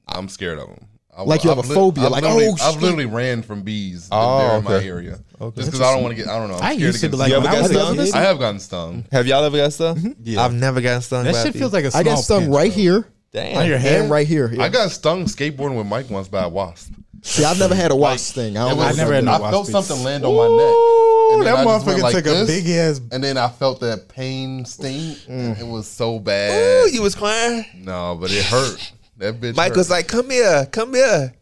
[SPEAKER 3] I'm scared of them. I,
[SPEAKER 1] Like you have a phobia,
[SPEAKER 3] I've
[SPEAKER 1] like,
[SPEAKER 3] literally,
[SPEAKER 1] oh,
[SPEAKER 3] I've
[SPEAKER 1] shit.
[SPEAKER 3] literally ran from bees.
[SPEAKER 2] Oh,
[SPEAKER 3] Oh, they're in my
[SPEAKER 2] okay.
[SPEAKER 3] area. Just because I don't want to get. I don't know. I'm
[SPEAKER 4] I
[SPEAKER 3] scared
[SPEAKER 4] used to
[SPEAKER 3] get
[SPEAKER 4] be like,
[SPEAKER 2] You
[SPEAKER 4] when
[SPEAKER 2] ever
[SPEAKER 4] I
[SPEAKER 2] got
[SPEAKER 4] was a
[SPEAKER 2] stung?
[SPEAKER 4] kid,
[SPEAKER 3] I have gotten stung.
[SPEAKER 2] Have y'all ever got stung?
[SPEAKER 4] Yeah.
[SPEAKER 2] Mm-hmm. I've never gotten stung. by
[SPEAKER 4] that
[SPEAKER 2] a
[SPEAKER 4] shit
[SPEAKER 2] bee.
[SPEAKER 4] feels like a
[SPEAKER 1] I got
[SPEAKER 4] small
[SPEAKER 1] stung
[SPEAKER 4] pinch,
[SPEAKER 1] right
[SPEAKER 4] bro.
[SPEAKER 1] here
[SPEAKER 2] damn.
[SPEAKER 4] on your head.
[SPEAKER 1] and right here. Yeah.
[SPEAKER 3] I got stung skateboarding with Mike once by a wasp.
[SPEAKER 1] See, I've never had a wasp thing. I
[SPEAKER 3] It
[SPEAKER 1] don't
[SPEAKER 3] was-
[SPEAKER 1] know
[SPEAKER 4] I've never had no
[SPEAKER 1] something.
[SPEAKER 3] I
[SPEAKER 4] wasp
[SPEAKER 3] felt
[SPEAKER 4] sting.
[SPEAKER 3] something land on my neck.
[SPEAKER 4] Ooh,
[SPEAKER 3] And then
[SPEAKER 4] that
[SPEAKER 3] I just went
[SPEAKER 4] motherfucker
[SPEAKER 3] like
[SPEAKER 4] took a
[SPEAKER 3] this,
[SPEAKER 4] big ass.
[SPEAKER 3] And then I felt that pain sting. and It was so bad.
[SPEAKER 2] Ooh, you was crying.
[SPEAKER 3] No, but it hurt. That bitch.
[SPEAKER 2] Mike
[SPEAKER 3] hurt.
[SPEAKER 2] was like, "Come here, come here.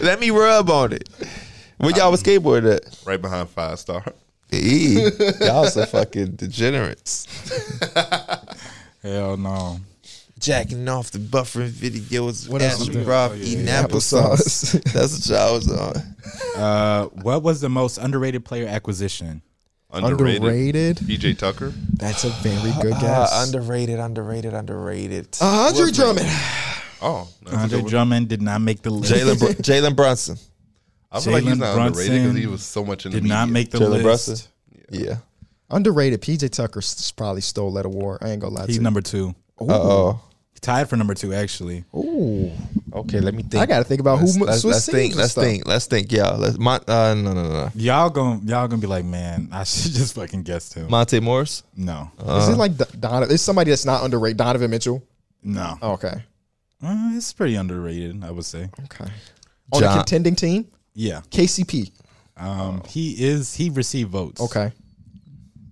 [SPEAKER 2] Let me rub on it." When y'all was skateboarding at?
[SPEAKER 3] right behind five star.
[SPEAKER 2] Eee, y'all some fucking degenerates.
[SPEAKER 4] Hell no.
[SPEAKER 2] Jacking off the buffering videos,
[SPEAKER 1] What else was
[SPEAKER 2] Ashley
[SPEAKER 1] there?
[SPEAKER 2] Roth
[SPEAKER 4] Oh, yeah,
[SPEAKER 2] eating
[SPEAKER 1] yeah.
[SPEAKER 2] E. applesauce.
[SPEAKER 1] Applesauce.
[SPEAKER 2] That's what y'all was on.
[SPEAKER 4] Uh, what was the most underrated player acquisition?
[SPEAKER 5] Underrated.
[SPEAKER 1] Underrated?
[SPEAKER 5] PJ Tucker.
[SPEAKER 1] That's a very good
[SPEAKER 2] Uh,
[SPEAKER 1] guess.
[SPEAKER 2] underrated, underrated, underrated.
[SPEAKER 1] Uh, Andre Drummond.
[SPEAKER 5] Oh, that's a
[SPEAKER 4] Andre
[SPEAKER 5] good one.
[SPEAKER 4] Drummond did not make the list.
[SPEAKER 2] Jalen Br- Jalen Brunson.
[SPEAKER 5] I feel like he's
[SPEAKER 4] Jalen
[SPEAKER 5] not underrated because
[SPEAKER 4] Brunson
[SPEAKER 5] he was so much in the
[SPEAKER 4] did not
[SPEAKER 5] media.
[SPEAKER 4] make the
[SPEAKER 2] Jalen
[SPEAKER 4] list.
[SPEAKER 2] Brunson. Yeah.
[SPEAKER 1] Underrated. PJ Tucker s- probably stole that award. I ain't gonna lie to
[SPEAKER 4] He's
[SPEAKER 1] you.
[SPEAKER 4] number two.
[SPEAKER 2] Uh oh.
[SPEAKER 4] Tied for number two, actually.
[SPEAKER 1] Ooh.
[SPEAKER 2] Okay, let me think.
[SPEAKER 1] I gotta think about
[SPEAKER 2] Let's,
[SPEAKER 1] who
[SPEAKER 2] let's,
[SPEAKER 1] Swiss
[SPEAKER 2] let's think. Let's think. Let's think. Yeah. Let's. Mon- uh, no, no, no, no.
[SPEAKER 4] Y'all gonna y'all gonna be like, man, I should just fucking guess him.
[SPEAKER 2] Monte Morris.
[SPEAKER 4] no,
[SPEAKER 1] Is it like Do- Donovan? Is somebody that's not underrated? Donovan Mitchell.
[SPEAKER 4] no,
[SPEAKER 1] Oh, okay.
[SPEAKER 4] Uh, it's pretty underrated, I would say.
[SPEAKER 1] Okay. On a
[SPEAKER 2] John-
[SPEAKER 1] contending team,
[SPEAKER 4] Yeah,
[SPEAKER 1] KCP.
[SPEAKER 4] um, he is. He received votes.
[SPEAKER 1] Oh. Okay.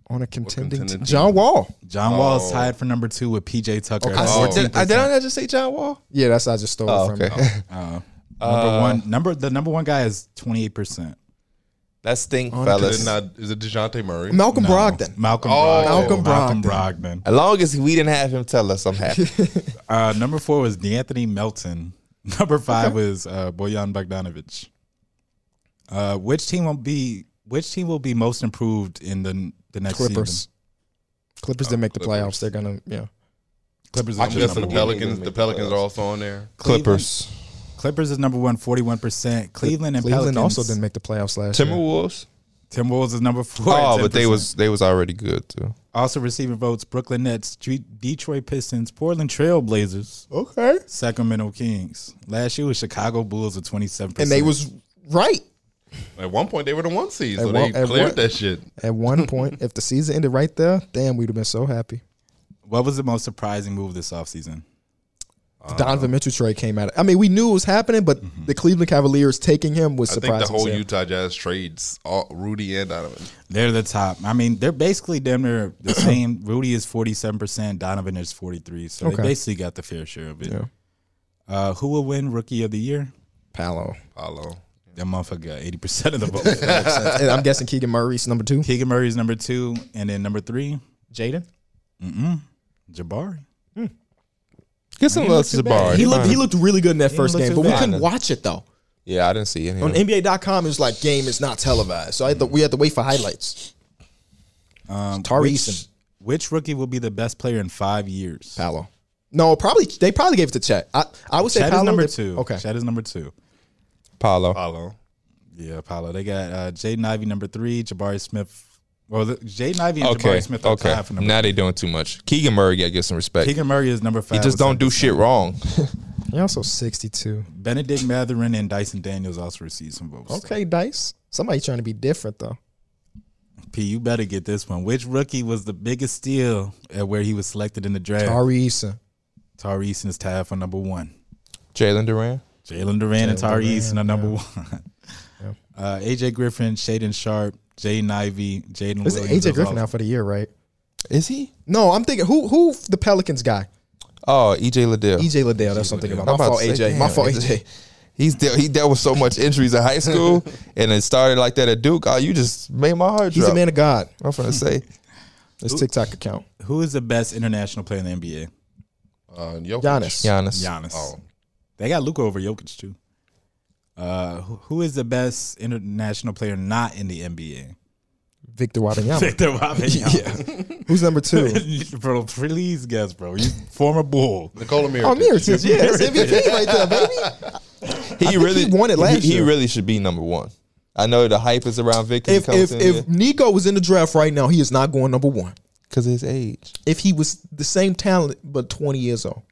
[SPEAKER 1] On a contending,
[SPEAKER 5] contending
[SPEAKER 1] team,
[SPEAKER 5] team?
[SPEAKER 1] John Wall.
[SPEAKER 4] John
[SPEAKER 1] Oh.
[SPEAKER 4] Wall's tied for number two with PJ Tucker.
[SPEAKER 2] I
[SPEAKER 4] at
[SPEAKER 2] said- did,
[SPEAKER 4] 14%.
[SPEAKER 2] I, did I not just say John Wall?
[SPEAKER 1] Yeah, that's I just stole it
[SPEAKER 2] Oh,
[SPEAKER 1] from.
[SPEAKER 2] okay.
[SPEAKER 1] Okay.
[SPEAKER 4] number
[SPEAKER 1] Uh,
[SPEAKER 4] one, number the number one guy is twenty eight percent.
[SPEAKER 2] Let's think,
[SPEAKER 5] Is
[SPEAKER 2] fellas.
[SPEAKER 5] it, not, is it DeJounte Murray?
[SPEAKER 1] Malcolm Brogdon.
[SPEAKER 4] Malcolm
[SPEAKER 5] Oh.
[SPEAKER 4] Brogdon.
[SPEAKER 1] Malcolm
[SPEAKER 4] Brogdon.
[SPEAKER 2] As long as we didn't have him tell us, I'm happy.
[SPEAKER 4] Uh, number four was D'Anthony Melton. Number five was uh, Bojan Bogdanovic. Uh, which team will be which team will be most improved in the the next
[SPEAKER 1] Clippers.
[SPEAKER 4] season?
[SPEAKER 1] Clippers didn't make the playoffs. They're gonna yeah.
[SPEAKER 4] Clippers.
[SPEAKER 5] I'm
[SPEAKER 4] Is
[SPEAKER 5] guessing
[SPEAKER 4] number
[SPEAKER 5] the
[SPEAKER 4] one.
[SPEAKER 5] Pelicans. The Pelicans are also on there.
[SPEAKER 2] Clippers.
[SPEAKER 4] Clippers is number one, 41 percent. Cleveland and
[SPEAKER 1] Cleveland
[SPEAKER 4] Pelicans
[SPEAKER 1] also didn't make the playoffs last year.
[SPEAKER 2] Timberwolves.
[SPEAKER 4] Timberwolves is number four. at
[SPEAKER 2] Oh, but they
[SPEAKER 4] 10%.
[SPEAKER 2] was they was already good too.
[SPEAKER 4] also receiving votes. Brooklyn Nets, G- Detroit Pistons, Portland Trail Blazers,
[SPEAKER 1] Okay.
[SPEAKER 4] Sacramento Kings. Last year was Chicago Bulls with twenty seven
[SPEAKER 1] And
[SPEAKER 4] percent,
[SPEAKER 1] they was right
[SPEAKER 5] At one point, they were the one seed, so
[SPEAKER 1] At
[SPEAKER 5] they
[SPEAKER 1] one- at
[SPEAKER 5] cleared
[SPEAKER 1] one-
[SPEAKER 5] that shit.
[SPEAKER 1] at one point. if the season ended right there, damn, we'd have been so happy.
[SPEAKER 4] What was the most surprising move this offseason?
[SPEAKER 1] The Donovan Mitchell trade came out. I mean, we knew it was happening, but the Cleveland Cavaliers taking him was
[SPEAKER 5] Mm-hmm. I think
[SPEAKER 1] surprising.
[SPEAKER 5] the whole
[SPEAKER 1] Sam.
[SPEAKER 5] Utah Jazz trades all, Rudy and Donovan.
[SPEAKER 4] They're the top. I mean, they're basically damn near the same. Rudy is forty seven percent. Donovan is forty three. So
[SPEAKER 1] Okay.
[SPEAKER 4] they basically got the fair share of it.
[SPEAKER 1] Yeah.
[SPEAKER 4] Uh, who will win Rookie of the Year?
[SPEAKER 1] Paolo.
[SPEAKER 5] Paolo.
[SPEAKER 4] That motherfucker got eighty percent of the vote.
[SPEAKER 1] and I'm guessing Keegan Murray's number two.
[SPEAKER 4] Keegan Murray's number two, and then number three,
[SPEAKER 1] Jaden.
[SPEAKER 4] Jabari.
[SPEAKER 2] Get some love to Jabari.
[SPEAKER 1] He looked. He looked really good in that first
[SPEAKER 4] look
[SPEAKER 1] game,
[SPEAKER 4] too
[SPEAKER 1] but we
[SPEAKER 4] bad.
[SPEAKER 1] couldn't watch it though.
[SPEAKER 2] Yeah, I didn't see any.
[SPEAKER 1] On NBA.com, it was like game is not televised, so I had to, we had to wait for highlights. Um, Tari Eason.
[SPEAKER 4] Which, which rookie will be the best player in five years?
[SPEAKER 1] Paolo. No, probably they probably gave it to Chet. I, I would say
[SPEAKER 4] Chad is
[SPEAKER 1] Paolo
[SPEAKER 4] number
[SPEAKER 1] they-
[SPEAKER 4] two.
[SPEAKER 1] Okay,
[SPEAKER 4] Chad is number two.
[SPEAKER 2] Paolo.
[SPEAKER 3] Uh,
[SPEAKER 5] Paolo.
[SPEAKER 4] Yeah, Paolo. They got uh, Jaden Ivey number three, Jabari Smith. Well, the- Jaden Ivey and
[SPEAKER 2] Okay.
[SPEAKER 4] Jabari Smith are
[SPEAKER 2] Okay.
[SPEAKER 4] tied for number.
[SPEAKER 2] Now they doing too much. Keegan Murray gotta get some respect.
[SPEAKER 4] Keegan Murray is number five.
[SPEAKER 2] He just
[SPEAKER 4] with
[SPEAKER 2] don't do
[SPEAKER 4] 7%.
[SPEAKER 2] shit wrong.
[SPEAKER 1] you're also sixty-two.
[SPEAKER 4] Benedict Matherin and Dyson Daniels also received some votes.
[SPEAKER 1] Okay, Dice. Somebody trying to be different though.
[SPEAKER 4] P, you better get this one. Which rookie was the biggest steal at where he was selected in the draft? Tar-
[SPEAKER 1] Tari Eason.
[SPEAKER 4] Tari Eason is tied for number one.
[SPEAKER 2] Jalen Durant.
[SPEAKER 4] Jalen Duran and
[SPEAKER 1] Jalen
[SPEAKER 4] Tari
[SPEAKER 1] Duran,
[SPEAKER 4] Eason are number one. Uh, AJ Griffin, Shaden Sharp, Jaden Ivey, Jaden
[SPEAKER 1] Is
[SPEAKER 4] Williams.
[SPEAKER 1] it AJ
[SPEAKER 4] is
[SPEAKER 1] Griffin
[SPEAKER 4] also-
[SPEAKER 1] out for the year, right?
[SPEAKER 2] Is he?
[SPEAKER 1] No, I'm thinking who who the Pelicans guy?
[SPEAKER 2] Oh, EJ Liddell.
[SPEAKER 1] EJ Liddell. That's what I'm thinking about. E My
[SPEAKER 2] I'm
[SPEAKER 1] fault,
[SPEAKER 2] about to say, E
[SPEAKER 1] AJ. My
[SPEAKER 2] damn,
[SPEAKER 1] fault, E
[SPEAKER 2] it's-
[SPEAKER 1] AJ.
[SPEAKER 2] He's dealt, he dealt with so much injuries in high school, and it started like that at Duke. Oh, you just made my heart
[SPEAKER 1] He's
[SPEAKER 2] drop.
[SPEAKER 1] a man of God.
[SPEAKER 2] I'm gonna say
[SPEAKER 1] His TikTok account.
[SPEAKER 4] Who is the best international player in the NBA?
[SPEAKER 5] Uh, Jokic.
[SPEAKER 1] Giannis.
[SPEAKER 2] Giannis.
[SPEAKER 4] Giannis.
[SPEAKER 5] Oh.
[SPEAKER 4] They got Luka over Jokic too. Uh, who, who is the best international player not in the NBA?
[SPEAKER 1] Victor Wabanyama.
[SPEAKER 4] Victor Wembanyama.
[SPEAKER 1] Who's number two?
[SPEAKER 4] bro, please guess, bro. You former Bull.
[SPEAKER 5] Nikola
[SPEAKER 1] Oh,
[SPEAKER 5] Mirotic.
[SPEAKER 1] Miritich. Yeah, that's MVP right there, baby.
[SPEAKER 2] He really
[SPEAKER 1] he won it last
[SPEAKER 2] he, he
[SPEAKER 1] year.
[SPEAKER 2] really should be number one. I know the hype is around Victor.
[SPEAKER 1] If if if Nico was in the draft right now, he is not going number one.
[SPEAKER 2] because of his age,
[SPEAKER 1] If he was the same talent but 20 years old.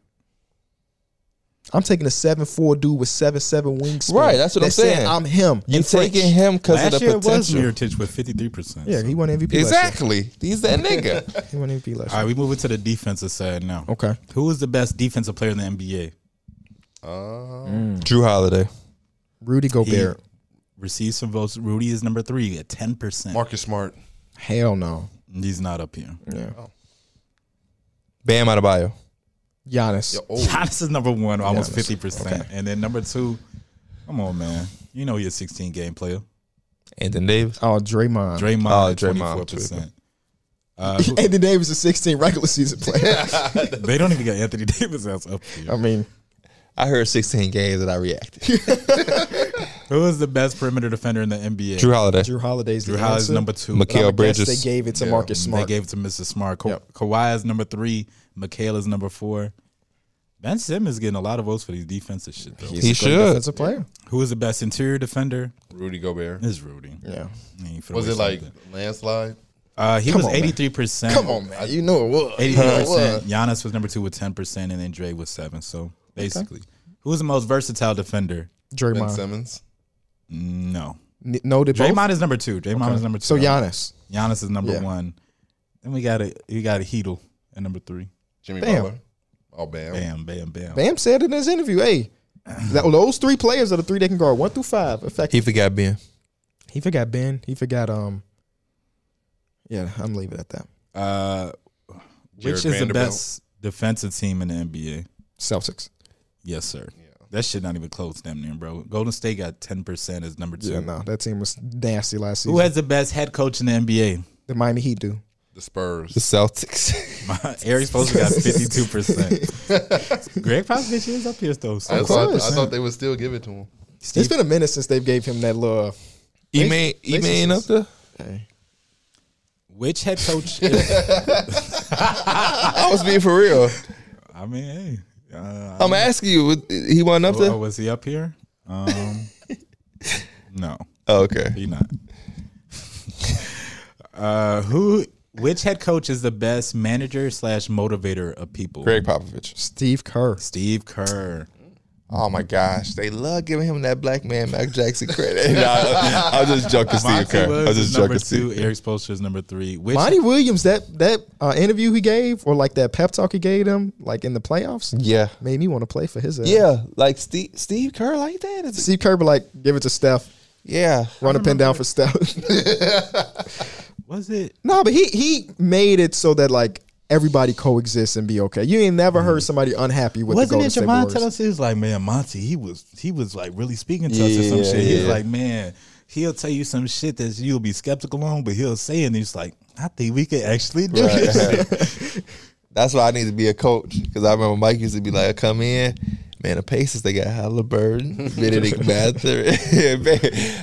[SPEAKER 1] I'm taking a seven four dude with seven seven wingspan.
[SPEAKER 2] Right, that's what I'm
[SPEAKER 1] that said
[SPEAKER 2] saying.
[SPEAKER 1] I'm him.
[SPEAKER 2] you
[SPEAKER 1] in French.
[SPEAKER 2] taking him because of
[SPEAKER 4] Last
[SPEAKER 2] the
[SPEAKER 4] year it was
[SPEAKER 2] potential.
[SPEAKER 4] Mirotic with fifty three percent.
[SPEAKER 1] Yeah, he won MVP. Last
[SPEAKER 2] exactly. He's that nigga.
[SPEAKER 1] year. He won MVP last year.
[SPEAKER 4] All right, we move into the defensive side now.
[SPEAKER 1] Okay.
[SPEAKER 4] Who is the best defensive player in the NBA?
[SPEAKER 2] Drew Holiday.
[SPEAKER 1] Rudy
[SPEAKER 4] He
[SPEAKER 1] Gobert.
[SPEAKER 4] receives some votes. Rudy is number three at ten percent.
[SPEAKER 5] Marcus Smart.
[SPEAKER 1] Hell no.
[SPEAKER 4] He's not up here.
[SPEAKER 1] Yeah.
[SPEAKER 2] Bam Adebayo.
[SPEAKER 1] Giannis.
[SPEAKER 5] oh,
[SPEAKER 4] Giannis is number one, almost
[SPEAKER 1] Giannis.
[SPEAKER 4] fifty percent, and then number two. Come on, man. You know he's a sixteen game player.
[SPEAKER 2] Anthony Davis.
[SPEAKER 1] Oh, uh, Draymond.
[SPEAKER 4] Draymond,
[SPEAKER 2] Oh,
[SPEAKER 4] at
[SPEAKER 2] Draymond,
[SPEAKER 4] twenty four percent.
[SPEAKER 1] Anthony Davis is 16 regular season player.
[SPEAKER 4] They don't even get Anthony Davis as up here.
[SPEAKER 1] I mean,
[SPEAKER 2] I heard 16 games and I reacted.
[SPEAKER 4] Who is the best perimeter defender in the NBA?
[SPEAKER 2] Drew Holiday.
[SPEAKER 1] Drew Holiday's
[SPEAKER 4] Drew
[SPEAKER 1] the
[SPEAKER 4] Holiday's
[SPEAKER 1] answer.
[SPEAKER 4] number two.
[SPEAKER 1] But I
[SPEAKER 2] Mikal
[SPEAKER 1] would guess
[SPEAKER 2] Bridges.
[SPEAKER 1] They gave it to Marcus Smart.
[SPEAKER 4] They gave it to Mr. Smart. Ka-
[SPEAKER 1] Yep.
[SPEAKER 4] Kawhi is number three. Mikhail is number four. Ben Simmons getting a lot of votes for these defensive shit though.
[SPEAKER 1] He's
[SPEAKER 2] He
[SPEAKER 1] a great
[SPEAKER 2] should.
[SPEAKER 1] defensive player.
[SPEAKER 4] Who is the best interior defender?
[SPEAKER 5] Rudy Gobert.
[SPEAKER 4] Is Rudy.
[SPEAKER 1] Yeah.
[SPEAKER 4] I mean, for the
[SPEAKER 5] Was
[SPEAKER 4] way
[SPEAKER 5] it like
[SPEAKER 4] something.
[SPEAKER 5] landslide?
[SPEAKER 4] Uh, he
[SPEAKER 1] Come
[SPEAKER 4] was
[SPEAKER 1] on, man.
[SPEAKER 4] eighty three percent.
[SPEAKER 1] Come on, man. You know it was.
[SPEAKER 4] eighty three
[SPEAKER 1] Huh.
[SPEAKER 4] percent. Giannis was number two with ten percent, and then Dre was seven. So basically, who is the most versatile defender?
[SPEAKER 5] Ben
[SPEAKER 1] Draymond.
[SPEAKER 5] Simmons.
[SPEAKER 4] No,
[SPEAKER 1] N- No, did both?
[SPEAKER 4] Draymond is number two. Draymond is number two.
[SPEAKER 1] So Giannis.
[SPEAKER 4] Giannis is number
[SPEAKER 1] Yeah.
[SPEAKER 4] one. Then we got a you got a Heedle at number three.
[SPEAKER 5] Jimmy
[SPEAKER 1] Bam.
[SPEAKER 5] Butler. Oh, bam.
[SPEAKER 4] Bam, bam, bam.
[SPEAKER 1] Bam said in his interview, "Hey, that, those three players are the three that can guard one through five
[SPEAKER 2] He
[SPEAKER 1] effectively."
[SPEAKER 2] forgot Ben.
[SPEAKER 1] He, forgot Ben. He forgot um. Yeah, I'm leaving it at that.
[SPEAKER 4] Uh,
[SPEAKER 5] Jared
[SPEAKER 4] which is the
[SPEAKER 5] Vanderbilt.
[SPEAKER 4] best defensive team in the NBA?
[SPEAKER 1] Celtics.
[SPEAKER 4] Yes, sir. That shit not even close, damn near, bro. Golden State got ten percent as number two.
[SPEAKER 1] Yeah, no, that team was nasty last season.
[SPEAKER 4] Who has the best head coach in the NBA?
[SPEAKER 1] the Miami Heat do?
[SPEAKER 5] The Spurs.
[SPEAKER 2] The Celtics.
[SPEAKER 4] My, Eric Spoelstra got fifty two percent. Greg Popovich is up here though.
[SPEAKER 5] I
[SPEAKER 4] So.
[SPEAKER 5] thought, I
[SPEAKER 1] course.
[SPEAKER 5] thought they would still give it to him.
[SPEAKER 1] It's been a minute since they gave him that uh, love.
[SPEAKER 2] Ime Ime ain't up there.
[SPEAKER 4] Which head coach? Is,
[SPEAKER 2] I was being for real.
[SPEAKER 4] I mean, hey, uh,
[SPEAKER 2] I'm asking you. was- He wasn't up
[SPEAKER 4] oh,
[SPEAKER 2] there.
[SPEAKER 4] was he up here? Um, no,
[SPEAKER 2] Oh, okay.
[SPEAKER 4] he not. uh, who? Which head coach is the best manager slash motivator of people?
[SPEAKER 2] Greg Popovich.
[SPEAKER 1] Steve Kerr.
[SPEAKER 4] Steve Kerr.
[SPEAKER 2] Oh my gosh, they love giving him that black man Mac Jackson credit. Nah, I was just joking, Steve
[SPEAKER 4] Monty
[SPEAKER 2] Kerr. I was
[SPEAKER 4] Williams
[SPEAKER 2] just
[SPEAKER 4] is number
[SPEAKER 2] joking,
[SPEAKER 4] two.
[SPEAKER 2] Steve.
[SPEAKER 4] Eric Spoelstra is number three. Which
[SPEAKER 1] Monty Williams, that that uh, interview he gave, or like that pep talk he gave him, like in the playoffs,
[SPEAKER 2] Yeah,
[SPEAKER 1] made me want to play for his ass.
[SPEAKER 2] yeah, like Steve Steve Kerr like that. It's-
[SPEAKER 1] Steve Kerr, be like, give it to Steph.
[SPEAKER 2] yeah,
[SPEAKER 1] Run a pin down for Steph.
[SPEAKER 4] was it?
[SPEAKER 1] No, but he he made it so that like everybody coexists and be okay. You ain't never heard
[SPEAKER 2] Mm-hmm.
[SPEAKER 1] somebody unhappy with the
[SPEAKER 4] Wasn't
[SPEAKER 1] Golden
[SPEAKER 4] it
[SPEAKER 1] State
[SPEAKER 4] Javon
[SPEAKER 1] Warriors.
[SPEAKER 4] tell us he was like, man, Monty, he was he was like really speaking to us or some
[SPEAKER 2] Yeah,
[SPEAKER 4] shit. He was
[SPEAKER 2] yeah.
[SPEAKER 4] like, man, he'll tell you some shit that you'll be skeptical on, but he'll say it and he's like, I think we could actually do
[SPEAKER 2] Right.
[SPEAKER 4] this.
[SPEAKER 2] that's why I need to be a coach because I remember Mike used to be like, "Come in, man. The Pacers they got Halliburton, Benedict Mather."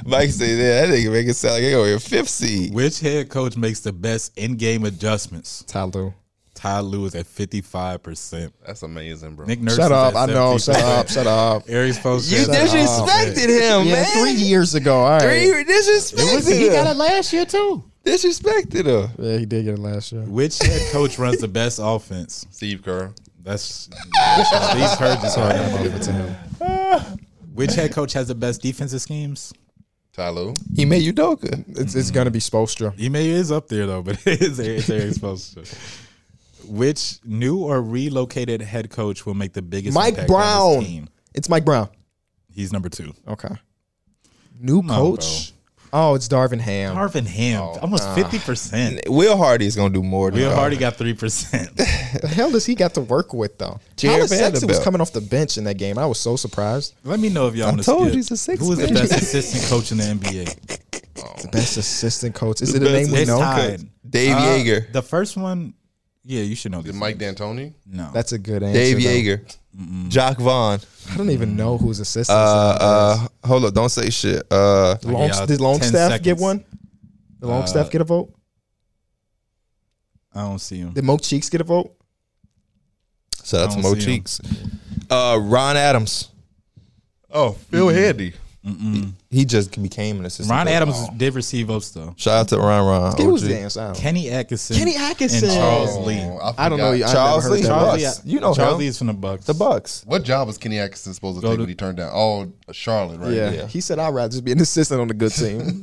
[SPEAKER 2] Mike say, "Yeah, that nigga make it sound like they gonna be a fifth seed."
[SPEAKER 4] Which head coach makes the best in game adjustments?
[SPEAKER 1] Ty Lue.
[SPEAKER 4] Ty Lue is at fifty five percent.
[SPEAKER 5] That's amazing, bro.
[SPEAKER 4] Nick Nurse
[SPEAKER 1] Shut
[SPEAKER 4] is
[SPEAKER 1] up! I
[SPEAKER 4] at
[SPEAKER 1] know. Shut
[SPEAKER 4] 70%.
[SPEAKER 1] up! Shut up!
[SPEAKER 4] Aries Post.
[SPEAKER 2] You disrespected him,
[SPEAKER 1] Yeah,
[SPEAKER 2] Oh, man.
[SPEAKER 1] three years ago. All right.
[SPEAKER 2] Three disrespected him.
[SPEAKER 4] last year too.
[SPEAKER 2] disrespected him.
[SPEAKER 1] Yeah, he did get it last year.
[SPEAKER 4] Which head coach runs the best offense?
[SPEAKER 5] Steve Kerr.
[SPEAKER 4] That's these purges are Which head coach has the best defensive schemes?
[SPEAKER 5] Ty Lue.
[SPEAKER 2] He made Udoka.
[SPEAKER 1] It's, it's gonna be Spolstra.
[SPEAKER 4] He may is up there though, but it's it's Eric Spoelstra. Which new or relocated head coach will make the biggest
[SPEAKER 1] Mike
[SPEAKER 4] impact on his
[SPEAKER 1] Brown.
[SPEAKER 4] team?
[SPEAKER 1] It's Mike Brown.
[SPEAKER 4] He's number two.
[SPEAKER 1] Okay. New
[SPEAKER 4] on,
[SPEAKER 1] coach. oh, it's Darvin Ham.
[SPEAKER 4] Marvin Ham,
[SPEAKER 2] Oh,
[SPEAKER 4] almost
[SPEAKER 2] uh,
[SPEAKER 4] fifty percent.
[SPEAKER 2] Will Hardy is gonna do more. Than uh,
[SPEAKER 4] We
[SPEAKER 2] Will
[SPEAKER 4] already got three percent.
[SPEAKER 1] the hell does he got to work with though?
[SPEAKER 2] Jared
[SPEAKER 1] Jared Sexton was
[SPEAKER 2] Vanderbilt.
[SPEAKER 1] coming off the bench in that game. I was so surprised.
[SPEAKER 4] Let me know if y'all. want to
[SPEAKER 2] told
[SPEAKER 4] skip.
[SPEAKER 2] you he's a six
[SPEAKER 4] Who is the
[SPEAKER 2] man.
[SPEAKER 4] best assistant coach in the NBA?
[SPEAKER 1] The best assistant coach. Is it a name we
[SPEAKER 4] It's
[SPEAKER 1] know?
[SPEAKER 4] tied. Uh,
[SPEAKER 2] Dave Yeager.
[SPEAKER 4] The first one, yeah, you should know
[SPEAKER 5] Did
[SPEAKER 4] this.
[SPEAKER 5] Mike D'Antoni?
[SPEAKER 4] No,
[SPEAKER 1] That's a good answer.
[SPEAKER 2] Dave
[SPEAKER 1] though.
[SPEAKER 2] Yeager. Jock Vaughn.
[SPEAKER 1] I don't even know whose assistant.
[SPEAKER 2] Uh, uh, hold up. Don't say shit. Uh,
[SPEAKER 1] Long,
[SPEAKER 4] Yeah,
[SPEAKER 1] did
[SPEAKER 4] 10
[SPEAKER 1] Longstaff
[SPEAKER 4] seconds.
[SPEAKER 1] get one? Did Longstaff get a vote?
[SPEAKER 4] I don't see him.
[SPEAKER 1] Did Mo Cheeks get a vote?
[SPEAKER 2] so that's
[SPEAKER 4] don't
[SPEAKER 2] Mo
[SPEAKER 4] see him.
[SPEAKER 2] Cheeks. Uh, Ron Adams.
[SPEAKER 5] Oh, Phil
[SPEAKER 1] Mm-hmm.
[SPEAKER 5] Handy.
[SPEAKER 2] He just became an assistant.
[SPEAKER 4] Ron
[SPEAKER 2] coach.
[SPEAKER 4] Adams did receive votes though.
[SPEAKER 2] Shout out to Ron Ron.
[SPEAKER 1] It was
[SPEAKER 2] OG.
[SPEAKER 1] the answer. I don't know.
[SPEAKER 4] Kenny Atkinson.
[SPEAKER 1] Kenny Atkinson.
[SPEAKER 4] And Charles
[SPEAKER 1] Oh.
[SPEAKER 4] Lee.
[SPEAKER 1] I don't know.
[SPEAKER 5] forgot.
[SPEAKER 1] I've never
[SPEAKER 2] Charles
[SPEAKER 1] heard
[SPEAKER 2] Lee.
[SPEAKER 1] that.
[SPEAKER 2] Charles
[SPEAKER 4] Charlie,
[SPEAKER 2] Bucks. You know
[SPEAKER 4] Charles
[SPEAKER 2] him.
[SPEAKER 4] Lee is from the Bucks.
[SPEAKER 2] The Bucks.
[SPEAKER 5] What job was Kenny Atkinson supposed to
[SPEAKER 4] Go
[SPEAKER 5] take
[SPEAKER 4] to-
[SPEAKER 5] when he turned down? Oh, Charlotte, right?
[SPEAKER 1] Yeah.
[SPEAKER 2] Yeah.
[SPEAKER 1] he said I'd rather just be an assistant on a good team.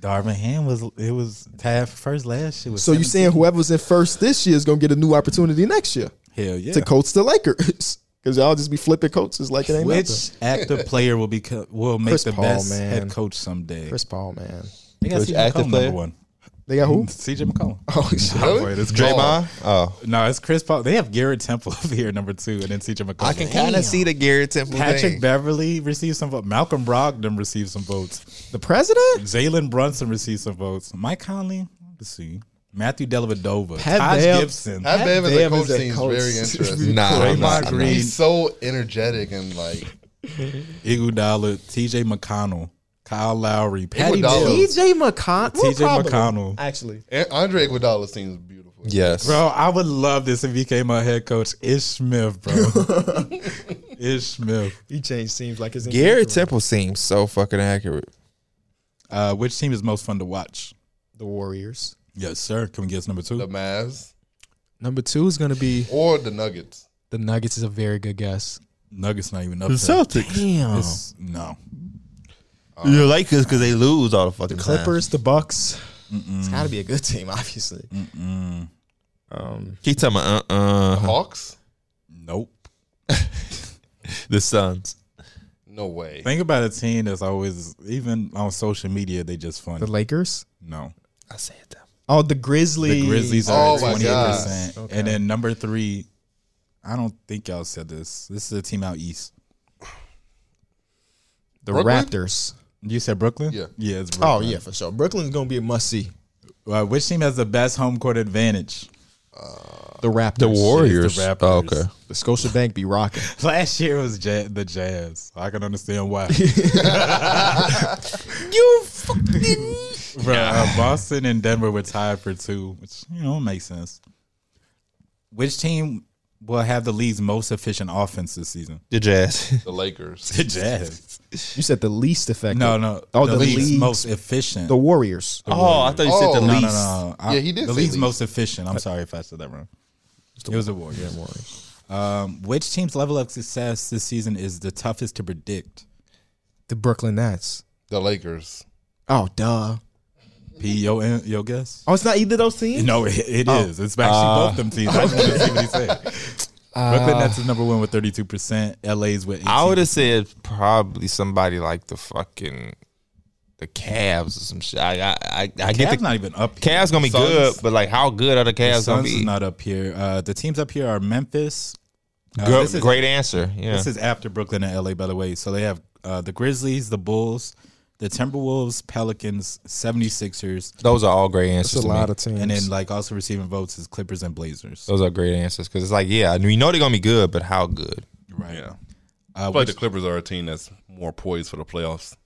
[SPEAKER 4] Darvin Ham was it was tied for first last year. with
[SPEAKER 1] so you
[SPEAKER 4] 17.
[SPEAKER 1] saying whoever was in first this year is gonna get a new opportunity next year
[SPEAKER 4] hell yeah?
[SPEAKER 1] to coach the Lakers because y'all just be flipping coaches like it ain't nothing.
[SPEAKER 4] Which active player will be co- will make
[SPEAKER 1] Chris
[SPEAKER 4] the
[SPEAKER 1] Paul,
[SPEAKER 4] best
[SPEAKER 1] man.
[SPEAKER 4] head coach someday?
[SPEAKER 1] Chris Paul, man.
[SPEAKER 4] they got
[SPEAKER 2] Which
[SPEAKER 4] CJ
[SPEAKER 2] active
[SPEAKER 4] McCollum
[SPEAKER 2] player?
[SPEAKER 4] number one.
[SPEAKER 1] They got who?
[SPEAKER 4] CJ McCollum.
[SPEAKER 1] Oh shit.
[SPEAKER 5] Really?
[SPEAKER 4] it's
[SPEAKER 2] Draymond. Oh,
[SPEAKER 4] No, it's Chris Paul. They have Garrett Temple over here, number two, and then CJ McCollum.
[SPEAKER 2] I can kind of see the Garrett Temple
[SPEAKER 4] Patrick
[SPEAKER 2] thing.
[SPEAKER 4] Beverly received some votes. Malcolm Brogdon received some votes.
[SPEAKER 1] The president?
[SPEAKER 4] Jalen Brunson received some votes. Mike Conley, let's see. Matthew Dellavedova.
[SPEAKER 1] Pat
[SPEAKER 4] Todd
[SPEAKER 1] Bev-
[SPEAKER 4] Gibson.
[SPEAKER 5] Pat Bev as a
[SPEAKER 1] Bev
[SPEAKER 5] coach
[SPEAKER 1] is a
[SPEAKER 5] seems
[SPEAKER 1] coach.
[SPEAKER 5] very interesting.
[SPEAKER 2] Nah, I'm
[SPEAKER 4] Draymond
[SPEAKER 2] not, I'm not.
[SPEAKER 4] Green.
[SPEAKER 5] He's so energetic and like
[SPEAKER 4] Iguodala, T.J. McConnell, Kyle Lowry, Patty
[SPEAKER 3] Iguodala.
[SPEAKER 4] Mills.
[SPEAKER 1] TJ McConnell.
[SPEAKER 4] T.J. McConnell.
[SPEAKER 1] Actually,
[SPEAKER 3] And Andre Iguodala seems beautiful.
[SPEAKER 2] Yes.
[SPEAKER 4] Bro, I would love this if he came our head coach. Ish Smith, bro. Ish Smith.
[SPEAKER 1] he changed seems like his
[SPEAKER 2] Gary
[SPEAKER 1] individual-
[SPEAKER 2] Temple seems so fucking accurate.
[SPEAKER 4] Uh, which team is most fun to watch?
[SPEAKER 1] the Warriors.
[SPEAKER 4] Yes, sir. Can we guess number
[SPEAKER 3] The
[SPEAKER 4] two?
[SPEAKER 3] Mavs
[SPEAKER 1] Number two is gonna be
[SPEAKER 3] or the Nuggets.
[SPEAKER 1] the Nuggets. Is a very good guess.
[SPEAKER 4] Nuggets not even up
[SPEAKER 6] The
[SPEAKER 4] there.
[SPEAKER 6] Celtics.
[SPEAKER 1] Damn.
[SPEAKER 4] It's- no.
[SPEAKER 6] You like this because they lose all the fucking
[SPEAKER 1] Clippers, the Bucks. It's got to be a good team, obviously. Um,
[SPEAKER 2] Keep talking about uh uh
[SPEAKER 3] Hawks?
[SPEAKER 4] Nope.
[SPEAKER 2] the Suns.
[SPEAKER 3] No way.
[SPEAKER 4] Think about a team that's always, even on social media, they just fun.
[SPEAKER 1] the Lakers.
[SPEAKER 4] no.
[SPEAKER 2] I said that.
[SPEAKER 1] Oh, the Grizzlies.
[SPEAKER 4] The Grizzlies
[SPEAKER 3] Oh
[SPEAKER 4] are
[SPEAKER 3] my
[SPEAKER 4] at
[SPEAKER 1] gosh.
[SPEAKER 4] 28%. And then number three, I don't think y'all said this. This is a team out east.
[SPEAKER 1] the
[SPEAKER 3] Brooklyn?
[SPEAKER 1] Raptors.
[SPEAKER 4] You said Brooklyn?
[SPEAKER 3] Yeah.
[SPEAKER 4] Yeah, it's
[SPEAKER 1] Oh
[SPEAKER 4] Brooklyn.
[SPEAKER 1] yeah, for sure. Brooklyn's gonna be a must see.
[SPEAKER 4] Uh, which team has the best home court advantage?
[SPEAKER 1] The Raptors.
[SPEAKER 2] The Warriors.
[SPEAKER 4] Raptors.
[SPEAKER 2] Oh, okay.
[SPEAKER 1] The Scotiabank be rocking.
[SPEAKER 4] Last year was ja- the Jazz. I can understand why.
[SPEAKER 1] you fucking.
[SPEAKER 4] Bro, uh, Boston and Denver were tied for two, which you know makes sense. Which team will have the league's most efficient offense this season?
[SPEAKER 2] The Jazz.
[SPEAKER 3] The Lakers.
[SPEAKER 4] The Jazz.
[SPEAKER 1] You said the least effective.
[SPEAKER 4] No, no.
[SPEAKER 1] Oh,
[SPEAKER 4] the,
[SPEAKER 1] the
[SPEAKER 4] league's
[SPEAKER 1] league's-
[SPEAKER 4] most efficient.
[SPEAKER 1] The Warriors.
[SPEAKER 2] oh, I thought you said the
[SPEAKER 3] Oh.
[SPEAKER 4] no,
[SPEAKER 2] least.
[SPEAKER 4] no, no. I-
[SPEAKER 3] Yeah, he did
[SPEAKER 4] The
[SPEAKER 3] say
[SPEAKER 4] league's
[SPEAKER 3] least.
[SPEAKER 4] most efficient. I'm sorry if I said that wrong. It was the Warriors.
[SPEAKER 1] Warriors.
[SPEAKER 4] Um, which team's level of success this season is the toughest to predict?
[SPEAKER 1] The Brooklyn Nets.
[SPEAKER 3] The Lakers.
[SPEAKER 1] Oh, duh.
[SPEAKER 4] P, your, your guess?
[SPEAKER 1] Oh, it's not either of those teams.
[SPEAKER 4] No, it, it is.
[SPEAKER 2] Oh.
[SPEAKER 4] It's actually
[SPEAKER 2] Uh,
[SPEAKER 4] both them teams. I just want to see what he said. Brooklyn Nets is number one with thirty two percent. LA's with 18.
[SPEAKER 2] I would have said probably somebody like the fucking the Cavs or some shit. I I I, I
[SPEAKER 4] Cavs
[SPEAKER 2] get the
[SPEAKER 4] not even up. Here.
[SPEAKER 2] Cavs gonna be
[SPEAKER 3] Suns.
[SPEAKER 2] good, but like how good are the
[SPEAKER 4] The
[SPEAKER 2] Cavs gonna
[SPEAKER 4] Suns is
[SPEAKER 2] be?
[SPEAKER 4] not up here. Uh, the teams up here are Memphis. Uh,
[SPEAKER 2] Gr-
[SPEAKER 4] this is-
[SPEAKER 2] great answer. Yeah.
[SPEAKER 4] This is after Brooklyn and LA, by the way. So they have uh, the Grizzlies, the Bulls, the Timberwolves, Pelicans, 76ers,
[SPEAKER 2] Those are all great answers.
[SPEAKER 1] It's a
[SPEAKER 2] to me.
[SPEAKER 1] lot of teams.
[SPEAKER 4] and then like also receiving votes is Clippers and Blazers.
[SPEAKER 2] Those are great answers because it's like, yeah, I mean, we know they're gonna be good, but how good?
[SPEAKER 4] Right.
[SPEAKER 5] Yeah.
[SPEAKER 4] Uh,
[SPEAKER 3] But
[SPEAKER 4] which,
[SPEAKER 3] the Clippers are a team that's more poised for the playoffs.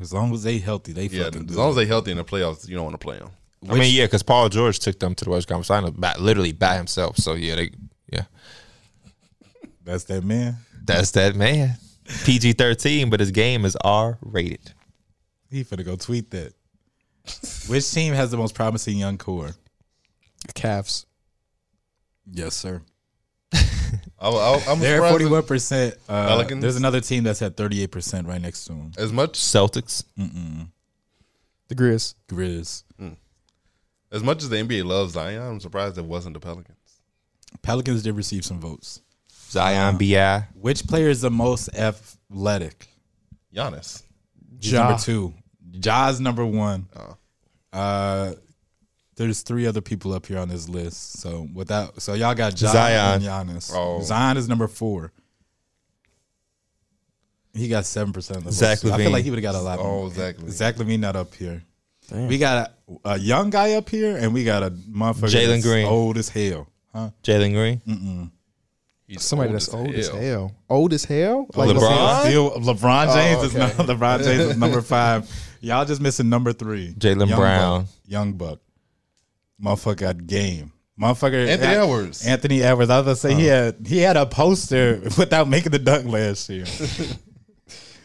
[SPEAKER 4] as long as they healthy, they
[SPEAKER 3] Yeah,
[SPEAKER 4] fucking
[SPEAKER 3] as
[SPEAKER 4] do.
[SPEAKER 3] long
[SPEAKER 4] it.
[SPEAKER 3] as they healthy in the playoffs, you don't want to play them.
[SPEAKER 2] I mean, yeah, because Paul George took them to the West Conference Finals, by, literally by himself. So yeah, they, yeah,
[SPEAKER 4] That's that man.
[SPEAKER 2] that's that man. PG thirteen, but his game is R rated.
[SPEAKER 4] He finna go tweet that. Which team has the most promising young core?
[SPEAKER 1] Cavs.
[SPEAKER 4] Yes, sir.
[SPEAKER 3] I, I, I'm
[SPEAKER 4] They're at
[SPEAKER 3] surprised. that-
[SPEAKER 4] forty-one percent. Uh,
[SPEAKER 3] Pelicans?
[SPEAKER 4] there's another team that's at thirty-eight percent right next to them.
[SPEAKER 3] As much
[SPEAKER 2] Celtics.
[SPEAKER 1] The Grizz.
[SPEAKER 4] Grizz,
[SPEAKER 3] as much as the NBA loves Zion, I'm surprised it wasn't the Pelicans.
[SPEAKER 4] Pelicans did receive some votes.
[SPEAKER 2] Zion Bi.
[SPEAKER 4] Which player is the most athletic?
[SPEAKER 3] Giannis.
[SPEAKER 4] He's Number two. Ja's number one.
[SPEAKER 2] Oh.
[SPEAKER 4] Uh, there's three other people up here on this list. So without, so y'all got Ja
[SPEAKER 2] Zion.
[SPEAKER 4] and Giannis.
[SPEAKER 3] Oh.
[SPEAKER 4] Zion is number four. He got seven percent of the votes.
[SPEAKER 2] Zach
[SPEAKER 4] I feel
[SPEAKER 2] Levine.
[SPEAKER 4] like he would have got a lot. more.
[SPEAKER 3] Oh, Zach Levine.
[SPEAKER 4] Zach Levine not up here. We got a, a young guy up here, and we got a motherfucker
[SPEAKER 2] Jalen
[SPEAKER 4] that's
[SPEAKER 2] Green.
[SPEAKER 4] old as hell. Huh?
[SPEAKER 2] Jalen Green.
[SPEAKER 3] He's
[SPEAKER 1] Somebody that's old as hell. Old as hell. Like
[SPEAKER 2] LeBron?
[SPEAKER 4] Still, LeBron James is number, LeBron James is number five. Y'all just missing number three.
[SPEAKER 2] Jaylen
[SPEAKER 4] Young
[SPEAKER 2] Brown.
[SPEAKER 4] Buck. young buck, motherfucker got game. Motherfucker,
[SPEAKER 3] Anthony
[SPEAKER 4] I-
[SPEAKER 3] Edwards.
[SPEAKER 4] Anthony Edwards. Oh. I was gonna say he had he had a poster without making the dunk last year.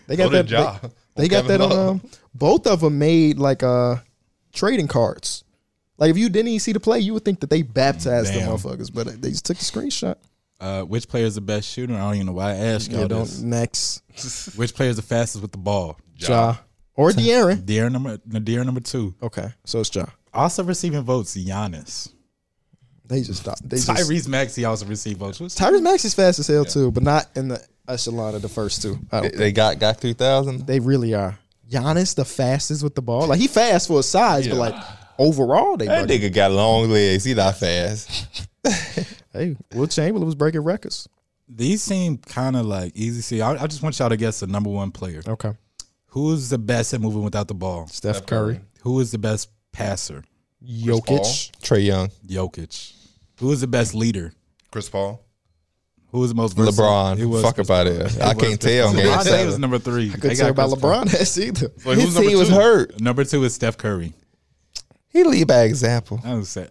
[SPEAKER 1] They got
[SPEAKER 3] Go to
[SPEAKER 1] that.
[SPEAKER 3] Ja.
[SPEAKER 1] They,
[SPEAKER 3] Or
[SPEAKER 1] they got
[SPEAKER 3] Kevin
[SPEAKER 1] that on.
[SPEAKER 3] Love.
[SPEAKER 1] Um, both of them made like uh trading cards. Like if you didn't even see the play, you would think that they baptized
[SPEAKER 4] Damn.
[SPEAKER 1] the motherfuckers, but they just took the screenshot.
[SPEAKER 4] Uh, which player is the best shooter? I don't even know why I asked y'all
[SPEAKER 1] Yeah, don't
[SPEAKER 4] this.
[SPEAKER 1] next
[SPEAKER 4] Which player is the fastest with the ball?
[SPEAKER 1] Ja, or De'Aaron.
[SPEAKER 4] Deer number Deer number two.
[SPEAKER 1] Okay, so it's Ja.
[SPEAKER 4] Also receiving votes, Giannis.
[SPEAKER 1] They just stopped. They just,
[SPEAKER 4] Tyrese Maxey also received votes. What's-
[SPEAKER 1] Tyrese Max is fast as hell too, but not in the echelon of the first two. I don't.
[SPEAKER 2] They got got three thousand.
[SPEAKER 1] They really are. Giannis the fastest with the ball. Like he fast for his size, but like overall they.
[SPEAKER 2] That
[SPEAKER 1] break-
[SPEAKER 2] nigga got long legs. He not fast.
[SPEAKER 1] Hey, Will Chamberlain was breaking records.
[SPEAKER 4] These seem kind of like easy. See, I, I just want y'all to guess the number one player.
[SPEAKER 1] Okay,
[SPEAKER 4] Who's the best at moving without the ball?
[SPEAKER 1] Steph, Curry,
[SPEAKER 4] Who is the best passer?
[SPEAKER 1] Jokic.
[SPEAKER 2] Trey Young.
[SPEAKER 4] Jokic. Who is the best leader?
[SPEAKER 3] Chris Paul.
[SPEAKER 4] Who was the most versatile?
[SPEAKER 2] LeBron.
[SPEAKER 4] It was
[SPEAKER 2] Fuck up out of here. I can't tell on game
[SPEAKER 4] LeBron Davis
[SPEAKER 2] seven.
[SPEAKER 4] number three.
[SPEAKER 1] Couldn't
[SPEAKER 4] They
[SPEAKER 1] say
[SPEAKER 4] got
[SPEAKER 1] about
[SPEAKER 4] Chris
[SPEAKER 1] LeBron that's either.
[SPEAKER 5] But
[SPEAKER 2] His
[SPEAKER 5] who's
[SPEAKER 2] team
[SPEAKER 5] number
[SPEAKER 2] was
[SPEAKER 5] two?
[SPEAKER 2] hurt.
[SPEAKER 4] Paul. Number two is Steph Curry.
[SPEAKER 2] He lead by example.
[SPEAKER 4] That was sad.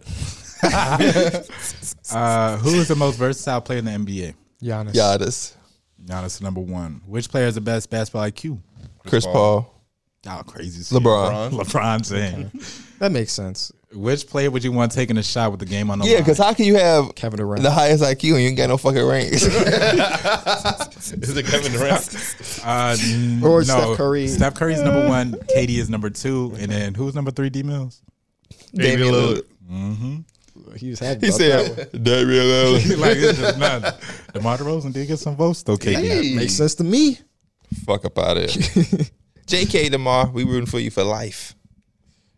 [SPEAKER 4] uh, who is the most versatile player in the NBA?
[SPEAKER 1] Giannis.
[SPEAKER 2] Giannis,
[SPEAKER 4] Giannis number one. Which player has the best basketball IQ?
[SPEAKER 2] Chris Paul,
[SPEAKER 4] Y'all crazy. shit.
[SPEAKER 2] LeBron.
[SPEAKER 4] LeBron saying.
[SPEAKER 1] That makes sense.
[SPEAKER 4] Which player would you want taking a shot with the game on the
[SPEAKER 2] Yeah,
[SPEAKER 4] line?
[SPEAKER 2] because how can you have
[SPEAKER 1] Kevin Durant.
[SPEAKER 2] the highest IQ and you ain't got no fucking rank?
[SPEAKER 5] Is it Kevin Durant?
[SPEAKER 4] uh, n-
[SPEAKER 1] Or
[SPEAKER 4] no,
[SPEAKER 1] Steph Curry.
[SPEAKER 4] Steph Curry's number one. Katie is number two, and then who's number three? D Mills.
[SPEAKER 2] Damian Lillard.
[SPEAKER 1] He was happy.
[SPEAKER 2] He
[SPEAKER 1] about that
[SPEAKER 2] said Damian Lillard.
[SPEAKER 4] like it's just nothing. DeMar DeRozan did get some votes though. Katie.
[SPEAKER 1] one. makes sense to me.
[SPEAKER 2] Fuck up out of here. J.K. Demar, we rooting for you for life.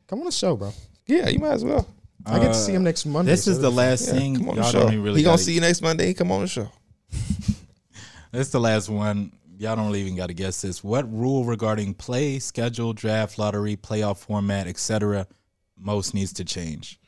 [SPEAKER 1] Come on the show, bro.
[SPEAKER 2] Yeah, you might as well.
[SPEAKER 1] I get to see him next Monday.
[SPEAKER 4] This is
[SPEAKER 1] so
[SPEAKER 4] the last
[SPEAKER 2] Yeah,
[SPEAKER 4] thing.
[SPEAKER 2] come on the
[SPEAKER 4] Y'all
[SPEAKER 2] show.
[SPEAKER 4] don't even really.
[SPEAKER 2] he gonna
[SPEAKER 4] gotta-
[SPEAKER 2] see you next Monday. Come on the show.
[SPEAKER 4] This is the last one. Y'all don't really even got to guess this. What rule regarding play, schedule, draft, lottery, playoff format, etc., most needs to change?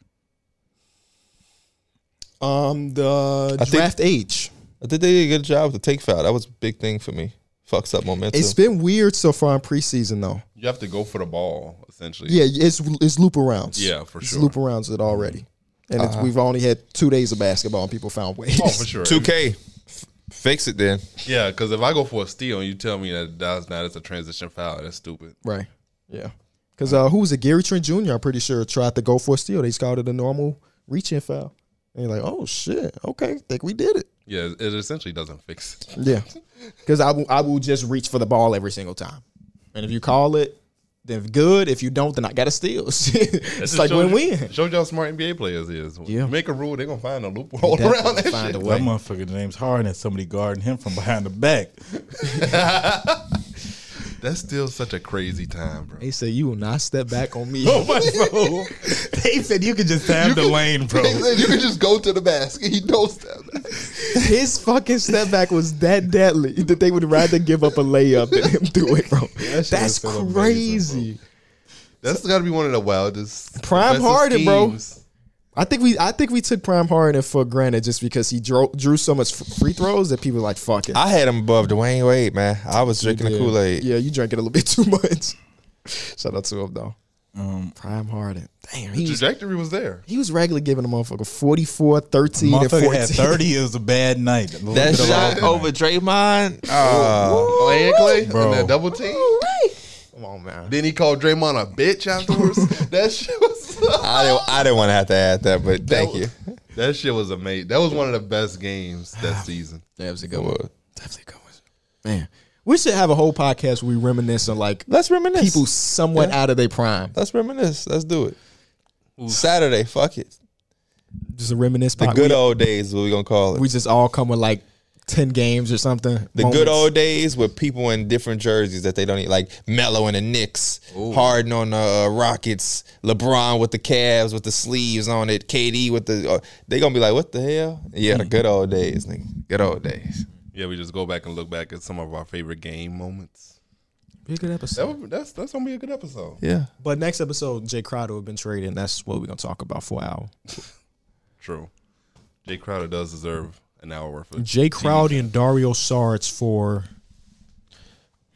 [SPEAKER 1] um the
[SPEAKER 2] I think-
[SPEAKER 1] draft age.
[SPEAKER 2] I think they did a good job with the take foul. That was a big thing for me. Fucks up momentum.
[SPEAKER 1] It's been weird so far in preseason though.
[SPEAKER 5] You have to go for the ball, essentially.
[SPEAKER 1] Yeah, it's it's loop arounds.
[SPEAKER 5] Yeah, for
[SPEAKER 1] it's
[SPEAKER 5] sure.
[SPEAKER 1] Loop arounds it already, and it's, we've only had two days of basketball, and people found ways.
[SPEAKER 5] Oh, for sure.
[SPEAKER 2] Two K. fix it then.
[SPEAKER 5] Yeah, because if I go for a steal and you tell me that that's not, it's a transition foul, that's stupid.
[SPEAKER 1] Right. Yeah. Because uh, who was it? Gary Trent Jr. I'm pretty sure tried to go for a steal. They just called it a normal reaching foul. And you're like, oh shit, okay, think we did it.
[SPEAKER 5] Yeah, it essentially doesn't fix it.
[SPEAKER 1] Yeah. Because I will, I will just reach for the ball every single time, and if you call it, then good. If you don't, then I got to steal. it's
[SPEAKER 5] Just
[SPEAKER 1] like
[SPEAKER 5] shows
[SPEAKER 1] win
[SPEAKER 5] you-
[SPEAKER 1] win.
[SPEAKER 5] Shows you how smart NBA players is.
[SPEAKER 1] Yeah.
[SPEAKER 5] Make a rule, they're going to find a loophole around that shit.
[SPEAKER 1] Find a
[SPEAKER 4] That
[SPEAKER 1] way.
[SPEAKER 4] motherfucker James Harden has somebody guarding him from behind the back.
[SPEAKER 5] That's still such a crazy time, bro.
[SPEAKER 1] They said you will not step back on me.
[SPEAKER 4] bro, they said you could just have the lane, bro.
[SPEAKER 3] you can just go to the basket. He knows that.
[SPEAKER 1] His fucking step back was that deadly that they would rather give up a layup than him do it, bro. That's
[SPEAKER 4] so amazing,
[SPEAKER 1] crazy.
[SPEAKER 5] That's got to be one of the wildest.
[SPEAKER 1] Prime
[SPEAKER 5] offensive
[SPEAKER 1] Harden, bro.
[SPEAKER 5] schemes.
[SPEAKER 1] I think we I think we took Prime Harden for granted just because he drew, drew so much f- free throws that people were like fuck it.
[SPEAKER 2] I had him above Dwayne Wade, man. I was drinking the
[SPEAKER 1] Yeah.
[SPEAKER 2] Kool Aid.
[SPEAKER 1] Yeah, you drank it a little bit too much. Shout out to him though. Prime Harden. Damn, he
[SPEAKER 5] The
[SPEAKER 1] was,
[SPEAKER 5] trajectory was there.
[SPEAKER 1] he was regularly giving a motherfucker 44, 13, and
[SPEAKER 4] Motherfucker
[SPEAKER 1] 14.
[SPEAKER 4] had 30 is a bad night. A little
[SPEAKER 2] That
[SPEAKER 4] bit of
[SPEAKER 2] shot
[SPEAKER 4] overtime.
[SPEAKER 2] over Draymond. Oh,
[SPEAKER 5] Oh, and Clay,
[SPEAKER 4] Bro.
[SPEAKER 5] and that double team.
[SPEAKER 1] Come on, man.
[SPEAKER 5] Then he called Draymond a bitch afterwards. that shit was.
[SPEAKER 2] I didn't. I didn't want to have to add that, but thank
[SPEAKER 5] was-
[SPEAKER 2] you.
[SPEAKER 5] that shit was amazing. That was one of the best games that season.
[SPEAKER 1] That was a good one. Definitely a good one. Man. We should have a whole podcast where we reminisce on like
[SPEAKER 2] Let's reminisce.
[SPEAKER 1] people somewhat out of their prime.
[SPEAKER 2] Let's reminisce. Let's do it. Saturday. Fuck it.
[SPEAKER 1] Just a reminisce
[SPEAKER 2] The
[SPEAKER 1] pod.
[SPEAKER 2] good
[SPEAKER 1] Uh, we,
[SPEAKER 2] old days. What we gonna call it?
[SPEAKER 1] we just all come with like 10 games or something.
[SPEAKER 2] The good old days with people in different jerseys that they don't eat, like Melo in the Knicks, Harden on the uh, Rockets, LeBron with the Cavs with the sleeves on it, KD with the. Uh, they gonna be like, what the hell? Yeah, the good old days, nigga. Good old days.
[SPEAKER 5] Yeah, we just go back and look back at some of our favorite game moments.
[SPEAKER 1] Be a good episode.
[SPEAKER 5] That would, that's that's gonna be a good episode.
[SPEAKER 2] Yeah.
[SPEAKER 1] But next episode, Jay Crowder will have been traded, and that's what we're gonna talk about for an hour.
[SPEAKER 5] True. Jay Crowder does deserve an hour worth of
[SPEAKER 1] Jay Crowder and Dario Saric for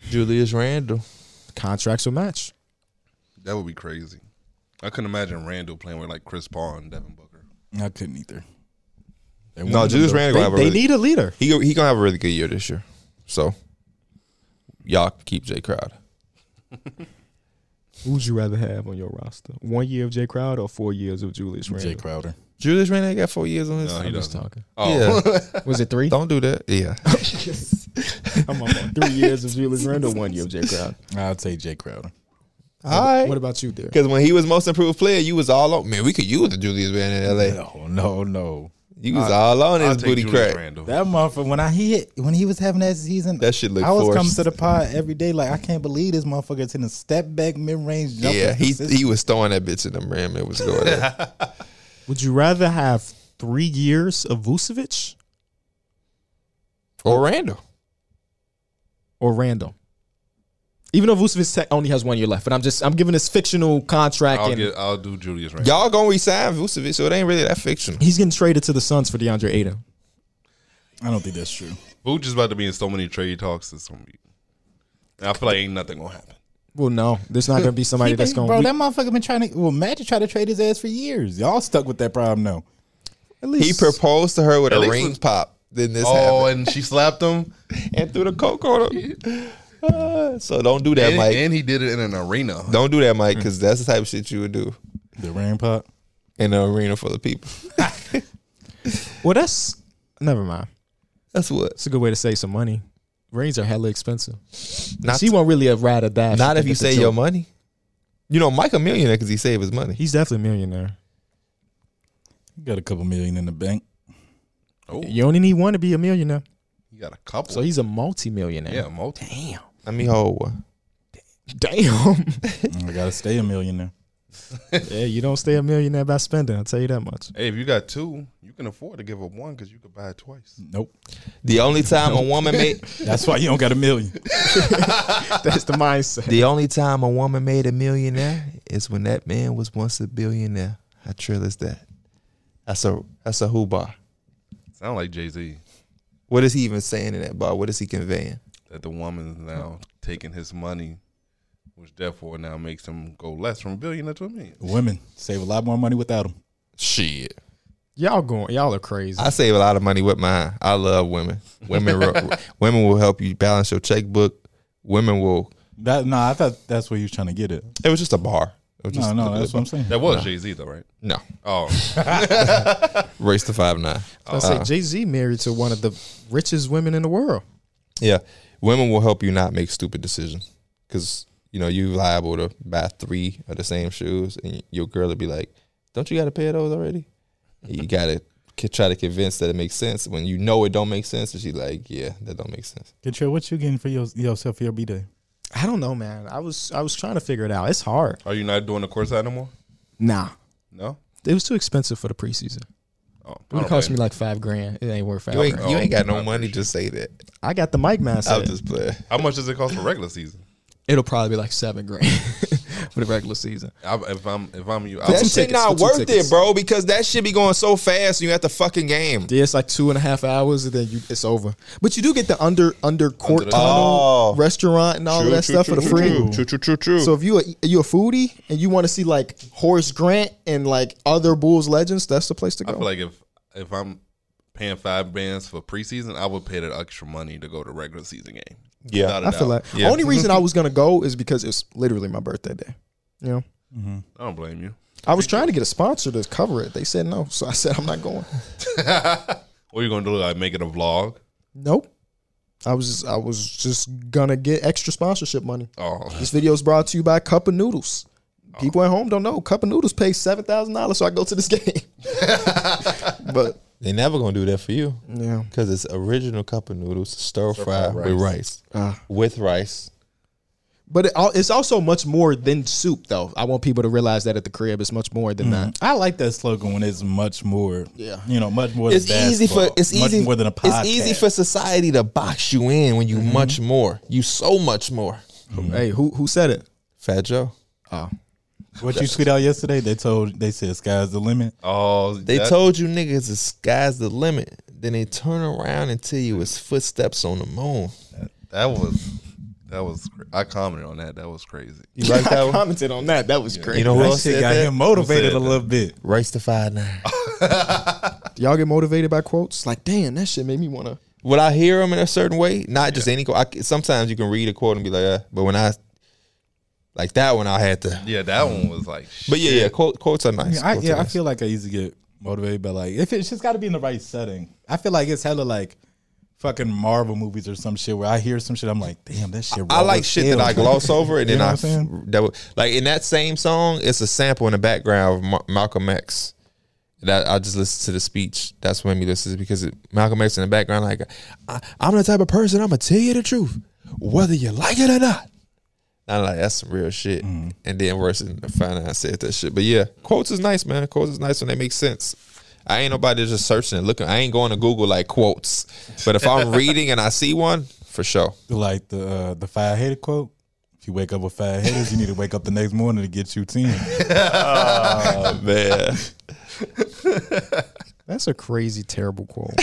[SPEAKER 2] Julius Randle.
[SPEAKER 1] contracts will match.
[SPEAKER 5] That would be crazy. I couldn't imagine Randall playing with like Chris Paul and Devin Booker.
[SPEAKER 4] I couldn't either.
[SPEAKER 2] No, Julius Randle.
[SPEAKER 1] They,
[SPEAKER 2] gonna have a
[SPEAKER 1] they
[SPEAKER 2] really-
[SPEAKER 1] need a leader.
[SPEAKER 2] he he gonna have a really good year this year. So y'all keep Jay Crowder.
[SPEAKER 1] Who would you rather have on your roster? One year of Jay Crowder or four years of Julius Randle?
[SPEAKER 4] Jay Crowder.
[SPEAKER 2] Julius Randle ain't got four years on his.
[SPEAKER 5] No, he doesn't.
[SPEAKER 1] Talking.
[SPEAKER 2] Yeah,
[SPEAKER 1] Was it three?
[SPEAKER 2] don't do that. Yeah,
[SPEAKER 1] I'm on one. three years of Julius Randle, one year of Jay Crowder.
[SPEAKER 4] I'd say Jay Crowder.
[SPEAKER 2] all
[SPEAKER 1] What
[SPEAKER 2] right.
[SPEAKER 1] about you, there?
[SPEAKER 2] Because when he was most improved player, you was all on. Man, we could use the Julius Randle in L.A.
[SPEAKER 4] No, no, no.
[SPEAKER 2] You was all on
[SPEAKER 5] I'll
[SPEAKER 2] his
[SPEAKER 5] take
[SPEAKER 2] booty
[SPEAKER 5] Julius
[SPEAKER 2] crack.
[SPEAKER 5] Randle.
[SPEAKER 4] That motherfucker when I hit when he was having that season,
[SPEAKER 2] That shit look
[SPEAKER 4] I was
[SPEAKER 2] forced.
[SPEAKER 4] coming to the pod every day like I can't believe this motherfucker taking a step back mid range jumper.
[SPEAKER 2] Yeah, he
[SPEAKER 4] This-
[SPEAKER 2] he was throwing that bitch in the rim. It was going. in.
[SPEAKER 1] Would you rather have three years of Vucevic
[SPEAKER 2] Or Randall.
[SPEAKER 1] or Randle? Even though Vucevic tech only has one year left, but I'm just I'm giving this fictional contract
[SPEAKER 5] I'll
[SPEAKER 1] and
[SPEAKER 5] get I'll do Julius Randle.
[SPEAKER 2] Y'all gonna resign Vucevic, so it ain't really that fictional.
[SPEAKER 1] he's getting traded to the Suns for DeAndre Ayton.
[SPEAKER 4] I don't think that's true.
[SPEAKER 5] Vooch is about to be in so many trade talks. It's gonna be. and I feel like ain't nothing gonna happen.
[SPEAKER 1] Well, no, there's not gonna be somebody that's gonna.
[SPEAKER 4] bro,
[SPEAKER 1] we-
[SPEAKER 4] that motherfucker been trying to. Well, Magic tried to trade his ass for years. Y'all stuck with that problem though.
[SPEAKER 1] at
[SPEAKER 2] He
[SPEAKER 1] least
[SPEAKER 2] proposed to her with a
[SPEAKER 5] least
[SPEAKER 2] ring
[SPEAKER 5] with-
[SPEAKER 2] pop. Then this
[SPEAKER 5] Oh,
[SPEAKER 2] happened,
[SPEAKER 5] and she slapped him,
[SPEAKER 2] and, threw the coke on him. Ah, so don't do that,
[SPEAKER 5] and,
[SPEAKER 2] Mike.
[SPEAKER 5] and he did it in an arena.
[SPEAKER 2] don't do that,
[SPEAKER 1] Mm.
[SPEAKER 2] Mike, because that's the type of shit you would do
[SPEAKER 4] The ring pop.
[SPEAKER 2] in an arena full of people.
[SPEAKER 1] well, that's never mind.
[SPEAKER 2] That's what.
[SPEAKER 1] It's a good way to save some money. Rings are hella expensive.
[SPEAKER 2] Not
[SPEAKER 1] she won't really a ride or die.
[SPEAKER 2] Not if you
[SPEAKER 1] say
[SPEAKER 2] save your money. You know, Mike a millionaire because he saved his money.
[SPEAKER 1] He's definitely a millionaire.
[SPEAKER 4] Got a couple million in the bank.
[SPEAKER 1] You only need one to be a millionaire.
[SPEAKER 5] He Oh, got a couple.
[SPEAKER 1] So he's a multimillionaire.
[SPEAKER 5] yeah, multi. Damn.
[SPEAKER 2] Let me hold one.
[SPEAKER 1] Damn.
[SPEAKER 4] I gotta stay a millionaire.
[SPEAKER 1] yeah, you don't stay a millionaire by spending. I'll tell you that much.
[SPEAKER 5] Hey, if you got two, you can afford to give up one because you could buy it twice.
[SPEAKER 4] Nope.
[SPEAKER 2] The only time a woman made
[SPEAKER 4] That's why you don't got a million.
[SPEAKER 1] That's the mindset.
[SPEAKER 2] the only time a woman made a millionaire is when that man was once a billionaire. How trill is that? That's a that's a who bar.
[SPEAKER 5] Sound like Jay Z
[SPEAKER 2] What is he even saying in that bar? What is he conveying?
[SPEAKER 5] that the woman's now taking his money, which therefore now makes him go less from a billionaire to a million.
[SPEAKER 4] Women save a lot more money without them.
[SPEAKER 2] Shit.
[SPEAKER 1] Y'all going? Y'all are crazy.
[SPEAKER 2] I save a lot of money with mine. I love women. Women ru- women will help you balance your checkbook. Women will.
[SPEAKER 4] That no, I thought that's where you was trying to get it.
[SPEAKER 2] It was just a bar. It was
[SPEAKER 4] No,
[SPEAKER 2] just
[SPEAKER 4] no, that's what I'm saying.
[SPEAKER 5] That was Jay Z though, right?
[SPEAKER 2] no.
[SPEAKER 5] Oh,
[SPEAKER 2] Race to five nine.
[SPEAKER 1] I
[SPEAKER 2] Uh-huh.
[SPEAKER 1] say Jay Z married to one of the richest women in the world.
[SPEAKER 2] Yeah, women will help you not make stupid decisions because you know you liable to buy three of the same shoes, and your girl will be like, "Don't you got to pay those already?" And you gotta c- try to convince that it makes sense when you know it don't make sense, and she's like, "Yeah, that don't make sense."
[SPEAKER 4] Get your what you getting for your, yourself for your b day?
[SPEAKER 1] I don't know, man. I was I was trying to figure it out. It's hard.
[SPEAKER 5] are you not doing the course anymore?
[SPEAKER 1] Nah,
[SPEAKER 5] No.
[SPEAKER 1] it was too expensive for the preseason.
[SPEAKER 5] Oh, I
[SPEAKER 1] It would
[SPEAKER 5] don't
[SPEAKER 1] cost
[SPEAKER 5] blame
[SPEAKER 1] me like five grand. It ain't worth five.
[SPEAKER 2] You ain't,
[SPEAKER 1] grand.
[SPEAKER 2] you ain't got
[SPEAKER 5] I
[SPEAKER 2] no
[SPEAKER 5] appreciate
[SPEAKER 2] money. Just say that.
[SPEAKER 1] I got the mic
[SPEAKER 2] I'm
[SPEAKER 1] mindset.
[SPEAKER 2] just playing.
[SPEAKER 5] you. How much does it cost for regular season?
[SPEAKER 1] It'll probably be like seven grand for the regular season.
[SPEAKER 5] I, if I'm if I'm you, I
[SPEAKER 2] That
[SPEAKER 1] two
[SPEAKER 2] shit
[SPEAKER 1] tickets, for
[SPEAKER 2] not
[SPEAKER 1] two
[SPEAKER 2] worth
[SPEAKER 1] tickets.
[SPEAKER 2] it, bro, because that shit be going so fast. You at the fucking game.
[SPEAKER 1] Yeah, it's like two and a half hours, and then you it's over. But you do get the under under court
[SPEAKER 5] Under the-
[SPEAKER 1] tunnel
[SPEAKER 2] Oh.
[SPEAKER 1] restaurant and all of that stuff for the free.
[SPEAKER 2] True, true, true, true.
[SPEAKER 1] So if you a, you a foodie and you want to see like Horace Grant and like other Bulls legends, that's the place to
[SPEAKER 5] I
[SPEAKER 1] go.
[SPEAKER 5] feel like if if I'm paying five bands for preseason, I would pay that extra money to go to regular season game.
[SPEAKER 2] Yeah.
[SPEAKER 5] Without a
[SPEAKER 1] I feel
[SPEAKER 5] doubt.
[SPEAKER 1] like
[SPEAKER 2] Yeah.
[SPEAKER 1] only reason I was gonna go is because it's literally my birthday day. You know,
[SPEAKER 5] I don't blame you.
[SPEAKER 1] I was trying to get a sponsor to cover it. They said no, so I said I'm not going.
[SPEAKER 5] What are you gonna do? Like make it a vlog?
[SPEAKER 1] Nope. I was just, I was just gonna get extra sponsorship money.
[SPEAKER 5] Oh,
[SPEAKER 1] This video is brought to you by Cup of Noodles. People at home don't know Cup of Noodles pays seven thousand dollars, so I go to this game. but
[SPEAKER 2] They never gonna do that for you.
[SPEAKER 1] Yeah.
[SPEAKER 2] Because it's original cup of noodles, stir fry with rice. with rice.
[SPEAKER 1] but it, al- it's also much more than soup, though. I want people to realize that at the crib, it's much more than
[SPEAKER 5] Mm-hmm.
[SPEAKER 1] that.
[SPEAKER 4] I like that slogan when it's much more.
[SPEAKER 1] Yeah.
[SPEAKER 4] you know, much more.
[SPEAKER 2] It's
[SPEAKER 4] than
[SPEAKER 2] easy for
[SPEAKER 4] basketball,
[SPEAKER 2] it's
[SPEAKER 4] much
[SPEAKER 2] easy
[SPEAKER 4] more than a podcast.
[SPEAKER 2] It's easy for society to box you in when you much more. You so much more.
[SPEAKER 1] Hey, who who said it?
[SPEAKER 2] Fat Joe.
[SPEAKER 4] what you tweet out yesterday. They told they said sky's the limit.
[SPEAKER 5] oh,
[SPEAKER 2] They
[SPEAKER 5] that-
[SPEAKER 2] told you niggas the sky's the limit. Then they turn around and tell you it's footsteps on the moon.
[SPEAKER 5] that was that was. cra- I commented on that. That was crazy.
[SPEAKER 2] You like that one?
[SPEAKER 1] commented on that. That was great.
[SPEAKER 2] You know who
[SPEAKER 4] That
[SPEAKER 2] else Oh,
[SPEAKER 4] shit
[SPEAKER 2] said
[SPEAKER 4] got
[SPEAKER 2] that?
[SPEAKER 4] him motivated
[SPEAKER 5] Who
[SPEAKER 4] a
[SPEAKER 5] said
[SPEAKER 4] little bit.
[SPEAKER 2] Race to five nine.
[SPEAKER 1] Y'all get motivated by quotes? Like, damn, that shit made me wanna.
[SPEAKER 2] Would I hear them in a certain way? Not just any quote. I c sometimes you can read a quote and be like, uh, but when I like that one, I had to.
[SPEAKER 5] Yeah, that one was like.
[SPEAKER 2] But yeah, yeah, quote, quotes are nice.
[SPEAKER 4] Yeah, I,
[SPEAKER 2] Quotes
[SPEAKER 4] yeah,
[SPEAKER 2] are
[SPEAKER 4] I
[SPEAKER 2] nice.
[SPEAKER 4] feel like I used to get motivated, but like if it's just got to be in the right setting. I feel like it's hella like fucking Marvel movies or some shit where I hear some shit. I'm like, damn, that shit.
[SPEAKER 2] I
[SPEAKER 4] raw
[SPEAKER 2] like
[SPEAKER 4] as
[SPEAKER 2] shit
[SPEAKER 4] hell.
[SPEAKER 2] that I gloss over, and
[SPEAKER 4] You
[SPEAKER 2] then
[SPEAKER 4] know
[SPEAKER 2] I
[SPEAKER 4] what I'm saying?
[SPEAKER 2] that was, like in that same song, it's a sample in the background of Mar- Malcolm X. That I just listened to the speech. That's when me listen because it, Malcolm X in the background, like I, I'm the type of person I'm gonna tell you the truth, whether you like it or not. And I'm like that's some real shit.
[SPEAKER 4] Mm-hmm.
[SPEAKER 2] And then worse than the finance said that shit. But yeah, quotes is nice, man. Quotes is nice when they make sense. I ain't nobody just searching and looking. I ain't going to Google like quotes. But if I'm reading and I see one, for sure.
[SPEAKER 4] like the uh, the five headed quote. If you wake up with five headers, you need to wake up the next morning to get you ten.
[SPEAKER 2] Man.
[SPEAKER 1] That's a crazy, terrible quote.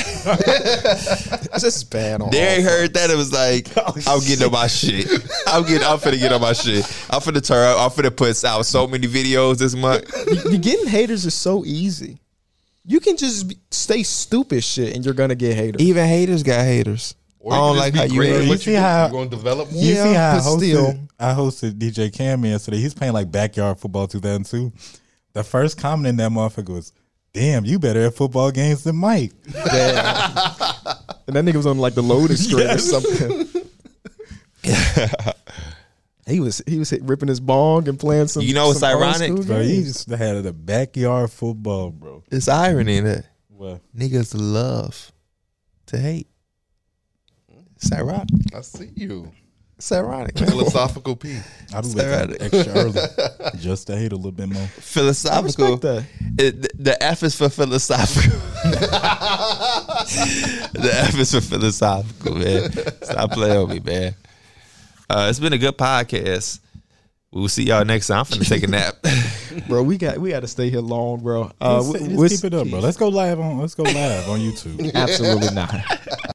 [SPEAKER 1] That's just bad. On
[SPEAKER 2] Derry heard that it was like, I'm getting on my Oh, shit. I'm getting. I'm finna get on my shit. I'm finna turn. up. I'm finna put out so many videos this month.
[SPEAKER 1] all. You- getting haters is so easy. You can just be, stay stupid shit, and you're gonna get haters.
[SPEAKER 2] Even haters got haters.
[SPEAKER 3] Or
[SPEAKER 2] I
[SPEAKER 3] you
[SPEAKER 2] don't
[SPEAKER 3] can
[SPEAKER 2] like
[SPEAKER 3] just
[SPEAKER 2] how
[SPEAKER 3] be
[SPEAKER 2] you.
[SPEAKER 3] great at
[SPEAKER 2] ain't-
[SPEAKER 4] You
[SPEAKER 3] what
[SPEAKER 4] see
[SPEAKER 3] you do.
[SPEAKER 4] how-
[SPEAKER 3] you're going to develop.
[SPEAKER 4] You see
[SPEAKER 1] Yeah,
[SPEAKER 4] how I
[SPEAKER 1] but
[SPEAKER 4] hosted,
[SPEAKER 1] still.
[SPEAKER 4] I hosted DJ Cam yesterday. He's playing like backyard football 2002. The first comment in that motherfucker was, "Damn, you better at football games than Mike."
[SPEAKER 1] And that nigga was on like the loading screen or something. he was he was hit, ripping his bong and playing some.
[SPEAKER 2] You know what's
[SPEAKER 1] some old
[SPEAKER 2] ironic?
[SPEAKER 1] school
[SPEAKER 4] Bro, he
[SPEAKER 1] games.
[SPEAKER 4] just had the backyard football, bro.
[SPEAKER 2] It's irony in it.
[SPEAKER 4] What?
[SPEAKER 2] Niggas love to hate. It's ironic.
[SPEAKER 3] I see you.
[SPEAKER 2] It's ironic. man.
[SPEAKER 3] Philosophical P.
[SPEAKER 4] I was waking up
[SPEAKER 2] Saturday.
[SPEAKER 4] extra early just to hate a little bit more.
[SPEAKER 1] I
[SPEAKER 2] philosophical.
[SPEAKER 1] respect that.
[SPEAKER 2] It, th- the F is for philosophical. the F is for philosophical, man. Stop playing with me, man. Uh, it's been a good podcast. We'll see y'all next time. I'm finna take a nap.
[SPEAKER 1] bro. We got we got to stay here long, bro. Uh,
[SPEAKER 4] Just-
[SPEAKER 1] w-
[SPEAKER 4] just
[SPEAKER 1] what's-
[SPEAKER 4] keep it up, bro. Let's go live on. Let's go live on YouTube.
[SPEAKER 1] Absolutely not.